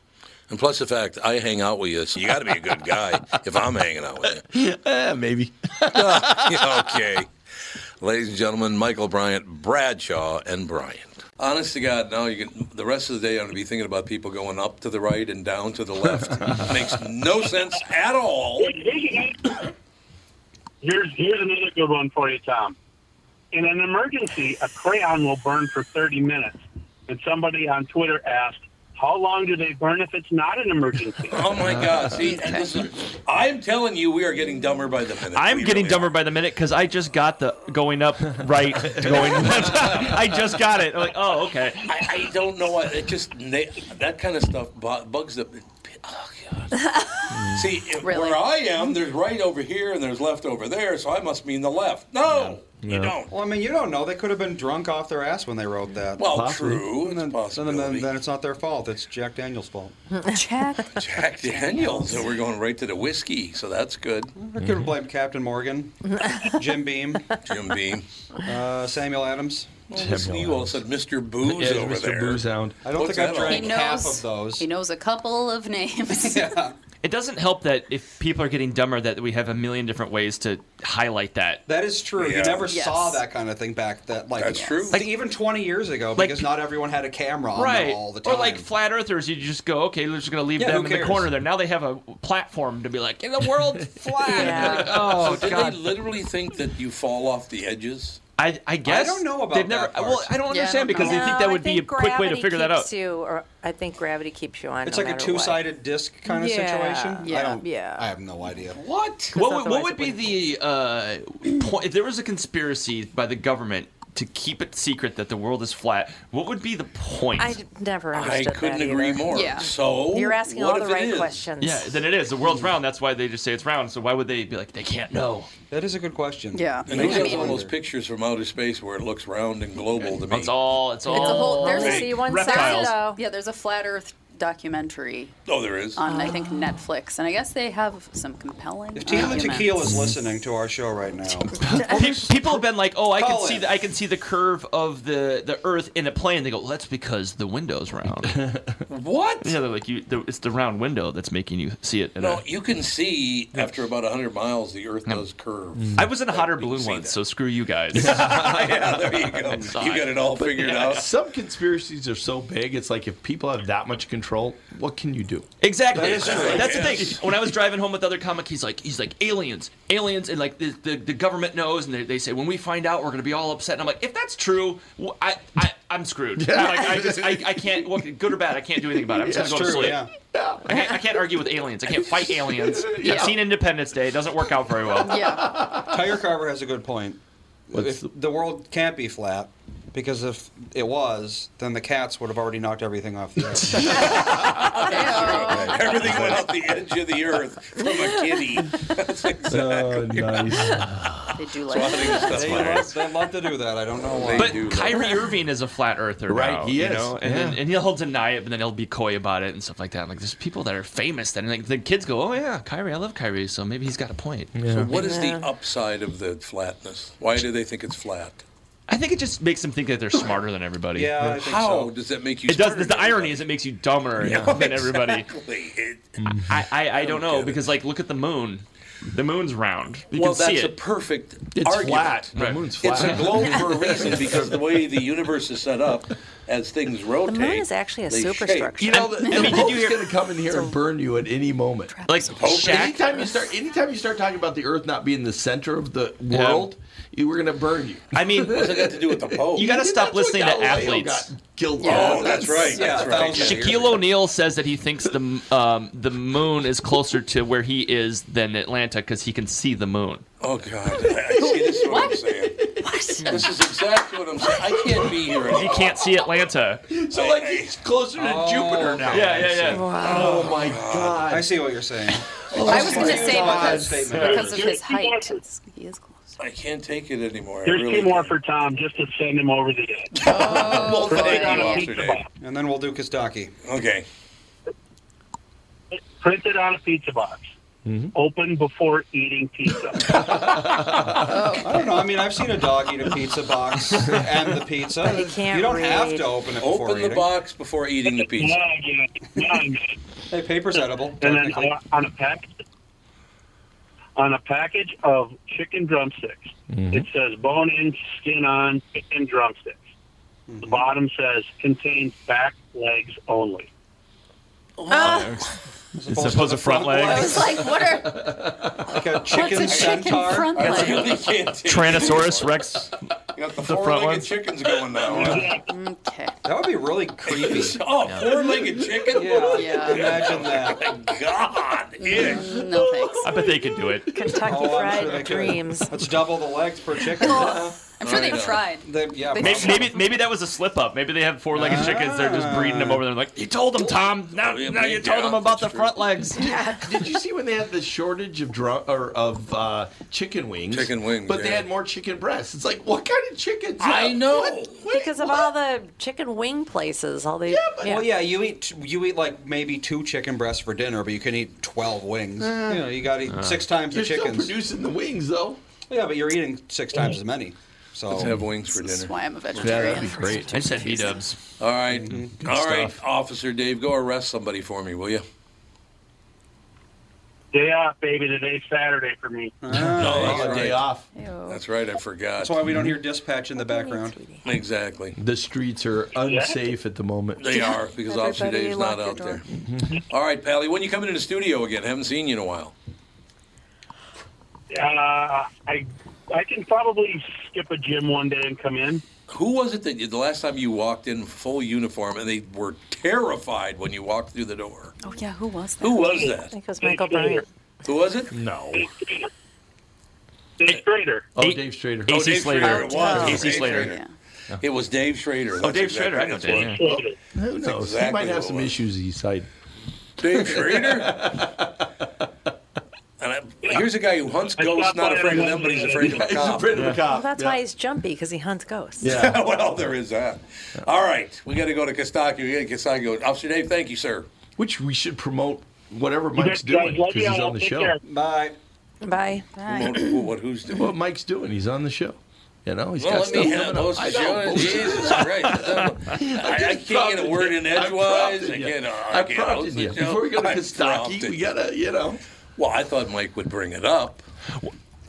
Speaker 3: And plus the fact I hang out with you, so you got to be a good guy if I'm hanging out with
Speaker 7: Eh, maybe.
Speaker 3: you. okay. Ladies and gentlemen, Michael Bryant, Bradshaw, and Bryant. Honest to God, now you can, the rest of the day I'm going to be thinking about people going up to the right and down to the left. Makes no sense at
Speaker 2: Oh,
Speaker 3: all.
Speaker 14: Here's here's another good one for you, Tom. In an emergency, a crayon will burn for 30 minutes. And somebody on Twitter asked, "How long do they burn if it's not an emergency?"
Speaker 3: Oh my God! See, and this is, I'm telling you, we are getting dumber by the minute.
Speaker 4: I'm
Speaker 3: We
Speaker 4: getting
Speaker 3: really
Speaker 4: dumber by the minute because I just got the going up right to going left. I just got it. I'm like, oh, okay.
Speaker 3: I, I don't know what it just na- that kind of stuff bu- bugs the. Oh God! See, if- where I am, there's right over here and there's left over there, so I must mean the left. No, you don't.
Speaker 2: Well, I mean, you don't know. They could have been drunk off their ass when they wrote that.
Speaker 3: Well, Possibly. true.
Speaker 2: And then, then, then, then it's not their fault. It's Jack Daniel's fault.
Speaker 1: Jack.
Speaker 3: Jack Daniels, so we're going right to the whiskey, so that's good.
Speaker 2: I could have blamed Captain Morgan, Jim Beam,
Speaker 3: Jim Beam,
Speaker 2: uh, Samuel Adams.
Speaker 3: Well, listen, you all said Mr. Booze
Speaker 2: Yeah,
Speaker 3: over
Speaker 2: Mr.
Speaker 3: there.
Speaker 2: Boozehound. I don't
Speaker 3: What's
Speaker 2: think I've
Speaker 3: that all
Speaker 2: drank
Speaker 3: about?
Speaker 5: He knows a couple of names.
Speaker 4: It doesn't help that if people are getting dumber, that we have a million different ways to highlight that.
Speaker 2: That is true. You never
Speaker 4: Yes.
Speaker 2: saw that kind of thing back. That like
Speaker 4: That's true.
Speaker 2: Like even 20 years ago,
Speaker 4: Like-
Speaker 2: because not everyone had a camera on them
Speaker 4: right.
Speaker 2: all the time.
Speaker 4: Or like flat earthers, you just go, okay, we're just going to leave
Speaker 2: Yeah,
Speaker 4: them
Speaker 2: who
Speaker 4: in the
Speaker 2: cares?
Speaker 4: corner there. Now they have a platform to be like, in the world's flat. Like,
Speaker 3: so
Speaker 4: oh,
Speaker 3: did
Speaker 4: God.
Speaker 3: they literally think that you fall off the edges?
Speaker 4: I, I guess. They've never, Well, I don't understand because they think that would be a quick way to figure that out.
Speaker 1: You, or I think gravity keeps you on.
Speaker 2: it's
Speaker 1: no
Speaker 2: like a
Speaker 1: matter what.
Speaker 2: two-sided disc kind of
Speaker 1: Yeah,
Speaker 2: situation. I
Speaker 1: yeah,
Speaker 2: don't,
Speaker 1: yeah.
Speaker 2: I have no idea.
Speaker 4: What?
Speaker 1: 'Cause
Speaker 4: What would,
Speaker 1: otherwise
Speaker 4: what would be the uh, point? If there was a conspiracy by the government to keep it secret that the world is flat, what would be the point?
Speaker 1: I d- never understood that
Speaker 3: couldn't agree
Speaker 1: either.
Speaker 3: more. Yeah. So,
Speaker 1: you're asking
Speaker 3: what
Speaker 1: all the
Speaker 3: if it
Speaker 1: right
Speaker 3: is?
Speaker 1: questions.
Speaker 4: Yeah, then it is. The world's round. That's why they just say it's round. So why would they be like they can't know?
Speaker 2: That is a good question.
Speaker 5: Yeah.
Speaker 3: And who has all those pictures from outer space where it looks round and global to me?
Speaker 4: It's all. It's all.
Speaker 5: It's a whole. There's
Speaker 3: fake.
Speaker 5: a
Speaker 3: Oh, Reptiles.
Speaker 5: Yeah, there's a flat Earth documentary.
Speaker 3: Oh, there is.
Speaker 5: on I think Netflix, and I guess they have some compelling.
Speaker 2: If Tequila
Speaker 5: arguments.
Speaker 2: Tequila is listening to our show right now,
Speaker 4: Pe- people have been like, "Oh, I can
Speaker 2: Colin.
Speaker 4: see the, I can see the curve of the, the Earth in a plane." They go, well, "That's because the window's round."
Speaker 3: what?
Speaker 4: Yeah, they're like, "You, the, it's the round window that's making you see it." In
Speaker 3: No,
Speaker 4: a,
Speaker 3: you can see after about 100 miles the Earth
Speaker 4: Yeah.
Speaker 3: does curve.
Speaker 4: I was in a hotter balloon once, so screw you guys.
Speaker 3: yeah, there you go.
Speaker 4: saw
Speaker 3: You got it all figured out.
Speaker 17: Some conspiracies are so big, it's like if people have that much control, what can you do?
Speaker 4: Exactly.
Speaker 17: That is true.
Speaker 4: That's the
Speaker 17: Yes.
Speaker 4: thing. When I was driving home with the other comic, he's like, he's like aliens, aliens, and like the, the, the government knows, and they, they say when we find out, we're gonna be all upset. And I'm like, if that's true, wh- I, I I'm screwed.
Speaker 17: Yeah.
Speaker 4: Like, I just I, I can't well, good or bad. I can't do anything about it. I'm just
Speaker 2: That's
Speaker 4: gonna go
Speaker 2: true,
Speaker 4: to sleep.
Speaker 2: yeah.
Speaker 4: I, can't, I can't argue with aliens. I can't fight aliens.
Speaker 2: Yeah.
Speaker 4: I've seen Independence Day. It doesn't work out very well.
Speaker 2: Tiger Carver has a good point. If the world can't be flat, because if it was, then the cats would have already knocked everything off the earth.
Speaker 3: Everything went out the edge of the Earth from a kitty. That's exactly
Speaker 5: They do
Speaker 3: like that.
Speaker 2: they, love, they love to do that. I don't know why.
Speaker 4: But Kyrie Irving is a flat earther,
Speaker 2: Right,
Speaker 4: now,
Speaker 2: he
Speaker 4: you
Speaker 2: is.
Speaker 4: know? and, then,
Speaker 2: Yeah.
Speaker 4: and he'll deny it, but then he'll be coy about it and stuff like that. I'm like, there's people that are famous that, and like, the kids go, "Oh yeah, Kyrie, I love Kyrie," so maybe he's got a point.
Speaker 3: So what is the upside of the flatness? Why do they think it's flat?
Speaker 4: I think it just makes them think that they're smarter than everybody.
Speaker 3: How does that make you?
Speaker 4: It does.
Speaker 3: smarter
Speaker 4: The
Speaker 3: than
Speaker 4: irony is, it makes you dumber
Speaker 3: Yeah,
Speaker 4: than everybody.
Speaker 3: Exactly. It-
Speaker 4: I, I, I don't know because like look at the moon. The moon's round. You
Speaker 3: well,
Speaker 4: can see
Speaker 3: that's a
Speaker 4: it.
Speaker 3: perfect
Speaker 4: It's
Speaker 3: argument.
Speaker 4: flat. The moon's
Speaker 3: It's a
Speaker 4: flat.
Speaker 3: globe for a reason because the way the universe is set up, as things rotate,
Speaker 1: is actually a
Speaker 3: they shape.
Speaker 1: superstructure.
Speaker 7: You know, the, the Pope's
Speaker 3: hear-
Speaker 7: going to come in here and burn you at any moment.
Speaker 4: Like
Speaker 7: the Pope.
Speaker 4: Shaq-
Speaker 7: Anytime you start, anytime you start talking about the Earth not being the center of the world, you we're going to burn you.
Speaker 4: I mean,
Speaker 3: what's it got to do with the Pope?
Speaker 4: You got to stop
Speaker 7: That's what
Speaker 4: listening to
Speaker 7: Galileo
Speaker 4: athletes.
Speaker 7: got killed for.
Speaker 3: Yeah, Oh, that's that's- right, yeah, that's right. thousand years
Speaker 4: Shaquille O'Neal says that he thinks the um, the moon is closer to where he is than Atlanta because he can see the moon.
Speaker 3: Oh God! I, I see this is what, I'm saying. This is exactly what I'm saying. I can't be here.
Speaker 4: He can't see Atlanta.
Speaker 3: So like he's closer to Jupiter now.
Speaker 4: Yeah, yeah, yeah.
Speaker 7: Oh my God!
Speaker 2: I see what you're saying.
Speaker 5: I was going to
Speaker 2: Oh,
Speaker 5: say
Speaker 2: God.
Speaker 5: because,
Speaker 2: Statement.
Speaker 5: because of his height. He is close.
Speaker 3: I can't take it anymore. I
Speaker 14: Here's
Speaker 3: really
Speaker 14: two more for Tom just to send him over the edge.
Speaker 3: well,
Speaker 14: Throw
Speaker 3: thank
Speaker 14: it on
Speaker 3: you,
Speaker 14: a
Speaker 3: Officer
Speaker 14: pizza
Speaker 3: Dave.
Speaker 14: box.
Speaker 2: And then we'll do Kostaki.
Speaker 3: Okay.
Speaker 14: Print it on a pizza box. Open before eating pizza.
Speaker 2: I don't know. I mean, I've seen a dog eat a pizza box and the pizza.
Speaker 1: But he can't
Speaker 2: you don't have
Speaker 1: read.
Speaker 2: to open it before
Speaker 3: Open the
Speaker 2: eating.
Speaker 3: box before eating the pizza.
Speaker 14: Yeah, yeah, yeah.
Speaker 2: Hey, paper's edible.
Speaker 14: And then
Speaker 2: technically.
Speaker 14: on- on a pack, on a package of chicken drumsticks, it says bone in, skin on, chicken drumsticks. The bottom says contains back legs only.
Speaker 4: Ah. It's supposed to front
Speaker 5: I
Speaker 4: leg.
Speaker 5: was like, what are
Speaker 2: like a chicken
Speaker 5: what's a chicken
Speaker 2: centaur.
Speaker 5: front
Speaker 3: I
Speaker 5: leg?
Speaker 3: really can't take
Speaker 4: Tyrannosaurus Rex.
Speaker 3: it. You got the
Speaker 4: The front one?
Speaker 3: four-legged chickens going now.
Speaker 5: Okay.
Speaker 2: That would be really creepy.
Speaker 3: Oh, four-legged chicken?
Speaker 2: Yeah.
Speaker 5: Yeah.
Speaker 2: Imagine that.
Speaker 3: God. Ew.
Speaker 5: No thanks.
Speaker 4: I bet they could do it.
Speaker 1: Kentucky
Speaker 2: Oh, I'm
Speaker 1: Fried
Speaker 2: sure they could.
Speaker 1: Dreams.
Speaker 2: That's double the legs per chicken.
Speaker 5: I'm sure they've tried.
Speaker 2: They- yeah,
Speaker 5: They-
Speaker 2: probably.
Speaker 4: Maybe, maybe maybe that was a slip up. Maybe they have four legged chickens. They're just breeding them over there. Like you told them, Tom. Now,
Speaker 3: Ah. Oh, yeah,
Speaker 4: now you
Speaker 3: maybe,
Speaker 4: told
Speaker 3: yeah,
Speaker 4: them
Speaker 3: that's
Speaker 4: about the
Speaker 3: true.
Speaker 4: front legs.
Speaker 7: Did you see when they had the shortage of drum, or of uh, chicken wings?
Speaker 3: Chicken wings,
Speaker 7: but they
Speaker 3: yeah.
Speaker 7: had more chicken breasts. It's like, what kind of chickens?
Speaker 3: I know.
Speaker 1: Because of all the chicken wing places, all the yeah,
Speaker 2: Well, yeah, you eat you eat like maybe two chicken breasts for dinner, but you can eat twelve wings.
Speaker 1: Mm.
Speaker 2: you know, you got
Speaker 3: Uh.
Speaker 2: to eat six times the
Speaker 7: You're still
Speaker 2: chickens.
Speaker 7: producing the wings, though.
Speaker 2: yeah, but you're eating six times as many. So
Speaker 3: Let's have wings for
Speaker 5: That's
Speaker 3: dinner.
Speaker 5: why I'm a vegetarian.
Speaker 4: Great. I said B Dubs.
Speaker 3: All right. Mm-hmm. All right, Officer Dave, go arrest somebody for me, will you?
Speaker 14: Day off, baby. Today's Saturday for me.
Speaker 3: No,
Speaker 7: Take a
Speaker 3: that's right.
Speaker 7: day off.
Speaker 5: Ew.
Speaker 3: That's right, I forgot. Mm-hmm.
Speaker 2: that's why we don't hear dispatch in the background.
Speaker 3: Exactly.
Speaker 7: The streets are unsafe at the moment.
Speaker 3: They are, because Officer
Speaker 5: Everybody
Speaker 3: Dave's not out
Speaker 5: lock your
Speaker 3: there. All right, Pally, when you coming in the studio again? Haven't seen you in a while.
Speaker 14: Uh, I I can probably skip a gym one day and come in.
Speaker 3: Who was it that you, the last time you walked in full uniform and they were terrified when you walked through the door?
Speaker 5: Oh yeah, who was that?
Speaker 3: Who was that?
Speaker 1: think it was Michael Bryant.
Speaker 3: Who was it?
Speaker 7: No.
Speaker 14: Sixth grader.
Speaker 7: Oh,
Speaker 4: Eight-
Speaker 7: Dave Strader.
Speaker 4: AC
Speaker 3: Oh, Dave
Speaker 4: Slater.
Speaker 3: Schrader. It was.
Speaker 4: AC
Speaker 3: Dave
Speaker 4: Slater.
Speaker 3: Schrader. It was Dave Schrader.
Speaker 4: Oh, Dave Schrader. I know
Speaker 3: That's
Speaker 4: Dave.
Speaker 3: what-
Speaker 4: yeah.
Speaker 7: Who knows?
Speaker 3: exactly
Speaker 7: he might
Speaker 3: what it
Speaker 7: have some
Speaker 3: was.
Speaker 7: issues east side.
Speaker 3: Dave Schrader? and I, here's a guy who hunts ghosts,
Speaker 14: stopped
Speaker 3: not
Speaker 14: by
Speaker 3: afraid of
Speaker 14: him
Speaker 3: them, but he's
Speaker 14: one day.
Speaker 3: afraid of a
Speaker 7: He's
Speaker 3: cop.
Speaker 7: afraid of a cop.
Speaker 1: Well, that's
Speaker 7: yeah.
Speaker 1: why he's jumpy because he hunts ghosts.
Speaker 7: Yeah.
Speaker 3: well, there is that. All right, we got to go to Kostaki. We got to Kostaki. Officer Dave, thank you, sir.
Speaker 7: Which we should promote whatever
Speaker 14: guys-
Speaker 7: Mike's
Speaker 14: guys,
Speaker 7: doing
Speaker 14: love
Speaker 7: because he's
Speaker 14: y'all.
Speaker 7: on the
Speaker 14: Take
Speaker 7: show.
Speaker 14: care.
Speaker 2: Bye.
Speaker 1: Bye.
Speaker 3: What, what- who's doing?
Speaker 7: What Mike's doing, he's on the show. You know, he's
Speaker 3: Well,
Speaker 7: got
Speaker 3: let me
Speaker 7: stuff
Speaker 3: have
Speaker 7: coming up.
Speaker 3: those
Speaker 7: I
Speaker 3: to
Speaker 7: know,
Speaker 3: show.
Speaker 7: bullshit.
Speaker 3: Jesus Christ. I, I, can't get a
Speaker 7: prompted
Speaker 3: word in
Speaker 7: you. I
Speaker 3: edgewise. uh, I
Speaker 7: prompted you.
Speaker 3: can't. I
Speaker 7: I
Speaker 3: can't
Speaker 7: prompted
Speaker 3: host
Speaker 7: you.
Speaker 3: the show.
Speaker 7: Before we go to
Speaker 3: I
Speaker 7: Kostaki,
Speaker 3: prompted
Speaker 7: we
Speaker 3: you.
Speaker 7: gotta, you know.
Speaker 3: Well, I thought Mike would bring it up.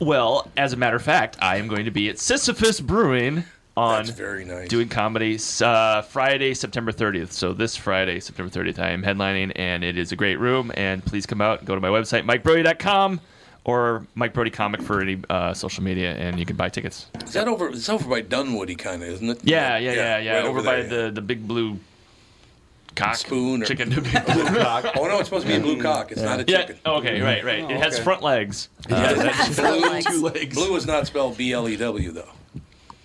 Speaker 4: Well, as a matter of fact, I am going to be at Sisyphus Brewing on
Speaker 3: That's very nice.
Speaker 4: doing comedy uh, Friday, September 30th. So this Friday, September 30th, I am headlining, and it is a great room. And please come out and go to my website, mikebrody.com or Mike Brody Comic for any uh, social media, and you can buy tickets.
Speaker 3: Is that over? It's over by Dunwoody, kind of, isn't it?
Speaker 4: Yeah, yeah, yeah, yeah.
Speaker 3: right
Speaker 4: over, by
Speaker 3: there.
Speaker 4: the, the big blue cock
Speaker 3: Spoon or-
Speaker 4: chicken.
Speaker 3: Oh no, it's supposed to be a blue cock. It's not a
Speaker 4: yeah.
Speaker 3: chicken. Oh,
Speaker 4: Okay, right, right. it has
Speaker 2: okay.
Speaker 4: front legs. Uh,
Speaker 3: Blue,
Speaker 5: legs.
Speaker 7: Two legs.
Speaker 3: blue is not spelled B L E W though.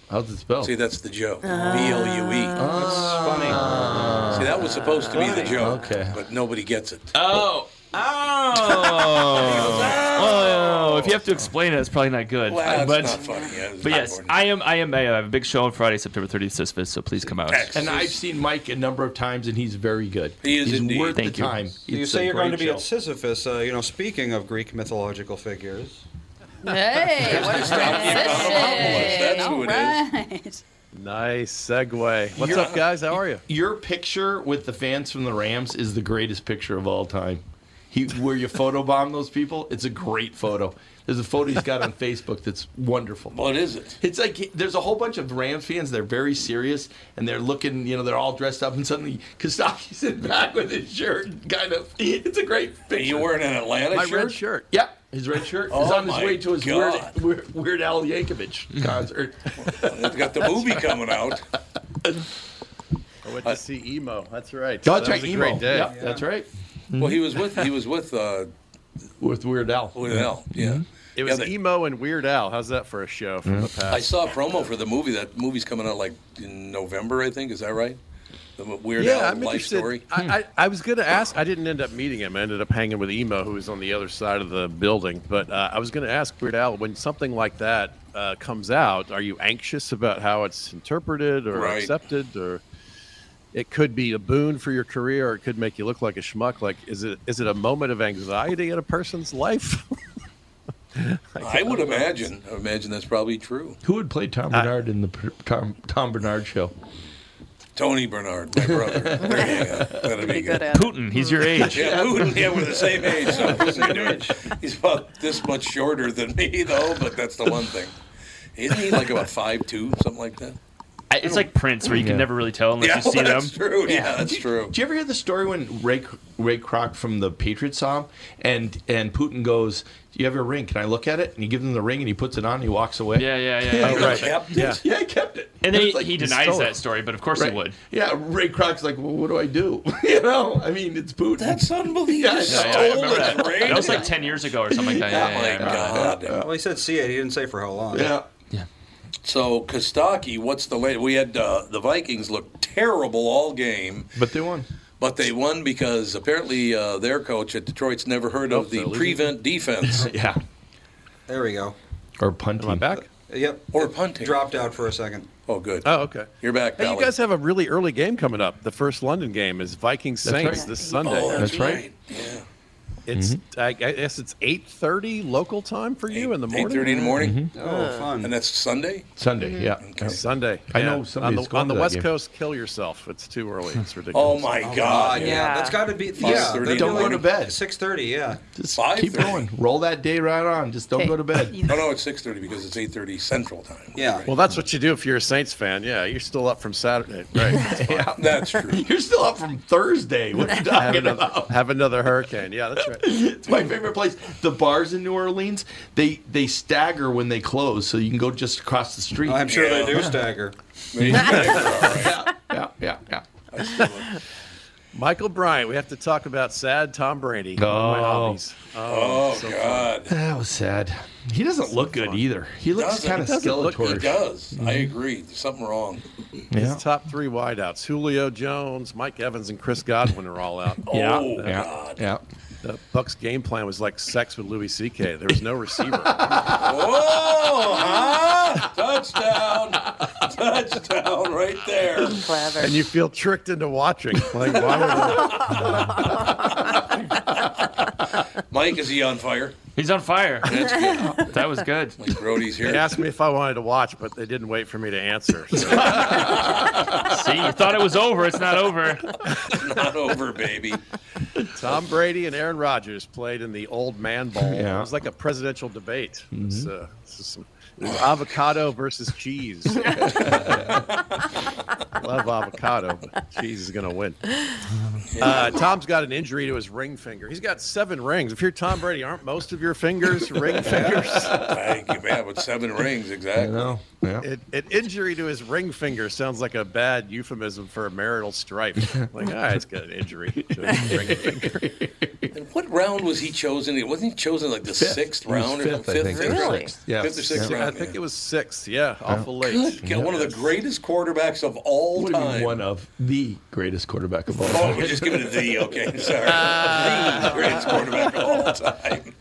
Speaker 7: How's it spelled?
Speaker 3: See, that's the joke. B L U E.
Speaker 2: It's funny.
Speaker 3: See, that was supposed to be the joke,
Speaker 7: Okay.
Speaker 3: but nobody gets it.
Speaker 4: Oh. Oh. oh. If you have to explain it, it's probably not good.
Speaker 3: Well, that's
Speaker 4: but
Speaker 3: not funny. Yeah, it's
Speaker 4: but
Speaker 3: not
Speaker 4: yes,
Speaker 3: funny.
Speaker 4: I am. I am. I have a big show on Friday, September 30th, Sisyphus. So please come out.
Speaker 3: Excellent.
Speaker 7: and I've seen Mike a number of times, and he's very good.
Speaker 3: He is
Speaker 7: he's
Speaker 3: indeed.
Speaker 7: worth
Speaker 4: Thank
Speaker 7: the
Speaker 4: you.
Speaker 7: time.
Speaker 2: you
Speaker 7: It's
Speaker 2: say
Speaker 7: a
Speaker 2: you're going to
Speaker 7: great
Speaker 2: be
Speaker 7: show.
Speaker 2: at Sisyphus. Uh, you know, speaking of Greek mythological figures,
Speaker 5: Hey, what a
Speaker 3: That's who it is.
Speaker 5: transition. Right.
Speaker 18: Nice segue. What's
Speaker 7: You're-
Speaker 18: up, guys? How are you?
Speaker 7: Your picture with the fans from the Rams is the greatest picture of all time. He where you photobomb those people. It's a great photo. There's a photo he's got on Facebook that's wonderful.
Speaker 3: What is it?
Speaker 7: It's like he- there's a whole bunch of Rams fans. They're very serious and they're looking. You know, they're all dressed up, and suddenly Kostaki's in back with his shirt, kind of. It's a great picture.
Speaker 3: you wearing an Atlanta
Speaker 7: My
Speaker 3: shirt?
Speaker 7: red shirt. Yep. His red shirt is
Speaker 3: Oh
Speaker 7: on his
Speaker 3: my
Speaker 7: way to his
Speaker 3: God.
Speaker 7: weird, weird, weird Al Yankovic concert.
Speaker 3: They've got the movie coming out.
Speaker 18: I went to see emo. That's right.
Speaker 3: That's
Speaker 18: That was
Speaker 3: right,
Speaker 18: a
Speaker 3: Emo.
Speaker 18: great day.
Speaker 3: Yeah, that's
Speaker 7: right.
Speaker 3: Well, he
Speaker 7: Mm-hmm.
Speaker 3: was with he was with uh,
Speaker 7: with Weird Al.
Speaker 3: Weird Al,
Speaker 15: Hmm?
Speaker 3: yeah. Yeah,
Speaker 18: It was
Speaker 3: they-
Speaker 18: emo and Weird Al. How's that for a show from the past?
Speaker 3: I saw a promo for the movie. That movie's coming out like in November, I think. Is that right? The Weird Al
Speaker 18: I'm
Speaker 3: life
Speaker 18: interested.
Speaker 3: story. Hmm.
Speaker 18: I, I, I was going to ask. I didn't end up meeting him. I ended up hanging with Emo, who was on the other side of the building. But uh, I was going to ask Weird Al when something like that uh, comes out, are you anxious about how it's interpreted or
Speaker 3: Right.
Speaker 18: accepted, or it could be a boon for your career, or it could make you look like a schmuck? Like, is it is it a moment of anxiety in a person's life?
Speaker 3: I, would imagine. I imagine that's probably true.
Speaker 7: Who would play Tom Bernard in the pr- Tom, Tom Bernard show?
Speaker 3: Tony Bernard, my brother. There you go. That'd be good.
Speaker 4: Putin, he's your age.
Speaker 3: Yeah, Putin. Yeah, we're the same age. So we're the same age. He's about this much shorter than me, though. But that's the one thing. Isn't he like about five two, something like that?
Speaker 4: I- It's like Prince, where you can
Speaker 7: Yeah.
Speaker 4: never really tell unless
Speaker 3: Yeah,
Speaker 4: you see
Speaker 3: well,
Speaker 4: them.
Speaker 3: that's true. Yeah, that's true.
Speaker 7: Did you ever hear the story when Ray Ray Kroc from the Patriots saw him, and and Putin goes, "Do you have your ring? Can I look at it?" And you give him the ring, and he puts it on, and he walks away.
Speaker 4: Yeah, yeah, yeah.
Speaker 7: Oh,
Speaker 4: You
Speaker 7: right.
Speaker 4: kept it?
Speaker 7: yeah. yeah, I kept it.
Speaker 4: And then
Speaker 7: It's
Speaker 4: he- he denies
Speaker 7: stole
Speaker 4: that
Speaker 7: it.
Speaker 4: story, but of course he
Speaker 7: Right.
Speaker 4: would.
Speaker 7: Yeah, Ray Kroc's like, well, "What do I do?u know, I mean, it's Putin.
Speaker 3: That's
Speaker 4: Yeah,
Speaker 7: unbelievable.
Speaker 4: yeah, I remember that. That was like 10 years ago or something like that. Yeah, yeah, yeah, I remember that.
Speaker 2: Uh, Well, he said see it. He didn't say for how long.
Speaker 7: Yeah.
Speaker 3: So Kostaki, what's the latest? We had uh, the Vikings looked terrible all game,
Speaker 7: But they won.
Speaker 3: but they won because apparently uh, their coach at Detroit's never heard
Speaker 4: Oh,
Speaker 3: of the
Speaker 7: they're losing.
Speaker 3: prevent defense.
Speaker 7: yeah,
Speaker 2: There we go.
Speaker 7: or punting. Am I
Speaker 18: back?
Speaker 2: Yep.
Speaker 3: Or punting.
Speaker 2: Dropped out for a second.
Speaker 3: Oh, good.
Speaker 18: Oh, okay.
Speaker 3: You're back.
Speaker 18: Hey, you
Speaker 3: Dolly.
Speaker 18: guys have a really early game coming up. The first London game is Vikings
Speaker 3: That's
Speaker 18: Saints
Speaker 3: right.
Speaker 18: this Sunday.
Speaker 3: Oh, that's That's right. Mm-hmm. right.
Speaker 18: It's I, I guess it's eight thirty local time for you in the morning.
Speaker 3: 8:30 in the morning?
Speaker 2: Mm-hmm.
Speaker 3: Mhm.
Speaker 7: Oh, fun.
Speaker 3: And that's Sunday.
Speaker 7: Sunday, yeah. Okay.
Speaker 18: Sunday.
Speaker 7: I
Speaker 18: yeah.
Speaker 7: know
Speaker 18: on
Speaker 7: somebody's
Speaker 18: the,
Speaker 7: going
Speaker 18: on
Speaker 7: to
Speaker 18: the
Speaker 7: that
Speaker 18: West
Speaker 7: game.
Speaker 18: Coast. Kill yourself. It's too early. It's
Speaker 3: Oh
Speaker 18: ridiculous.
Speaker 3: my God!
Speaker 2: that's got to be.
Speaker 3: Five
Speaker 2: Yeah,
Speaker 3: thirty
Speaker 2: that-
Speaker 3: in the
Speaker 2: don't go to
Speaker 3: morning.
Speaker 2: bed. Six thirty. Yeah.
Speaker 7: Just
Speaker 3: Five
Speaker 7: keep
Speaker 3: thirty.
Speaker 7: going. Roll that day right on. Just don't go to bed.
Speaker 3: No, Oh, no, it's six thirty because it's eight thirty Central Time.
Speaker 2: Yeah.
Speaker 18: Well, that's what you do if you're a Saints fan. Yeah, you're still up from Saturday, right?
Speaker 7: yeah,
Speaker 3: that's true.
Speaker 7: You're still up from Thursday. What are you
Speaker 18: have,
Speaker 7: talking
Speaker 18: another,
Speaker 7: about?
Speaker 18: have another hurricane. Yeah, that's right.
Speaker 7: Oh. it's my favorite place. The bars in New Orleans, they they stagger when they close, so you can go just across the street.
Speaker 2: I'm sure they do stagger.
Speaker 7: Yeah, yeah, yeah.
Speaker 18: Michael Bryant. We have to talk about sad Tom Brady. One of my
Speaker 7: Oh.
Speaker 18: hobbies.
Speaker 3: Oh,
Speaker 18: so
Speaker 3: God!
Speaker 7: That was sad. He doesn't look good either. He looks Mm-hmm.
Speaker 3: Doesn't-
Speaker 7: kind of
Speaker 3: doesn't look good. He
Speaker 7: skeletal.
Speaker 3: does. I
Speaker 4: Mm-hmm.
Speaker 3: agree. There's something wrong.
Speaker 18: His
Speaker 7: Yeah.
Speaker 18: top three wideouts: Julio Jones, Mike Evans, and Chris Godwin are all out.
Speaker 3: Yeah,
Speaker 18: Oh,
Speaker 3: yeah,
Speaker 18: God.
Speaker 7: yeah.
Speaker 18: The Bucks' game plan was like sex with Louis C.K. There was no receiver.
Speaker 3: Oh, huh? Touchdown! Touchdown right there.
Speaker 1: Clever.
Speaker 18: and you feel tricked into watching. Like, why would I-
Speaker 3: Mike, is he on fire?
Speaker 4: He's on fire.
Speaker 3: That's good.
Speaker 4: That was good.
Speaker 3: Mike Brody's here.
Speaker 18: they asked me if I wanted to watch, but they didn't wait for me to answer. So,
Speaker 4: See, you thought it was over. It's not over.
Speaker 3: Not over, baby.
Speaker 18: Tom Brady and Aaron Rodgers played in the Old Man Bowl.
Speaker 7: Yeah. Mm-hmm.
Speaker 18: It was like a presidential debate. It's, uh, this is some, it was avocado versus cheese. Love avocado, but cheese is going to win. Uh, Tom's got an injury to his ring finger. He's got seven rings. If you're Tom Brady, aren't most of your fingers ring fingers?
Speaker 3: Thank you, man. With seven rings,
Speaker 7: I
Speaker 3: exactly.
Speaker 7: know. Yeah.
Speaker 18: It, an injury to his ring finger sounds like a bad euphemism for a marital strife. Like, all right, it's got an injury to his ring finger.
Speaker 3: And what round was he chosen? in? Wasn't he chosen like the
Speaker 7: Fifth.
Speaker 3: sixth
Speaker 7: He was
Speaker 3: round
Speaker 7: fifth, I
Speaker 3: or fifth?
Speaker 7: think,
Speaker 3: fifth
Speaker 7: or
Speaker 3: round?
Speaker 7: sixth. Yeah.
Speaker 3: Fifth or sixth
Speaker 7: Yeah.
Speaker 3: round.
Speaker 18: I think it was six. Yeah, awful late.
Speaker 3: Good God, One of the greatest quarterbacks of all
Speaker 7: Would have
Speaker 3: time.
Speaker 7: been one of the greatest quarterback of all
Speaker 3: Oh,
Speaker 7: time.
Speaker 3: we're just giving it the okay. Sorry, the greatest quarterback of all time.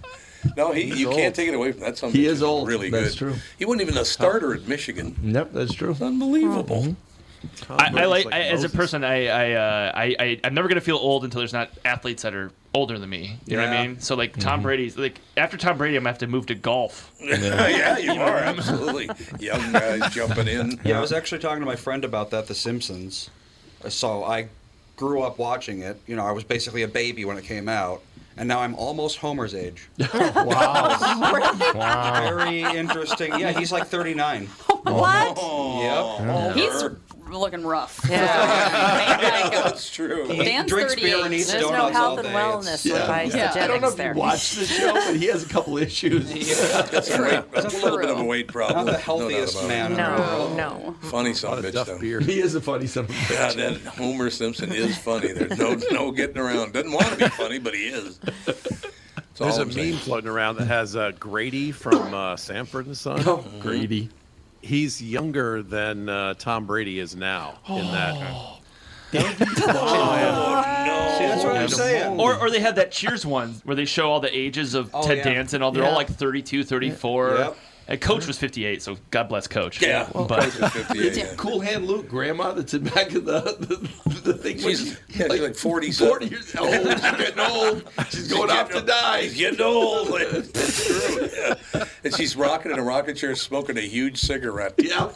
Speaker 3: No, he, you can't take it away from that. Son of
Speaker 7: He
Speaker 3: a bitch
Speaker 7: is old.
Speaker 3: Really good.
Speaker 7: That's true.
Speaker 3: He wasn't even a starter at Michigan.
Speaker 7: Yep, that's true. Mm-hmm.
Speaker 3: Unbelievable.
Speaker 4: I, I like, I, as a person, I, I, uh, I, I, I'm never gonna feel old until there's not athletes that are older than me. You know what
Speaker 3: Yeah.
Speaker 4: I mean? So like Tom Brady's, like after Tom Brady, I'm gonna have to move to golf.
Speaker 3: Yeah, you are absolutely young guys jumping in.
Speaker 2: Yeah, I was actually talking to my friend about that, The Uh, Simpsons. So I grew up watching it. You know, I was basically a baby when it came out, and now I'm almost Homer's age.
Speaker 13: Wow.
Speaker 2: Very interesting. Yeah, he's like 39.
Speaker 5: What?
Speaker 2: Oh, Yep.
Speaker 5: He's looking rough.
Speaker 3: That's true.
Speaker 2: He
Speaker 5: Dan's
Speaker 2: drinks
Speaker 5: 38.
Speaker 2: beer and eats
Speaker 5: There's no
Speaker 2: donuts all
Speaker 5: health and
Speaker 2: day.
Speaker 5: wellness
Speaker 2: It's-
Speaker 5: with Yeah. high
Speaker 7: I don't know
Speaker 5: Genetics
Speaker 7: if
Speaker 5: there.
Speaker 7: you watch the show, but he has a couple issues.
Speaker 3: Got some weight, a little bit of a weight problem.
Speaker 7: Not the
Speaker 3: healthiest
Speaker 7: man in the
Speaker 1: No, no.
Speaker 3: Funny son of a bitch, though.
Speaker 7: He is a funny son of a bitch.
Speaker 3: Yeah, that Homer Simpson is funny. There's no no getting around. Doesn't want to be funny, but he is. all
Speaker 18: There's a
Speaker 3: I'm
Speaker 18: meme
Speaker 3: saying.
Speaker 18: floating around that has uh, Grady from uh, Sanford and Son. Mm-hmm.
Speaker 3: Oh, Grady.
Speaker 18: He's younger than uh, Tom Brady is now in
Speaker 3: Oh.
Speaker 18: that.
Speaker 4: Oh,
Speaker 2: See, that's what I'm saying.
Speaker 4: Or, or they had that Cheers one where they show all the ages of
Speaker 2: Oh,
Speaker 4: Ted
Speaker 2: yeah.
Speaker 4: Danson. All they're all
Speaker 2: Yeah.
Speaker 4: like 32, 34.
Speaker 2: Yep.
Speaker 4: And Coach was 58, so God bless Coach.
Speaker 7: Yeah.
Speaker 4: but
Speaker 7: Cool Hand Luke, grandma that's in back of the, the, the thing. She's,
Speaker 3: yeah, she's like 40
Speaker 7: 40 years old. She's getting old. She's going off to die.
Speaker 3: She's getting old. That's true. Yeah. And she's rocking in a rocking chair, smoking a huge cigarette.
Speaker 7: Yeah.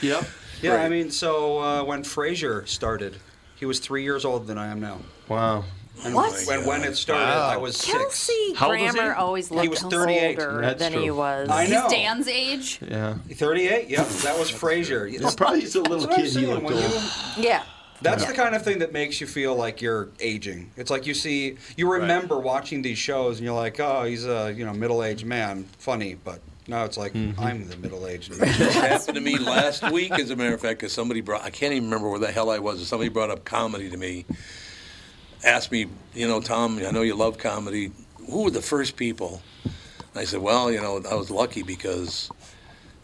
Speaker 2: Yep. Yeah, I
Speaker 3: Right.
Speaker 2: mean, so uh, when Frasier started, he was three years older than I am now.
Speaker 7: Wow.
Speaker 2: And
Speaker 1: What?
Speaker 2: When, when it started,
Speaker 1: Wow.
Speaker 2: I was six.
Speaker 1: Kelsey Grammer always
Speaker 2: he
Speaker 1: looked
Speaker 2: was 38.
Speaker 1: older than he was.
Speaker 2: I know.
Speaker 5: He's Dan's age.
Speaker 7: Yeah.
Speaker 2: 38. Yep, that was Frasier.
Speaker 7: Well, probably as a little
Speaker 2: That's what I'm
Speaker 7: kid, he
Speaker 2: saying,
Speaker 7: looked
Speaker 2: when
Speaker 7: old.
Speaker 1: Yeah.
Speaker 2: That's
Speaker 1: Yeah.
Speaker 2: the kind of thing that makes you feel like you're aging. It's like you see, you remember watching these shows, and you're like, "Oh, he's a you know middle-aged man, funny," but now it's like I'm the middle-aged man.
Speaker 3: This happened to me last week, as a matter of fact, because somebody brought, I can't even remember where the hell I was, but somebody brought up comedy to me. Asked me, you know, Tom, I know you love comedy. Who were the first people? And I said, well, you know, I was lucky because,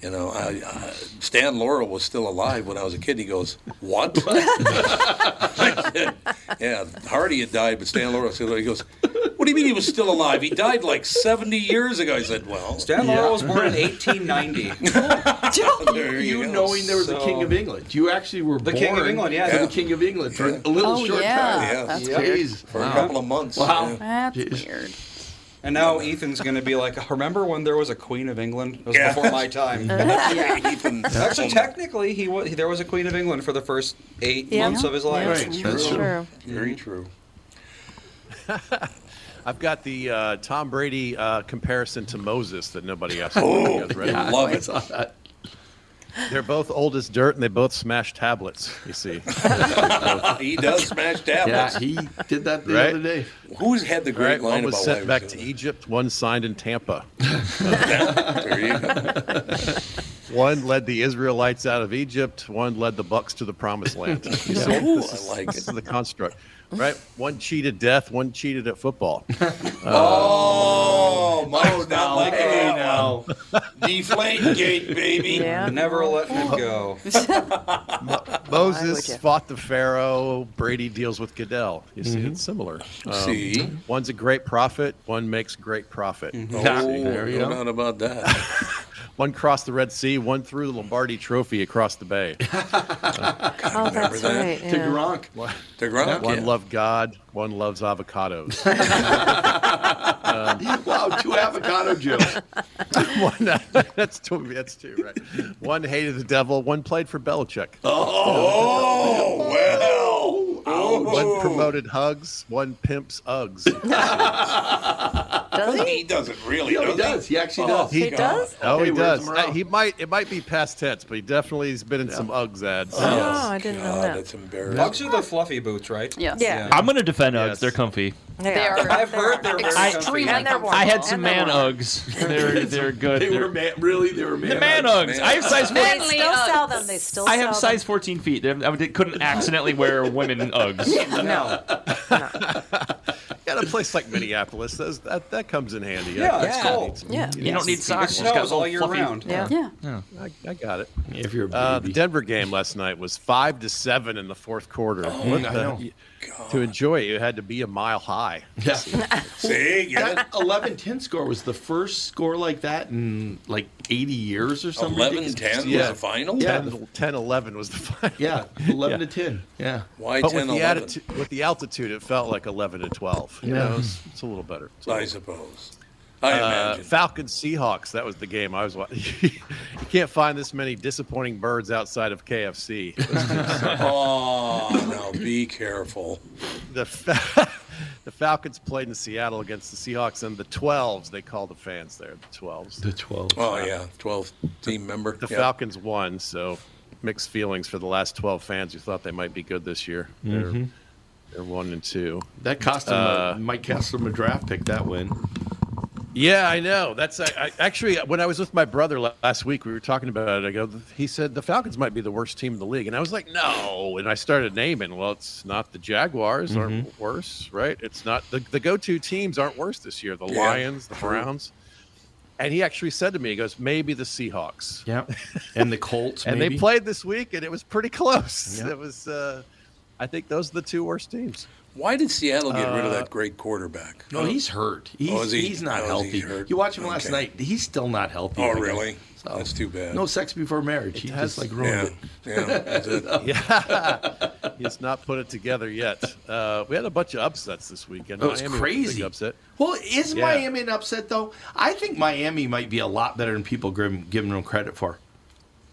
Speaker 3: you know, I, I, Stan Laurel was still alive when I was a kid. He goes, what? I said, yeah, Hardy had died, but Stan Laurel was still alive. He goes, what do you mean he was still alive? He died like 70 years ago. I said, well.
Speaker 2: Stan Laurel was born in 1890.
Speaker 3: There
Speaker 7: you
Speaker 3: go.
Speaker 7: knowing there was a
Speaker 3: So-
Speaker 7: king of England. You actually were
Speaker 3: The
Speaker 7: born
Speaker 3: King of England, yeah.
Speaker 7: to
Speaker 3: Yeah.
Speaker 7: the king of England for a little
Speaker 2: Oh,
Speaker 7: short
Speaker 2: yeah,
Speaker 7: time.
Speaker 2: that's
Speaker 7: Jeez.
Speaker 2: weird.
Speaker 7: For
Speaker 2: Wow.
Speaker 7: a couple of
Speaker 3: months.
Speaker 2: Wow.
Speaker 7: yeah.
Speaker 5: That's
Speaker 7: Jeez.
Speaker 5: weird.
Speaker 2: And now Ethan's going to be like, "Remember when there was a Queen of England? It was
Speaker 3: Yeah.
Speaker 2: before my time."
Speaker 3: Ethan.
Speaker 2: Actually, technically, he was, there was a Queen of England for the first eight
Speaker 18: Yeah.
Speaker 2: months of his life.
Speaker 18: Right, that's True. true.
Speaker 3: Very true.
Speaker 18: I've got the uh, Tom Brady uh, comparison to Moses that nobody else.
Speaker 3: Oh,
Speaker 7: yeah,
Speaker 3: love it.
Speaker 18: They're both old as dirt, and they both smash tablets. You see.
Speaker 3: he does smash tablets.
Speaker 18: Yeah, he
Speaker 7: did that
Speaker 18: the Right? other
Speaker 7: day.
Speaker 3: Who's had the
Speaker 18: All
Speaker 3: great
Speaker 18: right,
Speaker 3: line
Speaker 18: one was
Speaker 3: about
Speaker 18: sent
Speaker 3: why
Speaker 18: back
Speaker 3: it was
Speaker 18: to Egypt, one signed in Tampa.
Speaker 3: there you
Speaker 18: One led the Israelites out of Egypt. One led the Bucks to the Promised Land. You
Speaker 3: Yeah.
Speaker 18: see,
Speaker 3: Ooh,
Speaker 18: this
Speaker 3: I
Speaker 18: is-
Speaker 3: like
Speaker 18: This is the construct, right? One cheated death. One cheated at football. Uh,
Speaker 3: oh, Mike's not like
Speaker 7: Hey,
Speaker 3: that
Speaker 7: now.
Speaker 3: one. Deflate gate, baby.
Speaker 7: Yeah.
Speaker 2: Never letting it go.
Speaker 18: Moses fought the Pharaoh. Brady deals with Goodell. You see, it's similar. Um,
Speaker 3: See?
Speaker 18: one's a great prophet. One makes great profit.
Speaker 3: Oh,
Speaker 18: You see,
Speaker 3: no doubt about that.
Speaker 18: One crossed the Red Sea. One threw the Lombardi Trophy across the bay.
Speaker 1: Oh, that's
Speaker 3: that?
Speaker 1: right.
Speaker 3: To
Speaker 1: yeah.
Speaker 7: Gronk.
Speaker 3: To Gronk,
Speaker 18: One
Speaker 3: yeah.
Speaker 18: loved God. One loves avocados.
Speaker 7: wow, two avocado jokes.
Speaker 18: one, uh, that's two. That's two, right? One hated the devil. One played for Belichick.
Speaker 3: Oh, well.
Speaker 18: One promoted hugs. One pimps Uggs.
Speaker 3: Does he? doesn't really.
Speaker 7: No, he
Speaker 3: does
Speaker 7: does. He actually does.
Speaker 3: He does?
Speaker 18: Oh,
Speaker 7: Hey,
Speaker 18: he
Speaker 7: where's
Speaker 18: does.
Speaker 7: the morale?
Speaker 18: Uh, he might. It might be past tense, but he definitely has been in some Uggs ads.
Speaker 1: Oh, I didn't know that.
Speaker 3: That's embarrassing.
Speaker 2: Bugs are the fluffy boots, right?
Speaker 1: Yes. Yeah.
Speaker 4: I'm going to defend Uggs. They're comfy.
Speaker 1: They are.
Speaker 2: I've heard they're very
Speaker 1: extremely
Speaker 2: comfy.
Speaker 1: And they're warm.
Speaker 4: I had
Speaker 1: And
Speaker 4: some
Speaker 1: they're
Speaker 4: man
Speaker 1: warm.
Speaker 4: Uggs. They're, they're good.
Speaker 7: They
Speaker 4: They're-
Speaker 7: were man, really, they were man.
Speaker 4: the man Uggs. I have size
Speaker 1: They
Speaker 4: 14.
Speaker 1: still sell them. They still
Speaker 4: I
Speaker 1: sell
Speaker 4: have size 14 feet. They're- I did- couldn't accidentally wear women Uggs.
Speaker 1: them. No.
Speaker 18: At a place like Minneapolis, those, that that comes in handy.
Speaker 2: Yeah,
Speaker 18: I-
Speaker 2: it's
Speaker 18: I
Speaker 2: cold.
Speaker 18: need some-
Speaker 1: Yeah.
Speaker 4: You don't need socks.
Speaker 2: It
Speaker 4: You just got
Speaker 2: snows all year
Speaker 4: fluffy-
Speaker 2: round.
Speaker 1: Yeah.
Speaker 18: I, I got it.
Speaker 7: If you're a
Speaker 18: Uh, the Denver game last night was five to seven in the fourth quarter. What
Speaker 7: I
Speaker 18: the-
Speaker 7: know.
Speaker 18: you- to enjoy it, you had to be a mile high.
Speaker 7: Yeah.
Speaker 3: See, you got
Speaker 7: That 11 10 score was the first score like that in like 80 years or something.
Speaker 3: 11
Speaker 7: ridiculous.
Speaker 3: 10 was
Speaker 18: Yeah.
Speaker 3: the final?
Speaker 7: Yeah.
Speaker 18: 10, 10 11 was the final.
Speaker 7: Yeah, 11 to 10. Yeah.
Speaker 3: Why
Speaker 18: But
Speaker 3: 10
Speaker 18: with the,
Speaker 3: 11?
Speaker 18: attitude, with the altitude, it felt like 11 to 12. You
Speaker 7: Yeah.
Speaker 18: know, it's, it's a little better. It's a
Speaker 3: I
Speaker 18: little-
Speaker 3: suppose. I
Speaker 18: Uh,
Speaker 3: imagine.
Speaker 18: Falcons Seahawks. That was the game I was watching. you can't find this many disappointing birds outside of KFC.
Speaker 3: oh, now be Oh, careful.
Speaker 18: the fa- The Falcons played in Seattle against the Seahawks and the 12s. They call the fans there the 12s.
Speaker 7: The 12s.
Speaker 3: Oh, yeah, 12 team member.
Speaker 18: The
Speaker 3: yeah.
Speaker 18: Falcons won, so mixed feelings for the last 12 fans who thought they might be good this year. They're,
Speaker 7: Mhm.
Speaker 18: they're one and two.
Speaker 7: That cost him.
Speaker 18: Uh,
Speaker 7: a, might cost him a draft pick. That win.
Speaker 18: Yeah, I know. That's I, I, actually when I was with my brother la- last week, we were talking about it. I go, he said the Falcons might be the worst team in the league, and I was like, no. And I started naming. Well, it's not the Jaguars aren't
Speaker 7: Mm-hmm.
Speaker 18: worse, right? It's not the the go to teams aren't worse this year. The
Speaker 3: Yeah,
Speaker 18: Lions, the
Speaker 3: true.
Speaker 18: Browns, and he actually said to me, he goes, maybe the Seahawks.
Speaker 7: Yeah. And the Colts.
Speaker 18: and
Speaker 7: maybe.
Speaker 18: they played this week, and it was pretty close.
Speaker 3: Yeah.
Speaker 18: It was, uh, I think, those are the two worst teams.
Speaker 3: Why did Seattle get rid of
Speaker 18: Uh,
Speaker 3: that great quarterback?
Speaker 7: No, he's hurt. He's,
Speaker 3: Oh, is he-
Speaker 7: he's not
Speaker 3: oh, is
Speaker 7: healthy.
Speaker 3: he hurt?
Speaker 7: You watch him last
Speaker 3: Okay.
Speaker 7: night. He's still not healthy.
Speaker 3: Oh,
Speaker 7: Like,
Speaker 3: really?
Speaker 7: so-
Speaker 3: That's too bad.
Speaker 7: No sex before marriage. he
Speaker 18: has-
Speaker 7: just like ruined
Speaker 3: Yeah,
Speaker 7: it.
Speaker 3: yeah, that's it.
Speaker 18: yeah. He has not put it together yet. Uh, we had a bunch of upsets this weekend.
Speaker 7: That was
Speaker 18: Miami was a big
Speaker 7: crazy.
Speaker 18: upset.
Speaker 7: Well, is
Speaker 18: Yeah.
Speaker 7: Miami an upset though? I think Miami might be a lot better than people grim- giving them credit for.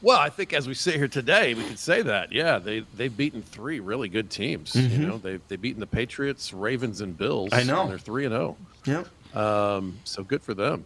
Speaker 18: Well, I think as we sit here today, we could say that. Yeah, they they've beaten three really good teams. You
Speaker 7: Mhm.
Speaker 18: know, they they beaten the Patriots, Ravens, and Bills.
Speaker 10: Mm-hmm. I know.
Speaker 18: and they're three and zero.
Speaker 7: Yep.
Speaker 18: Um, so good for them.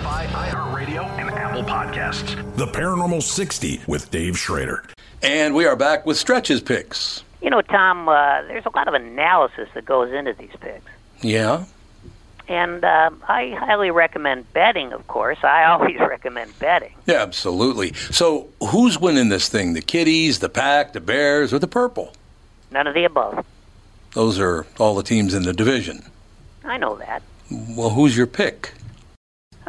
Speaker 13: iHeartRadio, and Apple Podcasts.
Speaker 10: The Paranormal 60 with Dave Schrader.
Speaker 3: And we are back with stretches picks.
Speaker 19: You know, Tom, uh, there's a lot of analysis that goes into these picks.
Speaker 3: Yeah.
Speaker 19: And uh, I highly recommend betting, of course. I always recommend betting.
Speaker 3: Yeah, absolutely. So who's winning this thing? The Kitties, the Pack, the Bears, or the Purple?
Speaker 19: None of the above.
Speaker 3: Those are all the teams in the division.
Speaker 19: I know that.
Speaker 3: Well, who's your pick?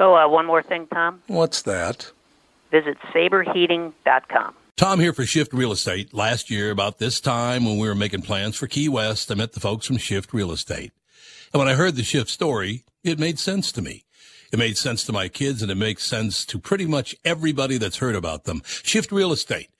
Speaker 19: Oh, uh, one more thing, Tom.
Speaker 3: What's that?
Speaker 19: Visit saberheating.com.
Speaker 8: Tom here for Shift Real Estate. Last year, about this time when we were making plans for Key West, I met the folks from Shift Real Estate. And when I heard the Shift story, it made sense to me. It made sense to my kids and it makes sense to pretty much everybody that's heard about them. Shift Real Estate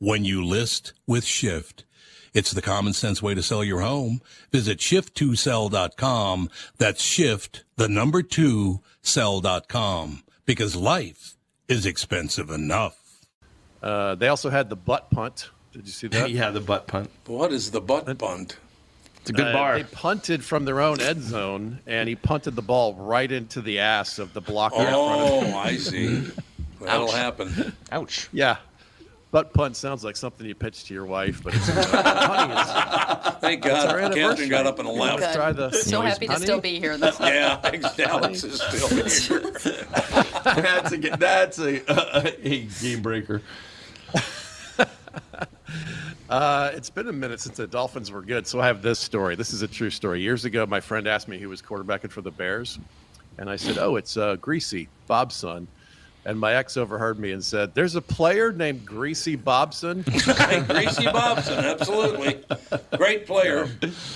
Speaker 8: when you list with Shift. It's the common sense way to sell your home. Visit shift2sell.com. That's shift, the number two, sell.com. Because life is expensive enough.
Speaker 18: Uh, they also had the butt punt. Did you see that?
Speaker 7: yeah, the butt punt.
Speaker 3: What is the butt punt?
Speaker 18: It's Uh, They punted from their own end zone, and he punted the ball right into the ass of the blocker. in front of
Speaker 3: Oh,
Speaker 18: him.
Speaker 3: I see. That'll
Speaker 18: Ouch.
Speaker 3: happen.
Speaker 18: Ouch. Yeah. Butt punt sounds like something you pitch to your wife, but it's honey, it's-
Speaker 3: Thank
Speaker 18: it's
Speaker 3: God
Speaker 18: our
Speaker 3: Catherine
Speaker 18: anniversary.
Speaker 3: got up and
Speaker 18: You wanna
Speaker 3: left.
Speaker 18: Try the
Speaker 5: So happy to
Speaker 18: honey?
Speaker 5: still be here. Though.
Speaker 3: yeah, Alex is still here.
Speaker 7: that's a that's a, a game breaker.
Speaker 18: Uh, it's been a minute since the Dolphins were good, so I have this story. This is a true story. Years ago, my friend asked me who was quarterbacking for the Bears, and I said, "Oh, it's uh, Greasy Bobson." And my ex overheard me and said, "There's a player named Greasy Bobson."
Speaker 3: Greasy Bobson, absolutely. Great player.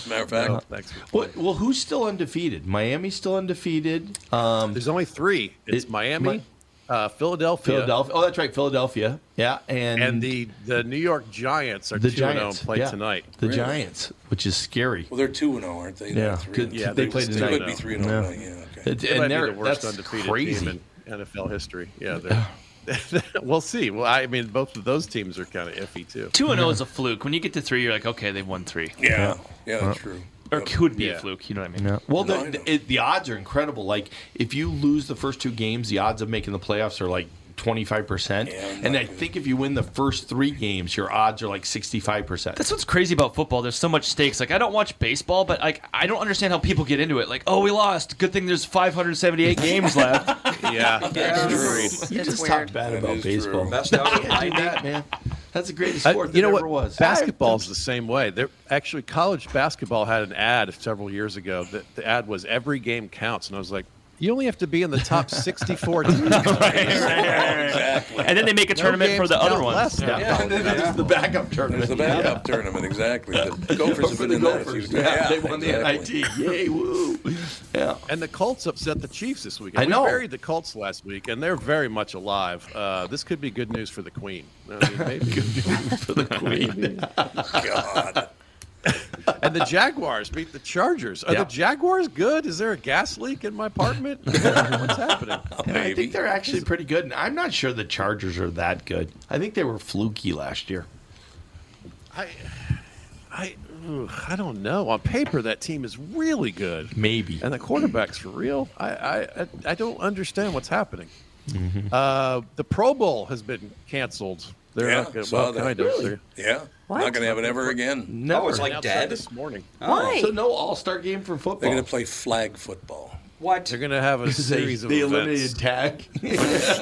Speaker 3: Matter of fact.
Speaker 18: Oh, thanks.
Speaker 7: What, well, who's still undefeated? Miami's still undefeated. Um,
Speaker 18: There's only three. It's Miami, uh, Philadelphia,
Speaker 7: Philadelphia. Oh, that's right, Philadelphia. Yeah, and
Speaker 18: and the the New York Giants are
Speaker 7: the
Speaker 18: two and zero and
Speaker 7: Giants
Speaker 18: play
Speaker 7: yeah.
Speaker 18: tonight.
Speaker 7: The Giants, which is scary.
Speaker 3: Well, they're 2 and 0, aren't they?
Speaker 7: Yeah,
Speaker 3: Three and
Speaker 7: good-
Speaker 3: two.
Speaker 7: they play
Speaker 3: They
Speaker 7: tonight.
Speaker 3: could be 3 and 0.
Speaker 7: Yeah.
Speaker 3: Yeah, okay.
Speaker 7: It-
Speaker 18: They
Speaker 7: and
Speaker 18: might be
Speaker 7: they're-
Speaker 18: the worst
Speaker 7: that's
Speaker 18: undefeated
Speaker 7: crazy.
Speaker 18: team in NFL history. Yeah, they're we'll see. Well, I mean, both of those teams are kind of iffy too.
Speaker 4: Two and zero is a fluke. When you get to three, you're like, okay, they've won three.
Speaker 18: Yeah. Yeah, that's
Speaker 4: true. Or could be a fluke. You know what I mean?
Speaker 7: Well, the, the, it, the odds are incredible. Like, if you lose the first two games, the odds of making the playoffs are like 25%. and I think if you win the first three games, your odds are like 65%.
Speaker 4: That's what's crazy about football. There's so much stakes. Like I don't watch baseball, but like I don't understand how people get into it. Like, oh, we lost. Good thing there's 578 games left.
Speaker 18: Yeah,
Speaker 7: You just talk bad about baseball.
Speaker 2: Best
Speaker 7: out of that, man. That's the greatest sport
Speaker 18: you know
Speaker 7: that
Speaker 18: what?
Speaker 7: ever was.
Speaker 18: Basketball's the same way. There actually college basketball had an ad several years ago. That the ad was every game counts, and I was like, you only have to be in the top 64 teams.
Speaker 4: Exactly. And then they make a tournament for the
Speaker 18: games
Speaker 4: other
Speaker 18: count
Speaker 4: ones.
Speaker 18: less now.
Speaker 4: Yeah.
Speaker 18: College
Speaker 4: Yeah.
Speaker 18: basketball.
Speaker 7: The backup tournament.
Speaker 3: There's the backup tournament, exactly. The Gophers have
Speaker 18: For
Speaker 3: been
Speaker 18: the
Speaker 3: in that. a few
Speaker 18: Gophers,
Speaker 3: times.
Speaker 18: yeah, they won the
Speaker 7: NIT. Yay, woo. Yeah.
Speaker 18: And the Colts upset the Chiefs this weekend.
Speaker 7: I know.
Speaker 18: We buried the Colts last week, and they're very much alive. Uh, this could be good news for the Queen. I mean, maybe. good news
Speaker 7: for the Queen.
Speaker 18: God. and the Jaguars beat the Chargers. Are
Speaker 7: Yeah.
Speaker 18: the Jaguars good? Is there a gas leak in my apartment? What's happening?
Speaker 7: Yeah, I think they're actually pretty good, and I'm not sure the Chargers are that good. I think they were fluky last year.
Speaker 18: I, I, ugh, I don't know. On paper, that team is really good.
Speaker 7: Maybe.
Speaker 18: And the quarterback's for real. I, I, I, I don't understand what's happening.
Speaker 3: Mm-hmm.
Speaker 18: Uh, the Pro Bowl has been canceled. They're
Speaker 3: Yeah,
Speaker 18: not going to.
Speaker 3: saw
Speaker 18: Well,
Speaker 3: that.
Speaker 18: kind of.
Speaker 3: Really?
Speaker 18: They're-
Speaker 3: Yeah. Not going to have it ever again.
Speaker 18: Never. Announced that
Speaker 3: This
Speaker 18: morning.
Speaker 7: Why? Oh. So no All-Star game for football.
Speaker 3: They're going to play flag football.
Speaker 2: What?
Speaker 18: They're going to have a series
Speaker 7: they,
Speaker 18: of
Speaker 7: they
Speaker 18: events.
Speaker 7: eliminated tag.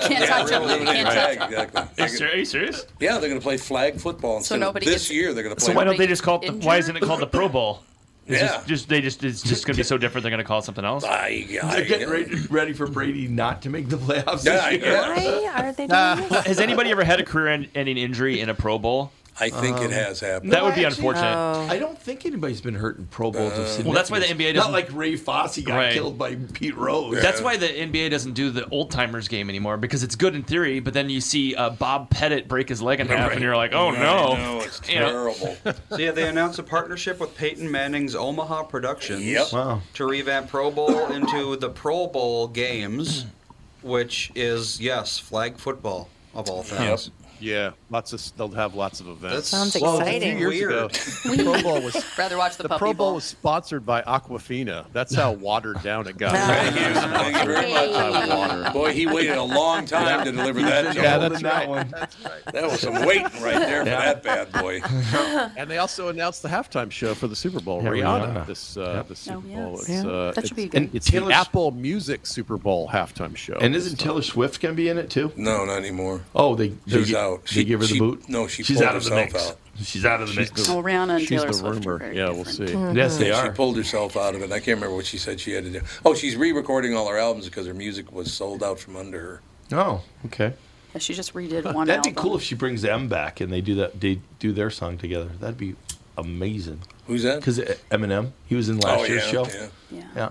Speaker 5: Can't touch
Speaker 3: they're
Speaker 5: 'em.
Speaker 3: eliminating flag,
Speaker 5: Can't touch 'em.
Speaker 3: Exactly.
Speaker 4: Is there- Are you serious?
Speaker 3: Yeah, they're going to play flag football. Instead of-
Speaker 5: nobody
Speaker 3: this
Speaker 5: gets-
Speaker 3: year they're going to play.
Speaker 4: So why don't they just call it? The, why isn't it called the Pro Bowl? It's
Speaker 3: Yeah.
Speaker 4: just, just they just it's just gonna be so different. They're gonna call it something else.
Speaker 7: They're getting ready, ready for Brady not to make the playoffs.
Speaker 4: Yeah, I
Speaker 7: this year.
Speaker 4: guess.
Speaker 1: Why are they doing
Speaker 4: Uh,
Speaker 1: this?
Speaker 4: has anybody ever had a career-ending injury in a Pro Bowl? Um,
Speaker 3: I think
Speaker 7: Um,
Speaker 3: it has happened.
Speaker 4: That would be
Speaker 7: No, actually,
Speaker 4: unfortunate.
Speaker 7: I don't think anybody's been hurt in Pro Bowls.
Speaker 4: Uh,
Speaker 7: of
Speaker 4: Well, that's why the NBA
Speaker 7: significance.
Speaker 4: doesn't-
Speaker 7: Not like Ray Fossey got
Speaker 4: Right.
Speaker 7: killed by Pete Rose.
Speaker 4: That's why the NBA doesn't do the old timers game anymore because it's good in theory, but then you see uh, Bob Pettit break his leg in half,
Speaker 2: Right.
Speaker 4: and you're like, oh
Speaker 2: Right,
Speaker 4: no,
Speaker 2: no, it's
Speaker 4: You know?
Speaker 2: terrible. so yeah, they announced a partnership with Peyton Manning's Omaha Productions
Speaker 3: Yep.
Speaker 7: Wow.
Speaker 2: to revamp Pro Bowl into the Pro Bowl games, which is yes, flag football of all
Speaker 18: Yep.
Speaker 2: things.
Speaker 18: Yeah, lots of they'll have lots of events.
Speaker 2: That sounds
Speaker 18: Well,
Speaker 2: exciting.
Speaker 18: A few years ago, the Pro Bowl was
Speaker 5: Rather watch the,
Speaker 18: the
Speaker 5: puppy
Speaker 18: Pro Bowl
Speaker 5: bowl.
Speaker 18: was sponsored by Aquafina. That's how watered down it got.
Speaker 3: Thank you. Thank you very much. Boy, he waited a long time to deliver that.
Speaker 18: Yeah,
Speaker 3: joke.
Speaker 18: that's right.
Speaker 3: That was some waiting right there for
Speaker 18: Yeah.
Speaker 3: that bad boy.
Speaker 18: And they also announced the halftime show for the Super Bowl.
Speaker 3: Yeah,
Speaker 18: Rihanna,
Speaker 3: Rihanna.
Speaker 18: this uh,
Speaker 3: Yep.
Speaker 18: this Super
Speaker 5: Oh,
Speaker 18: Bowl.
Speaker 5: yes.
Speaker 18: It's,
Speaker 5: Yeah.
Speaker 18: uh,
Speaker 5: That should
Speaker 18: it's-
Speaker 5: be good.
Speaker 18: and It's
Speaker 7: Taylor's-
Speaker 18: the Apple Music Super Bowl halftime show. uh,
Speaker 7: And isn't Taylor Swift going to be in it too?
Speaker 3: No, not anymore.
Speaker 7: Oh, they, they
Speaker 3: She's
Speaker 7: gi-
Speaker 3: out.
Speaker 7: They
Speaker 3: She-
Speaker 7: give her the
Speaker 3: she-
Speaker 7: boot.
Speaker 3: no, she
Speaker 7: she's
Speaker 3: pulled
Speaker 7: out of the
Speaker 3: herself
Speaker 7: mix.
Speaker 3: out.
Speaker 7: She's out of the
Speaker 3: She's
Speaker 7: mix.
Speaker 3: the- Well,
Speaker 5: Rihanna and
Speaker 18: she's
Speaker 5: Taylor
Speaker 18: the
Speaker 5: Swift are
Speaker 18: rumor.
Speaker 5: very
Speaker 18: yeah, we'll see.
Speaker 7: Yes, they
Speaker 3: Yeah,
Speaker 7: are.
Speaker 3: She pulled herself out of it. I can't remember what she said she had to do. Oh, she's re-recording all her albums because her music was sold out from under her.
Speaker 7: Oh, okay.
Speaker 5: Yeah, she just redid
Speaker 7: Huh,
Speaker 5: one
Speaker 7: That'd
Speaker 5: album.
Speaker 7: be cool if she brings them back and they do that. They do their song together. That'd be amazing.
Speaker 3: Who's that?
Speaker 7: Because Eminem, he was in last
Speaker 4: Oh,
Speaker 7: year's
Speaker 4: yeah,
Speaker 7: show.
Speaker 4: yeah.
Speaker 5: Yeah.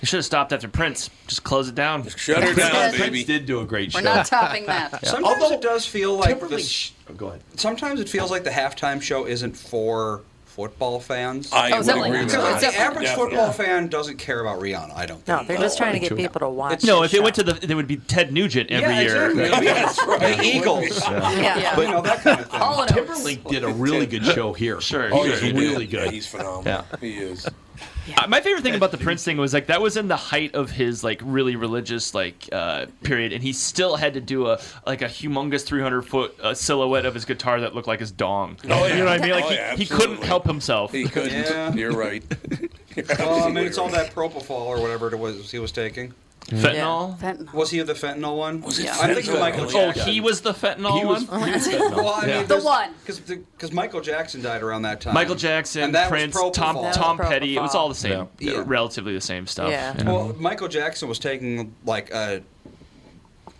Speaker 4: They should have stopped after Prince. Just close it down.
Speaker 3: shut
Speaker 7: her down, Prince baby. did do a great
Speaker 5: We're not topping that.
Speaker 2: Sometimes it does feel like
Speaker 7: Timberlake-
Speaker 2: this-
Speaker 7: Shh. Oh, go ahead.
Speaker 2: Sometimes it feels like the halftime show isn't for football fans.
Speaker 3: I Oh, would definitely. agree with
Speaker 2: Because, like,
Speaker 3: that.
Speaker 2: the average
Speaker 3: Definitely.
Speaker 2: football fan doesn't care about Rihanna. I don't. Uh,
Speaker 1: No, they're just trying to get people to watch.
Speaker 4: No, if it went to the, they would be Ted Nugent every
Speaker 1: Yeah,
Speaker 4: year.
Speaker 1: exactly.
Speaker 2: The Eagles.
Speaker 1: Yeah. Yeah.
Speaker 2: But, you know, that kind of
Speaker 5: All in
Speaker 7: Timberlake did a really good show here.
Speaker 4: Sure,
Speaker 7: he
Speaker 3: Oh,
Speaker 4: sure
Speaker 7: was
Speaker 4: he did.
Speaker 7: really good.
Speaker 3: He's phenomenal. He is.
Speaker 4: Uh, my favorite thing about the Prince thing was like that was in the height of his like really religious like uh, period, and he still had to do a like a humongous 300 foot uh, silhouette of his guitar that looked like his dong.
Speaker 3: Oh, yeah.
Speaker 4: You know what I mean? Like
Speaker 3: Oh,
Speaker 4: he,
Speaker 3: yeah,
Speaker 4: he couldn't
Speaker 3: absolutely.
Speaker 4: help himself.
Speaker 3: He couldn't.
Speaker 2: Yeah.
Speaker 3: You're right. You're
Speaker 2: Well, I mean,
Speaker 3: absolutely
Speaker 2: Um, it's all
Speaker 3: right.
Speaker 2: that propofol or whatever it was he was taking.
Speaker 4: Fentanyl?
Speaker 2: Was he the fentanyl one? Was
Speaker 4: it
Speaker 2: I think
Speaker 4: fentanyl?
Speaker 2: of Michael
Speaker 4: Oh,
Speaker 2: Jackson.
Speaker 4: he was the fentanyl
Speaker 2: He was-
Speaker 4: one?
Speaker 2: he was fentanyl. well, I
Speaker 4: Yeah.
Speaker 2: mean,
Speaker 4: The
Speaker 2: one. Because Michael Jackson died around that time.
Speaker 4: Michael Jackson,
Speaker 2: And that was
Speaker 4: Prince,
Speaker 2: propofol.
Speaker 4: Tom Tom Petty. It was all the same,
Speaker 2: Yeah. Yeah.
Speaker 4: relatively the same stuff. you know?
Speaker 2: Well, Michael Jackson was taking like a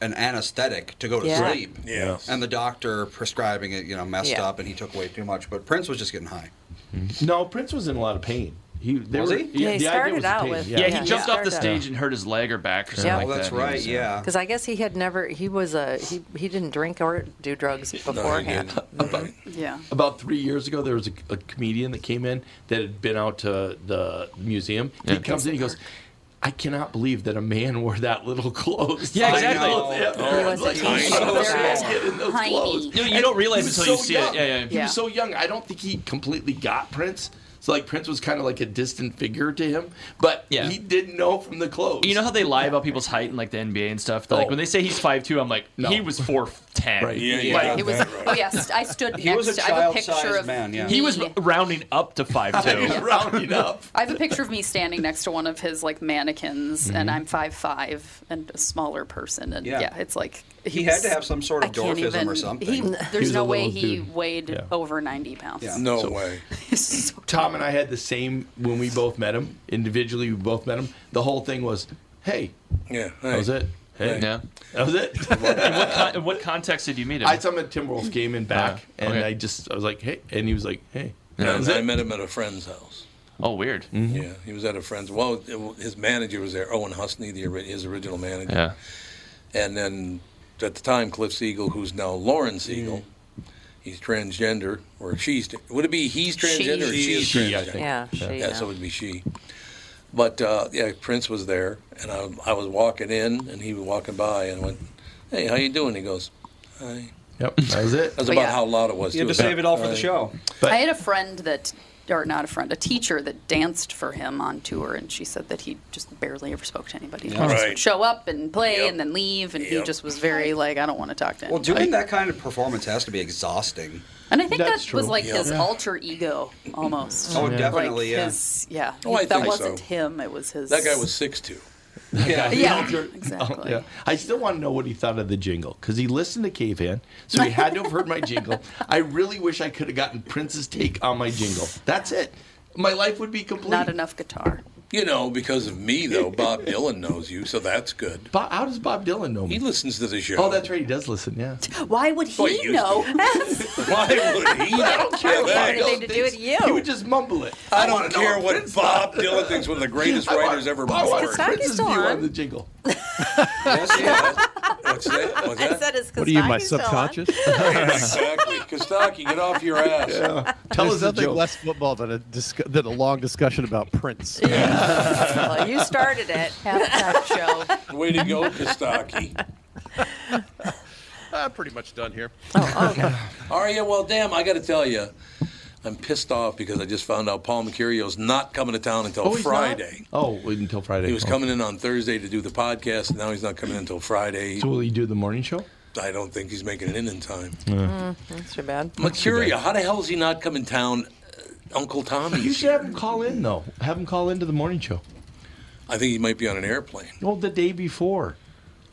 Speaker 2: an anesthetic to go to
Speaker 4: Yeah.
Speaker 2: sleep.
Speaker 3: Yeah.
Speaker 2: And the doctor prescribing it, you know, messed
Speaker 1: Yeah.
Speaker 2: up and he took way too much. But Prince was just getting high.
Speaker 4: Mm-hmm.
Speaker 7: No, Prince was in a lot of pain. He they
Speaker 2: Was
Speaker 7: were,
Speaker 2: he?
Speaker 1: Yeah, he
Speaker 7: the idea
Speaker 1: started
Speaker 7: was the
Speaker 1: out
Speaker 7: pain,
Speaker 1: with-
Speaker 4: yeah, he jumped off the
Speaker 1: Yeah.
Speaker 4: stage and hurt his leg or back or something
Speaker 1: Yeah.
Speaker 4: like
Speaker 1: Oh, that's
Speaker 4: that. He
Speaker 2: right,
Speaker 4: was, uh,
Speaker 2: yeah.
Speaker 1: Because I guess he had never. He was a. He he didn't drink or do drugs beforehand.
Speaker 7: About,
Speaker 5: yeah.
Speaker 7: about three years ago, there was a, a comedian that came in that had been out to the museum. He
Speaker 4: Yeah.
Speaker 7: comes in, he goes, I cannot believe that a man wore that little clothes.
Speaker 4: Yeah,
Speaker 7: I
Speaker 4: exactly.
Speaker 7: know. Yeah,
Speaker 4: Oh,
Speaker 7: I
Speaker 4: he was
Speaker 7: was like,
Speaker 4: a
Speaker 7: "How
Speaker 4: tiny
Speaker 7: did this
Speaker 4: little
Speaker 7: man
Speaker 4: guy.
Speaker 7: get in those
Speaker 4: Tiny.
Speaker 7: clotles?"
Speaker 4: No, you
Speaker 7: And
Speaker 4: don't realize
Speaker 7: he was
Speaker 4: until you
Speaker 7: so
Speaker 4: see it.
Speaker 7: young.
Speaker 4: Yeah, yeah, yeah.
Speaker 7: He
Speaker 4: Yeah.
Speaker 7: was so young. I don't think he completely got Prince. So like Prince was kind of like a distant figure to him, but
Speaker 4: Yeah.
Speaker 7: he didn't know from the clothes.
Speaker 4: You know how they lie about people's height in like the NBA and stuff. Like
Speaker 7: Oh.
Speaker 4: when they say he's 5'2", I'm like, he was four ten.
Speaker 7: Right.
Speaker 4: Yeah,
Speaker 5: It was. Oh yeah, st- I stood
Speaker 4: He
Speaker 5: next.
Speaker 4: was a
Speaker 5: to, I have a picture
Speaker 4: child-sized
Speaker 5: of
Speaker 4: man, yeah.
Speaker 5: me-
Speaker 4: He was rounding up to five two.
Speaker 7: rounding up.
Speaker 5: I have a picture of me standing next to one of his like mannequins, and
Speaker 7: Mm-hmm.
Speaker 2: Mhm.
Speaker 5: I'm five five and a smaller person, and
Speaker 2: Yeah.
Speaker 5: yeah, it's like
Speaker 2: He had to have some sort of
Speaker 5: I can't
Speaker 2: dwarfism or
Speaker 5: even-
Speaker 2: something.
Speaker 5: he-
Speaker 7: He
Speaker 5: there's
Speaker 7: was a
Speaker 5: no way
Speaker 7: little
Speaker 5: he
Speaker 7: dude.
Speaker 5: weighed
Speaker 7: Yeah.
Speaker 5: over ninety pounds.
Speaker 7: So-
Speaker 3: way.
Speaker 7: Tom and I had the same when we both met him individually. We both met him. The whole thing was, "Hey,
Speaker 3: yeah,
Speaker 7: that was it. Hey,
Speaker 4: Yeah.
Speaker 7: that was it."
Speaker 4: in, what con- in what context did you meet him?
Speaker 7: I saw him at Timberwolves game in back,
Speaker 4: Yeah,
Speaker 7: and
Speaker 4: okay.
Speaker 7: I just I was like, "Hey," and he was like, "Hey."
Speaker 3: Yeah,
Speaker 7: That was
Speaker 3: I
Speaker 7: it. Mm-hmm.
Speaker 3: met him at a friend's house.
Speaker 4: Oh, weird.
Speaker 3: Yeah, he was at a friend's. Well, it w- his manager was there, Owen Husney, the ori- his original manager.
Speaker 4: Yeah.
Speaker 3: And then at the time, Cliff Siegel, who's now Lauren Siegel,
Speaker 2: Mm-hmm.
Speaker 3: he's transgender, or she's. Would it be he's transgender or
Speaker 4: She.
Speaker 3: she's
Speaker 4: She, I
Speaker 3: transgender?
Speaker 4: think. Yeah, she,
Speaker 3: yeah,
Speaker 4: yeah.
Speaker 3: so it would be she. But uh, yeah, Prince was there, and I, I was walking in, and he was walking by, and went, "Hey, how you doing?" He goes, "Hi."
Speaker 7: Yep, that was it.
Speaker 3: That's
Speaker 5: But
Speaker 3: about
Speaker 5: yeah.
Speaker 3: how loud it was.
Speaker 2: You had
Speaker 3: too.
Speaker 2: to save it all for the
Speaker 3: Hi.
Speaker 2: show.
Speaker 5: I had a friend that, or not a friend, a teacher that danced for him on tour, and she said that he just barely ever spoke to anybody.
Speaker 2: Yeah.
Speaker 5: He just
Speaker 2: Right.
Speaker 5: would show up and play and then leave, and he
Speaker 2: Yep.
Speaker 5: just was very like, I don't want to talk to
Speaker 2: Well,
Speaker 5: anybody.
Speaker 2: doing that kind of performance has to be exhausting.
Speaker 5: And I think
Speaker 2: That's
Speaker 5: that was
Speaker 2: true.
Speaker 5: like
Speaker 2: Yeah.
Speaker 5: his
Speaker 2: Yeah.
Speaker 5: alter ego almost.
Speaker 2: Oh,
Speaker 5: Mm. Like,
Speaker 2: definitely, yeah.
Speaker 5: His, yeah.
Speaker 3: Oh, I
Speaker 5: that
Speaker 3: think so.
Speaker 5: wasn't him. It was his.
Speaker 3: That guy was six two.
Speaker 5: Yeah. Yeah.
Speaker 7: Oh, yeah. I still want to know what he thought of the jingle because he listened to Cave In, so he had to have heard my jingle. I really wish I could have gotten Prince's take on my jingle. That's it. My life would be complete. Not
Speaker 5: enough guitar.
Speaker 3: You know, because of me though, Bob Dylan knows you, so that's good.
Speaker 7: Bob, how does Bob Dylan know me?
Speaker 3: He listens to the show.
Speaker 7: Oh, that's right. He does listen. Yeah.
Speaker 5: Why would he
Speaker 3: Well, he used
Speaker 5: know?
Speaker 3: Why would he? I don't care.
Speaker 5: Had
Speaker 3: Hey,
Speaker 5: anything to do with you.
Speaker 7: He would just mumble it.
Speaker 3: I don't care what Bob Dylan thinks one of the greatest writers ever
Speaker 7: I
Speaker 3: born.
Speaker 7: want Prince's view on the jingle.
Speaker 3: What's that? What's that?
Speaker 18: What are you, my subconscious?
Speaker 3: exactly. Kostaki, get off your ass.
Speaker 18: There's nothing less football than a discu- than a long discussion about Prince.
Speaker 1: well, you started it.
Speaker 3: Way to go, Kostaki.
Speaker 18: I'm pretty much done here.
Speaker 7: Oh,
Speaker 3: Are you? Well, damn, I got to tell you, I'm pissed off because I just found out Paul Mercurio's not coming to town until
Speaker 7: Oh, he's not?
Speaker 3: Friday.
Speaker 7: Oh, wait until Friday.
Speaker 3: He was
Speaker 7: Oh.
Speaker 3: coming in on Thursday to do the podcast, and now he's not coming in until Friday.
Speaker 7: So will he do the morning show?
Speaker 3: I don't think he's making it in in time.
Speaker 1: Mm, that's too bad.
Speaker 3: Mercurio, how the hell is he not coming town? Uh, Uncle
Speaker 7: You
Speaker 3: Tommy's.
Speaker 7: should have him call in though. Have him call into the morning show.
Speaker 3: I think he might be on an airplane
Speaker 7: Well, the day before.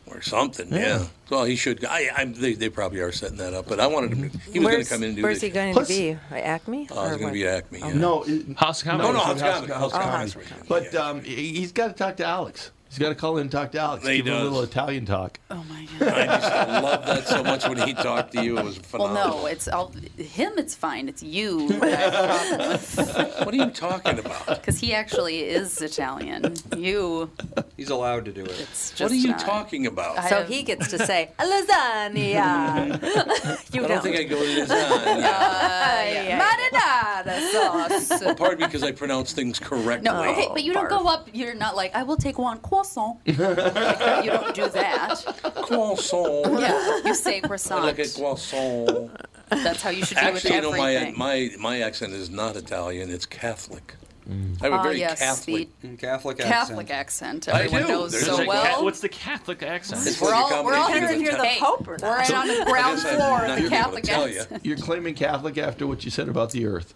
Speaker 3: or something. Yeah.
Speaker 7: Yeah.
Speaker 3: Well, he should. I, I, they, they probably are setting that up, but I wanted him. To, he was going
Speaker 1: where's
Speaker 3: to come in and do
Speaker 1: where's
Speaker 3: the
Speaker 1: he going
Speaker 7: Plus-
Speaker 1: to be? Acme?
Speaker 3: Oh, he's
Speaker 1: Or
Speaker 3: going to
Speaker 1: what?
Speaker 3: be at Acme. Yeah.
Speaker 7: Um, No, it- Oh,
Speaker 4: House of Comedy.
Speaker 3: No, no, House of Comedy.
Speaker 7: House of
Speaker 3: House of
Speaker 7: Comedy.
Speaker 3: Comedy.
Speaker 7: But um, he- he's got to talk to Alex. He's got to call in and talk to Alex.
Speaker 3: He
Speaker 7: give him a
Speaker 3: does.
Speaker 7: little Italian talk.
Speaker 5: Oh,
Speaker 3: I just love that so much when he talked to you. It was
Speaker 5: Well,
Speaker 3: phenomenal.
Speaker 5: no, it's all him. It's fine. It's you.
Speaker 3: What are you talking about?
Speaker 5: Because he actually is Italian. You.
Speaker 2: He's allowed to do it.
Speaker 5: What are just you not-
Speaker 3: talking about?
Speaker 5: I
Speaker 1: So
Speaker 5: have-
Speaker 1: he gets to say lasagna. you
Speaker 3: I
Speaker 1: don't.
Speaker 3: don't think I go to this. Uh,
Speaker 5: Marinara sauce.
Speaker 3: well, pardon me because I pronounce things correctly.
Speaker 5: No, okay, but you don't go up. You're not like I will take one croissant. you don't do that.
Speaker 3: Croissant.
Speaker 5: Yeah, you say
Speaker 3: I
Speaker 5: croissant.
Speaker 3: like a croissant.
Speaker 5: That's how you should do
Speaker 3: Actually, you
Speaker 5: it
Speaker 3: know,
Speaker 5: with
Speaker 3: my, uh,
Speaker 5: everything.
Speaker 3: my my accent is not Italian; it's Catholic.
Speaker 7: Mm.
Speaker 3: I have a
Speaker 5: Ah,
Speaker 3: very
Speaker 5: yes,
Speaker 3: Catholic
Speaker 2: Catholic
Speaker 5: Catholic accent.
Speaker 3: I
Speaker 5: Everyone
Speaker 3: do.
Speaker 5: knows
Speaker 3: There's
Speaker 5: so
Speaker 3: a
Speaker 5: well.
Speaker 3: cat-
Speaker 4: What's the Catholic accent?
Speaker 3: It's
Speaker 5: we're
Speaker 3: like a
Speaker 5: all we're all
Speaker 3: combination
Speaker 5: here
Speaker 3: of
Speaker 5: in the
Speaker 3: Italian-
Speaker 5: Pope or We're in on the ground
Speaker 3: I guess I'm
Speaker 5: floor
Speaker 3: not
Speaker 5: of the
Speaker 3: gonna be able
Speaker 5: Catholic
Speaker 3: to tell
Speaker 5: accent.
Speaker 3: you
Speaker 7: You're claiming Catholic after what you said about the Earth.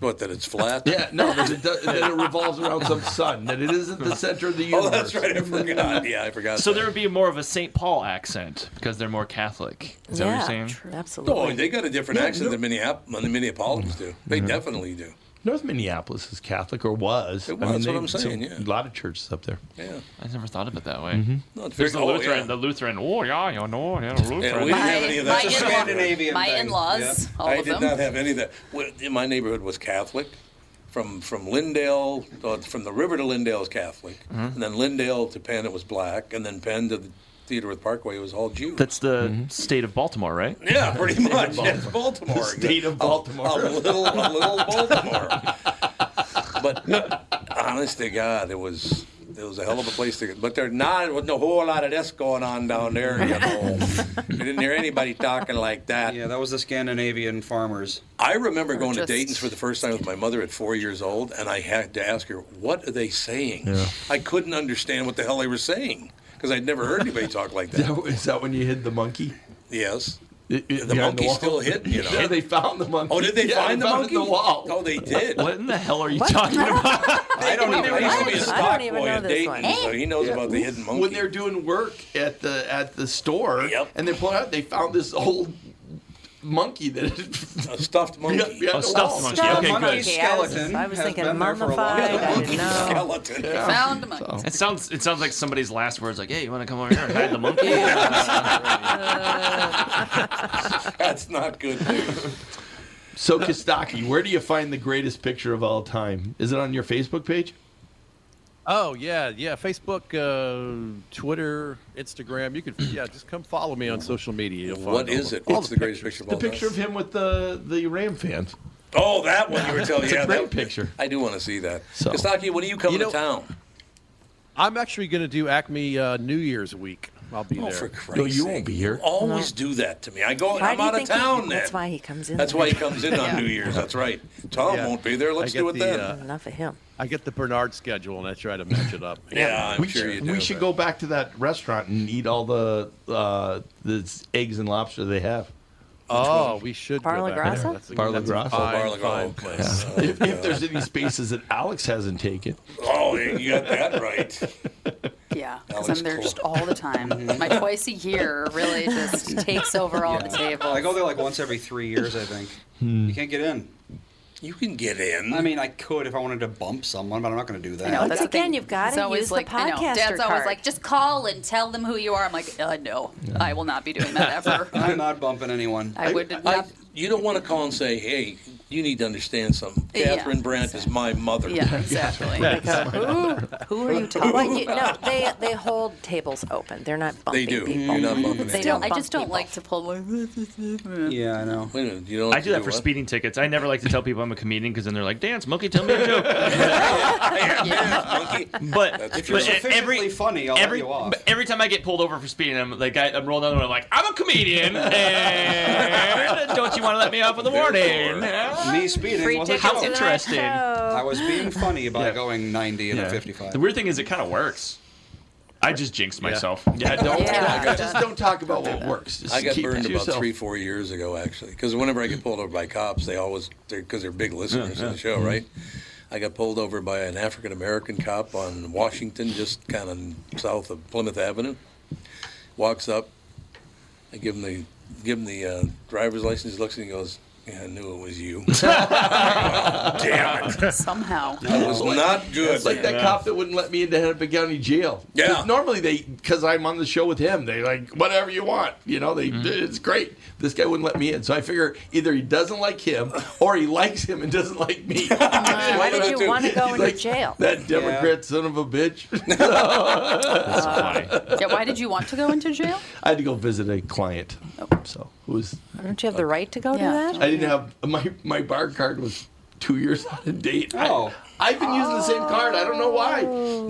Speaker 3: what that it's flat.
Speaker 7: Yeah, no, that it, does, that it revolves around some sun. That it isn't the center of the universe.
Speaker 3: Oh, that's right. I forgot. Yeah, I forgot.
Speaker 4: So
Speaker 3: that.
Speaker 4: there would be more of a St. Paul accent because they're more Catholic. Is that what
Speaker 1: Yeah,
Speaker 4: you're saying?
Speaker 3: Oh, they got a different accent than Minneap- than Minneapolis do. They definitely do.
Speaker 7: North Minneapolis is Catholic or was.
Speaker 3: It was, that's what I'm
Speaker 7: so-
Speaker 3: saying, yeah.
Speaker 7: a lot of churches up there.
Speaker 3: Yeah.
Speaker 4: I never thought of it that way.
Speaker 7: Mhm.
Speaker 3: No, it's
Speaker 4: There's
Speaker 3: very-
Speaker 4: the
Speaker 3: oh,
Speaker 4: Lutheran,
Speaker 3: yeah.
Speaker 4: the Lutheran. Oh yeah, you know, yeah, Lutheran.
Speaker 3: we didn't have any of that.
Speaker 5: my in-law- my in-laws, all
Speaker 3: I
Speaker 5: of
Speaker 3: did
Speaker 5: them.
Speaker 3: not have any of that. Well, in my neighborhood was Catholic. From from Lindale, uh, from the river to Lindale is Catholic,
Speaker 20: Mhm.
Speaker 3: and then Lindale to Penn it was black, and then Penn to the Theodore Parkway it was all Jew.
Speaker 4: That's the state of Baltimore, right?
Speaker 3: Mm-hmm. Yeah, pretty much. Yes, Baltimore. State of Baltimore. A, little, a little Baltimore. but honest to God, it was it was a hell of a place to get. But there's not wasn't a whole lot of this going on down there. You know, you didn't hear anybody talking like that.
Speaker 2: Yeah, that was the Scandinavian farmers.
Speaker 3: I remember going
Speaker 2: just-
Speaker 3: to Dayton's for the first time with my mother at four years old, and I had to ask her, "What are they saying?"
Speaker 7: Yeah.
Speaker 3: I couldn't understand what the hell they were saying because I'd never heard anybody talk like
Speaker 7: Is
Speaker 3: that.
Speaker 7: that- is that when you hid the monkey?
Speaker 3: Yes.
Speaker 7: It- it-
Speaker 3: The
Speaker 7: behind
Speaker 3: monkey's
Speaker 7: wall?
Speaker 3: still hidden, you know.
Speaker 7: Yeah, they found the monkey.
Speaker 3: Oh, did they
Speaker 7: Yeah,
Speaker 3: find the
Speaker 7: found it
Speaker 3: monkey?
Speaker 7: in the wall.
Speaker 3: Oh, they did.
Speaker 7: What in the hell are you talking
Speaker 3: I don't even. I used to be a
Speaker 7: I
Speaker 3: stock
Speaker 7: don't even
Speaker 3: boy
Speaker 7: know
Speaker 3: at
Speaker 7: this
Speaker 3: Dayton,
Speaker 7: one.
Speaker 3: so he knows about the hidden monkey.
Speaker 7: When they're doing work at the at the store, and they pull it out, they found this old monkey that
Speaker 3: a stuffed monkey,
Speaker 7: yeah,
Speaker 1: A stuffed monkey. Stuffed Okay, good. monkey. I was-
Speaker 7: Skeleton.
Speaker 1: I was
Speaker 7: has
Speaker 1: thinking
Speaker 7: been there for a while.
Speaker 1: mummified, I didn't know.
Speaker 3: Skeleton.
Speaker 5: Found a monkey.
Speaker 4: It sounds it sounds like somebody's last words, like, "Hey, you want to come over here and hide the monkey?"
Speaker 3: That's not good news.
Speaker 7: So Kostaki, where do you find the greatest picture of all time? Is it on your Facebook page?
Speaker 18: Oh yeah, yeah. Facebook, uh, Twitter, Instagram. You could yeah, just come follow me on social media. You'll find
Speaker 3: What
Speaker 18: all
Speaker 3: is
Speaker 18: the-
Speaker 3: it?
Speaker 18: all
Speaker 3: What's the greatest picture of
Speaker 7: The
Speaker 3: all time?
Speaker 7: picture of him with the the Ram fans.
Speaker 3: Oh, that one you were telling.
Speaker 7: It's a
Speaker 3: yeah,
Speaker 7: great
Speaker 3: that, picture. I do want to see that.
Speaker 18: So-
Speaker 3: Kostaki, when are you coming
Speaker 18: You know-
Speaker 3: to town?
Speaker 18: I'm actually going to do Acme uh, New Year's week. I'll be
Speaker 3: Oh,
Speaker 18: there.
Speaker 3: for Christ's sake. You Always do that to me. I go.
Speaker 1: Why
Speaker 3: I'm
Speaker 1: do you
Speaker 3: out of
Speaker 1: think he-
Speaker 3: town. then.
Speaker 1: That's why he comes in.
Speaker 3: That's
Speaker 1: there.
Speaker 3: why he comes in on New Year's. That's right. Tom
Speaker 18: Yeah.
Speaker 3: won't be there. Let's
Speaker 18: I get
Speaker 3: do it
Speaker 18: the,
Speaker 3: then.
Speaker 18: uh,
Speaker 1: Enough of him.
Speaker 18: I get the Bernard schedule and I try to match it up.
Speaker 3: yeah, I'm
Speaker 7: we
Speaker 3: sure
Speaker 7: should,
Speaker 3: you do.
Speaker 7: we should
Speaker 3: but-
Speaker 7: go back to that restaurant and eat all the uh, the s- eggs and lobster they have.
Speaker 18: Oh, we should go
Speaker 7: Barla
Speaker 18: Barla back there. Grassa? That's a-
Speaker 7: Barla
Speaker 18: that's a
Speaker 7: Grassa.
Speaker 18: fine, Barla fine Grassa. place.
Speaker 7: Yeah.
Speaker 18: Oh,
Speaker 7: if, if there's any spaces that Alex hasn't taken,
Speaker 3: Oh, you got that right.
Speaker 5: Yeah, because
Speaker 7: Alex
Speaker 5: I'm there
Speaker 7: Cole.
Speaker 5: just all the time. My twice a year really just takes over all the table.
Speaker 2: I go there like once every three years, I think.
Speaker 1: Hmm.
Speaker 2: You can't get in.
Speaker 3: You can get in.
Speaker 2: I mean, I could if I wanted to bump someone, but I'm not going to do that.
Speaker 5: I know, that's the
Speaker 1: Again,
Speaker 5: thing.
Speaker 1: you've got
Speaker 5: It's
Speaker 1: to
Speaker 5: always
Speaker 1: use
Speaker 5: like,
Speaker 1: the
Speaker 5: I know.
Speaker 1: podcaster
Speaker 5: Dad's always
Speaker 1: card.
Speaker 5: like, just call and tell them who you are. I'm like, uh, no, I will not be doing that ever.
Speaker 2: I'm not bumping anyone.
Speaker 5: I would not.
Speaker 3: you don't want to call and say, "Hey, you need to understand something."
Speaker 5: Yeah,
Speaker 3: Catherine Brandt is my mother.
Speaker 5: Yeah, exactly. uh,
Speaker 1: They go, "Who- who are you talking? Well, you, no, they they hold tables open. They're not
Speaker 3: They
Speaker 1: bumping
Speaker 3: do. You're
Speaker 1: people.
Speaker 3: not bumping
Speaker 1: They
Speaker 3: anyone.
Speaker 1: don't.
Speaker 5: I just don't
Speaker 1: bump people.
Speaker 5: like to pull my.
Speaker 2: Yeah, I know.
Speaker 3: Wait a minute. You don't
Speaker 4: I do that for
Speaker 3: what?
Speaker 4: speeding tickets. I never like to tell people I'm a comedian because then they're like, "Dance, monkey, tell me a joke." But
Speaker 2: If you're
Speaker 1: uh,
Speaker 4: but e-
Speaker 2: sufficiently
Speaker 4: every
Speaker 2: funny, I'll
Speaker 4: every
Speaker 2: let you off.
Speaker 4: but every time I get pulled over for speeding, I'm like, I, I'm rolling down the road. I'm like, I'm a comedian, and don't you want to let me off with a warning?
Speaker 2: Me speeding
Speaker 4: Free
Speaker 2: was a
Speaker 4: tickets
Speaker 2: joke.
Speaker 4: to the next Ah. Interesting. show.
Speaker 2: I was being funny by going 90 and
Speaker 4: Yeah.
Speaker 2: a 55.
Speaker 4: The weird thing is, it kind of works. I just jinxed myself.
Speaker 3: Yeah, don't- Yeah. just
Speaker 7: don't talk about what works. Just
Speaker 3: I got
Speaker 7: keep it
Speaker 3: burned
Speaker 7: to
Speaker 3: about
Speaker 7: yourself.
Speaker 3: three, four years ago, actually, because whenever I get pulled over by cops, they always because they're, big listeners
Speaker 7: Yeah,
Speaker 3: to
Speaker 7: yeah.
Speaker 3: the show, right? I got pulled over by an African American cop on Washington, just kind of south of Plymouth Avenue. Walks up, I give him the give him the uh, driver's license. He looks and he goes, "Yeah, I knew it was you." Damn it!
Speaker 5: Somehow.
Speaker 3: That was not good.
Speaker 7: It's like that
Speaker 3: Yeah.
Speaker 7: cop that wouldn't let me into Hennepin County Jail. 'Cause
Speaker 3: Yeah.
Speaker 7: Normally they, because I'm on the show with him, they like whatever you want. You know,
Speaker 1: Mm-hmm.
Speaker 7: they it's great. This guy wouldn't let me in, so I figure either he doesn't like him or he likes him and doesn't like me.
Speaker 1: Why did you want to go
Speaker 7: He's
Speaker 1: into
Speaker 7: like,
Speaker 1: jail?
Speaker 7: That Democrat son of a bitch.
Speaker 5: Yeah, why did you want to go into jail?
Speaker 7: I had to go visit a client. So it was.
Speaker 1: Don't you have the right to go
Speaker 5: Yeah.
Speaker 1: do that?
Speaker 7: I didn't have my my bar card was two years out of date. Oh. I, have been using the same card. I don't know why.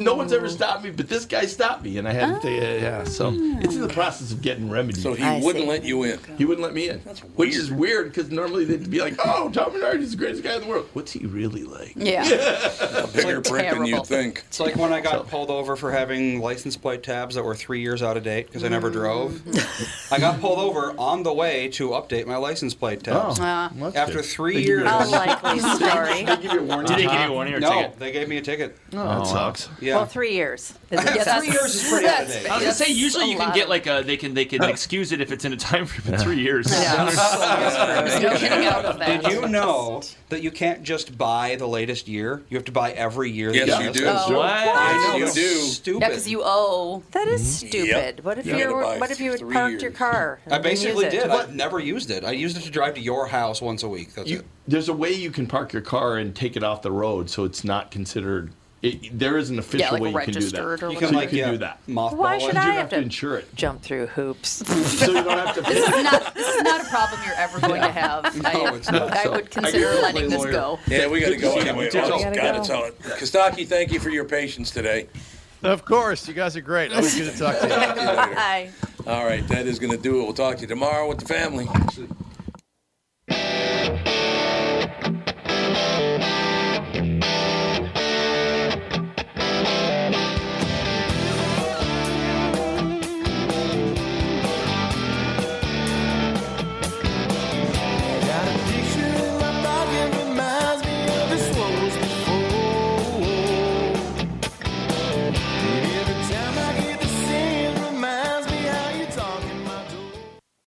Speaker 7: No one's ever stopped me, but this guy stopped me, and I had to. Yeah, so it's in the process of getting remedied.
Speaker 3: So he I wouldn't see. let you in.
Speaker 7: He wouldn't let me in, which is weird because normally they'd be like, "Oh, Tom Bernard is the greatest guy in the world." What's he really like?
Speaker 3: a bigger prick than you think.
Speaker 2: It's like when I got pulled over for having license plate tabs that were three years out of date because I
Speaker 5: Mm-hmm.
Speaker 2: never drove. I got pulled over on the way to update my license plate tabs.
Speaker 1: Oh,
Speaker 5: Uh,
Speaker 1: Ah.
Speaker 2: After three
Speaker 1: They give you-
Speaker 2: years.
Speaker 1: Unlikely story. Did they give you a warning? Did they give you a warning or a
Speaker 2: no,
Speaker 1: ticket?
Speaker 2: they gave me a ticket.
Speaker 1: Oh, that
Speaker 7: sucks.
Speaker 2: Yeah.
Speaker 1: Well, three years. Is
Speaker 2: Yeah,
Speaker 1: it?
Speaker 2: that's- Three years is pretty out of that's- date.
Speaker 4: I was gonna say
Speaker 2: That's
Speaker 4: usually
Speaker 2: a
Speaker 4: you can
Speaker 2: lot
Speaker 4: get like a they can they can excuse it if it's in a time frame of three years.
Speaker 2: Did you know that you can't just buy the latest year? You have to buy every year.
Speaker 3: Yes,
Speaker 2: that
Speaker 3: you
Speaker 2: has
Speaker 3: do.
Speaker 2: been
Speaker 3: Oh,
Speaker 2: sold.
Speaker 3: What?
Speaker 2: I know,
Speaker 3: you
Speaker 2: it's
Speaker 3: do.
Speaker 2: Stupid.
Speaker 5: Yeah, because you owe.
Speaker 1: That is stupid. What if
Speaker 2: Yeah.
Speaker 1: Mm-hmm. you
Speaker 2: You gotta
Speaker 1: were,
Speaker 2: buy
Speaker 1: what if you had
Speaker 2: three
Speaker 1: parked your car?
Speaker 2: I
Speaker 1: and didn't
Speaker 2: basically
Speaker 1: use it?
Speaker 2: did. I've never used it. I used it to drive to your house once a week. That's it.
Speaker 7: There's a way you can park your car and take it off the road, so it's not considered. It, there is an official
Speaker 1: like
Speaker 7: way you can do that.
Speaker 1: registered or
Speaker 7: you
Speaker 1: whatever.
Speaker 7: can, like,
Speaker 1: You can
Speaker 7: do
Speaker 1: do
Speaker 7: that.
Speaker 1: Why should I
Speaker 7: you
Speaker 1: have
Speaker 7: have to insure it?
Speaker 1: Jump through hoops.
Speaker 7: so you don't have to.
Speaker 5: This is not. This is not a problem you're ever going to have.
Speaker 7: Oh,
Speaker 5: I, I would consider letting this go.
Speaker 3: Yeah, we got to go
Speaker 7: Good to see you.
Speaker 3: anyway. Oh,
Speaker 7: We
Speaker 3: I
Speaker 7: gotta
Speaker 3: just got to
Speaker 7: go.
Speaker 3: tell it. Kostaki, thank you for your patience today.
Speaker 18: Of course, you guys are great. Always good to talk to you.
Speaker 3: All right, that is going to do it. We'll talk to you tomorrow with the family.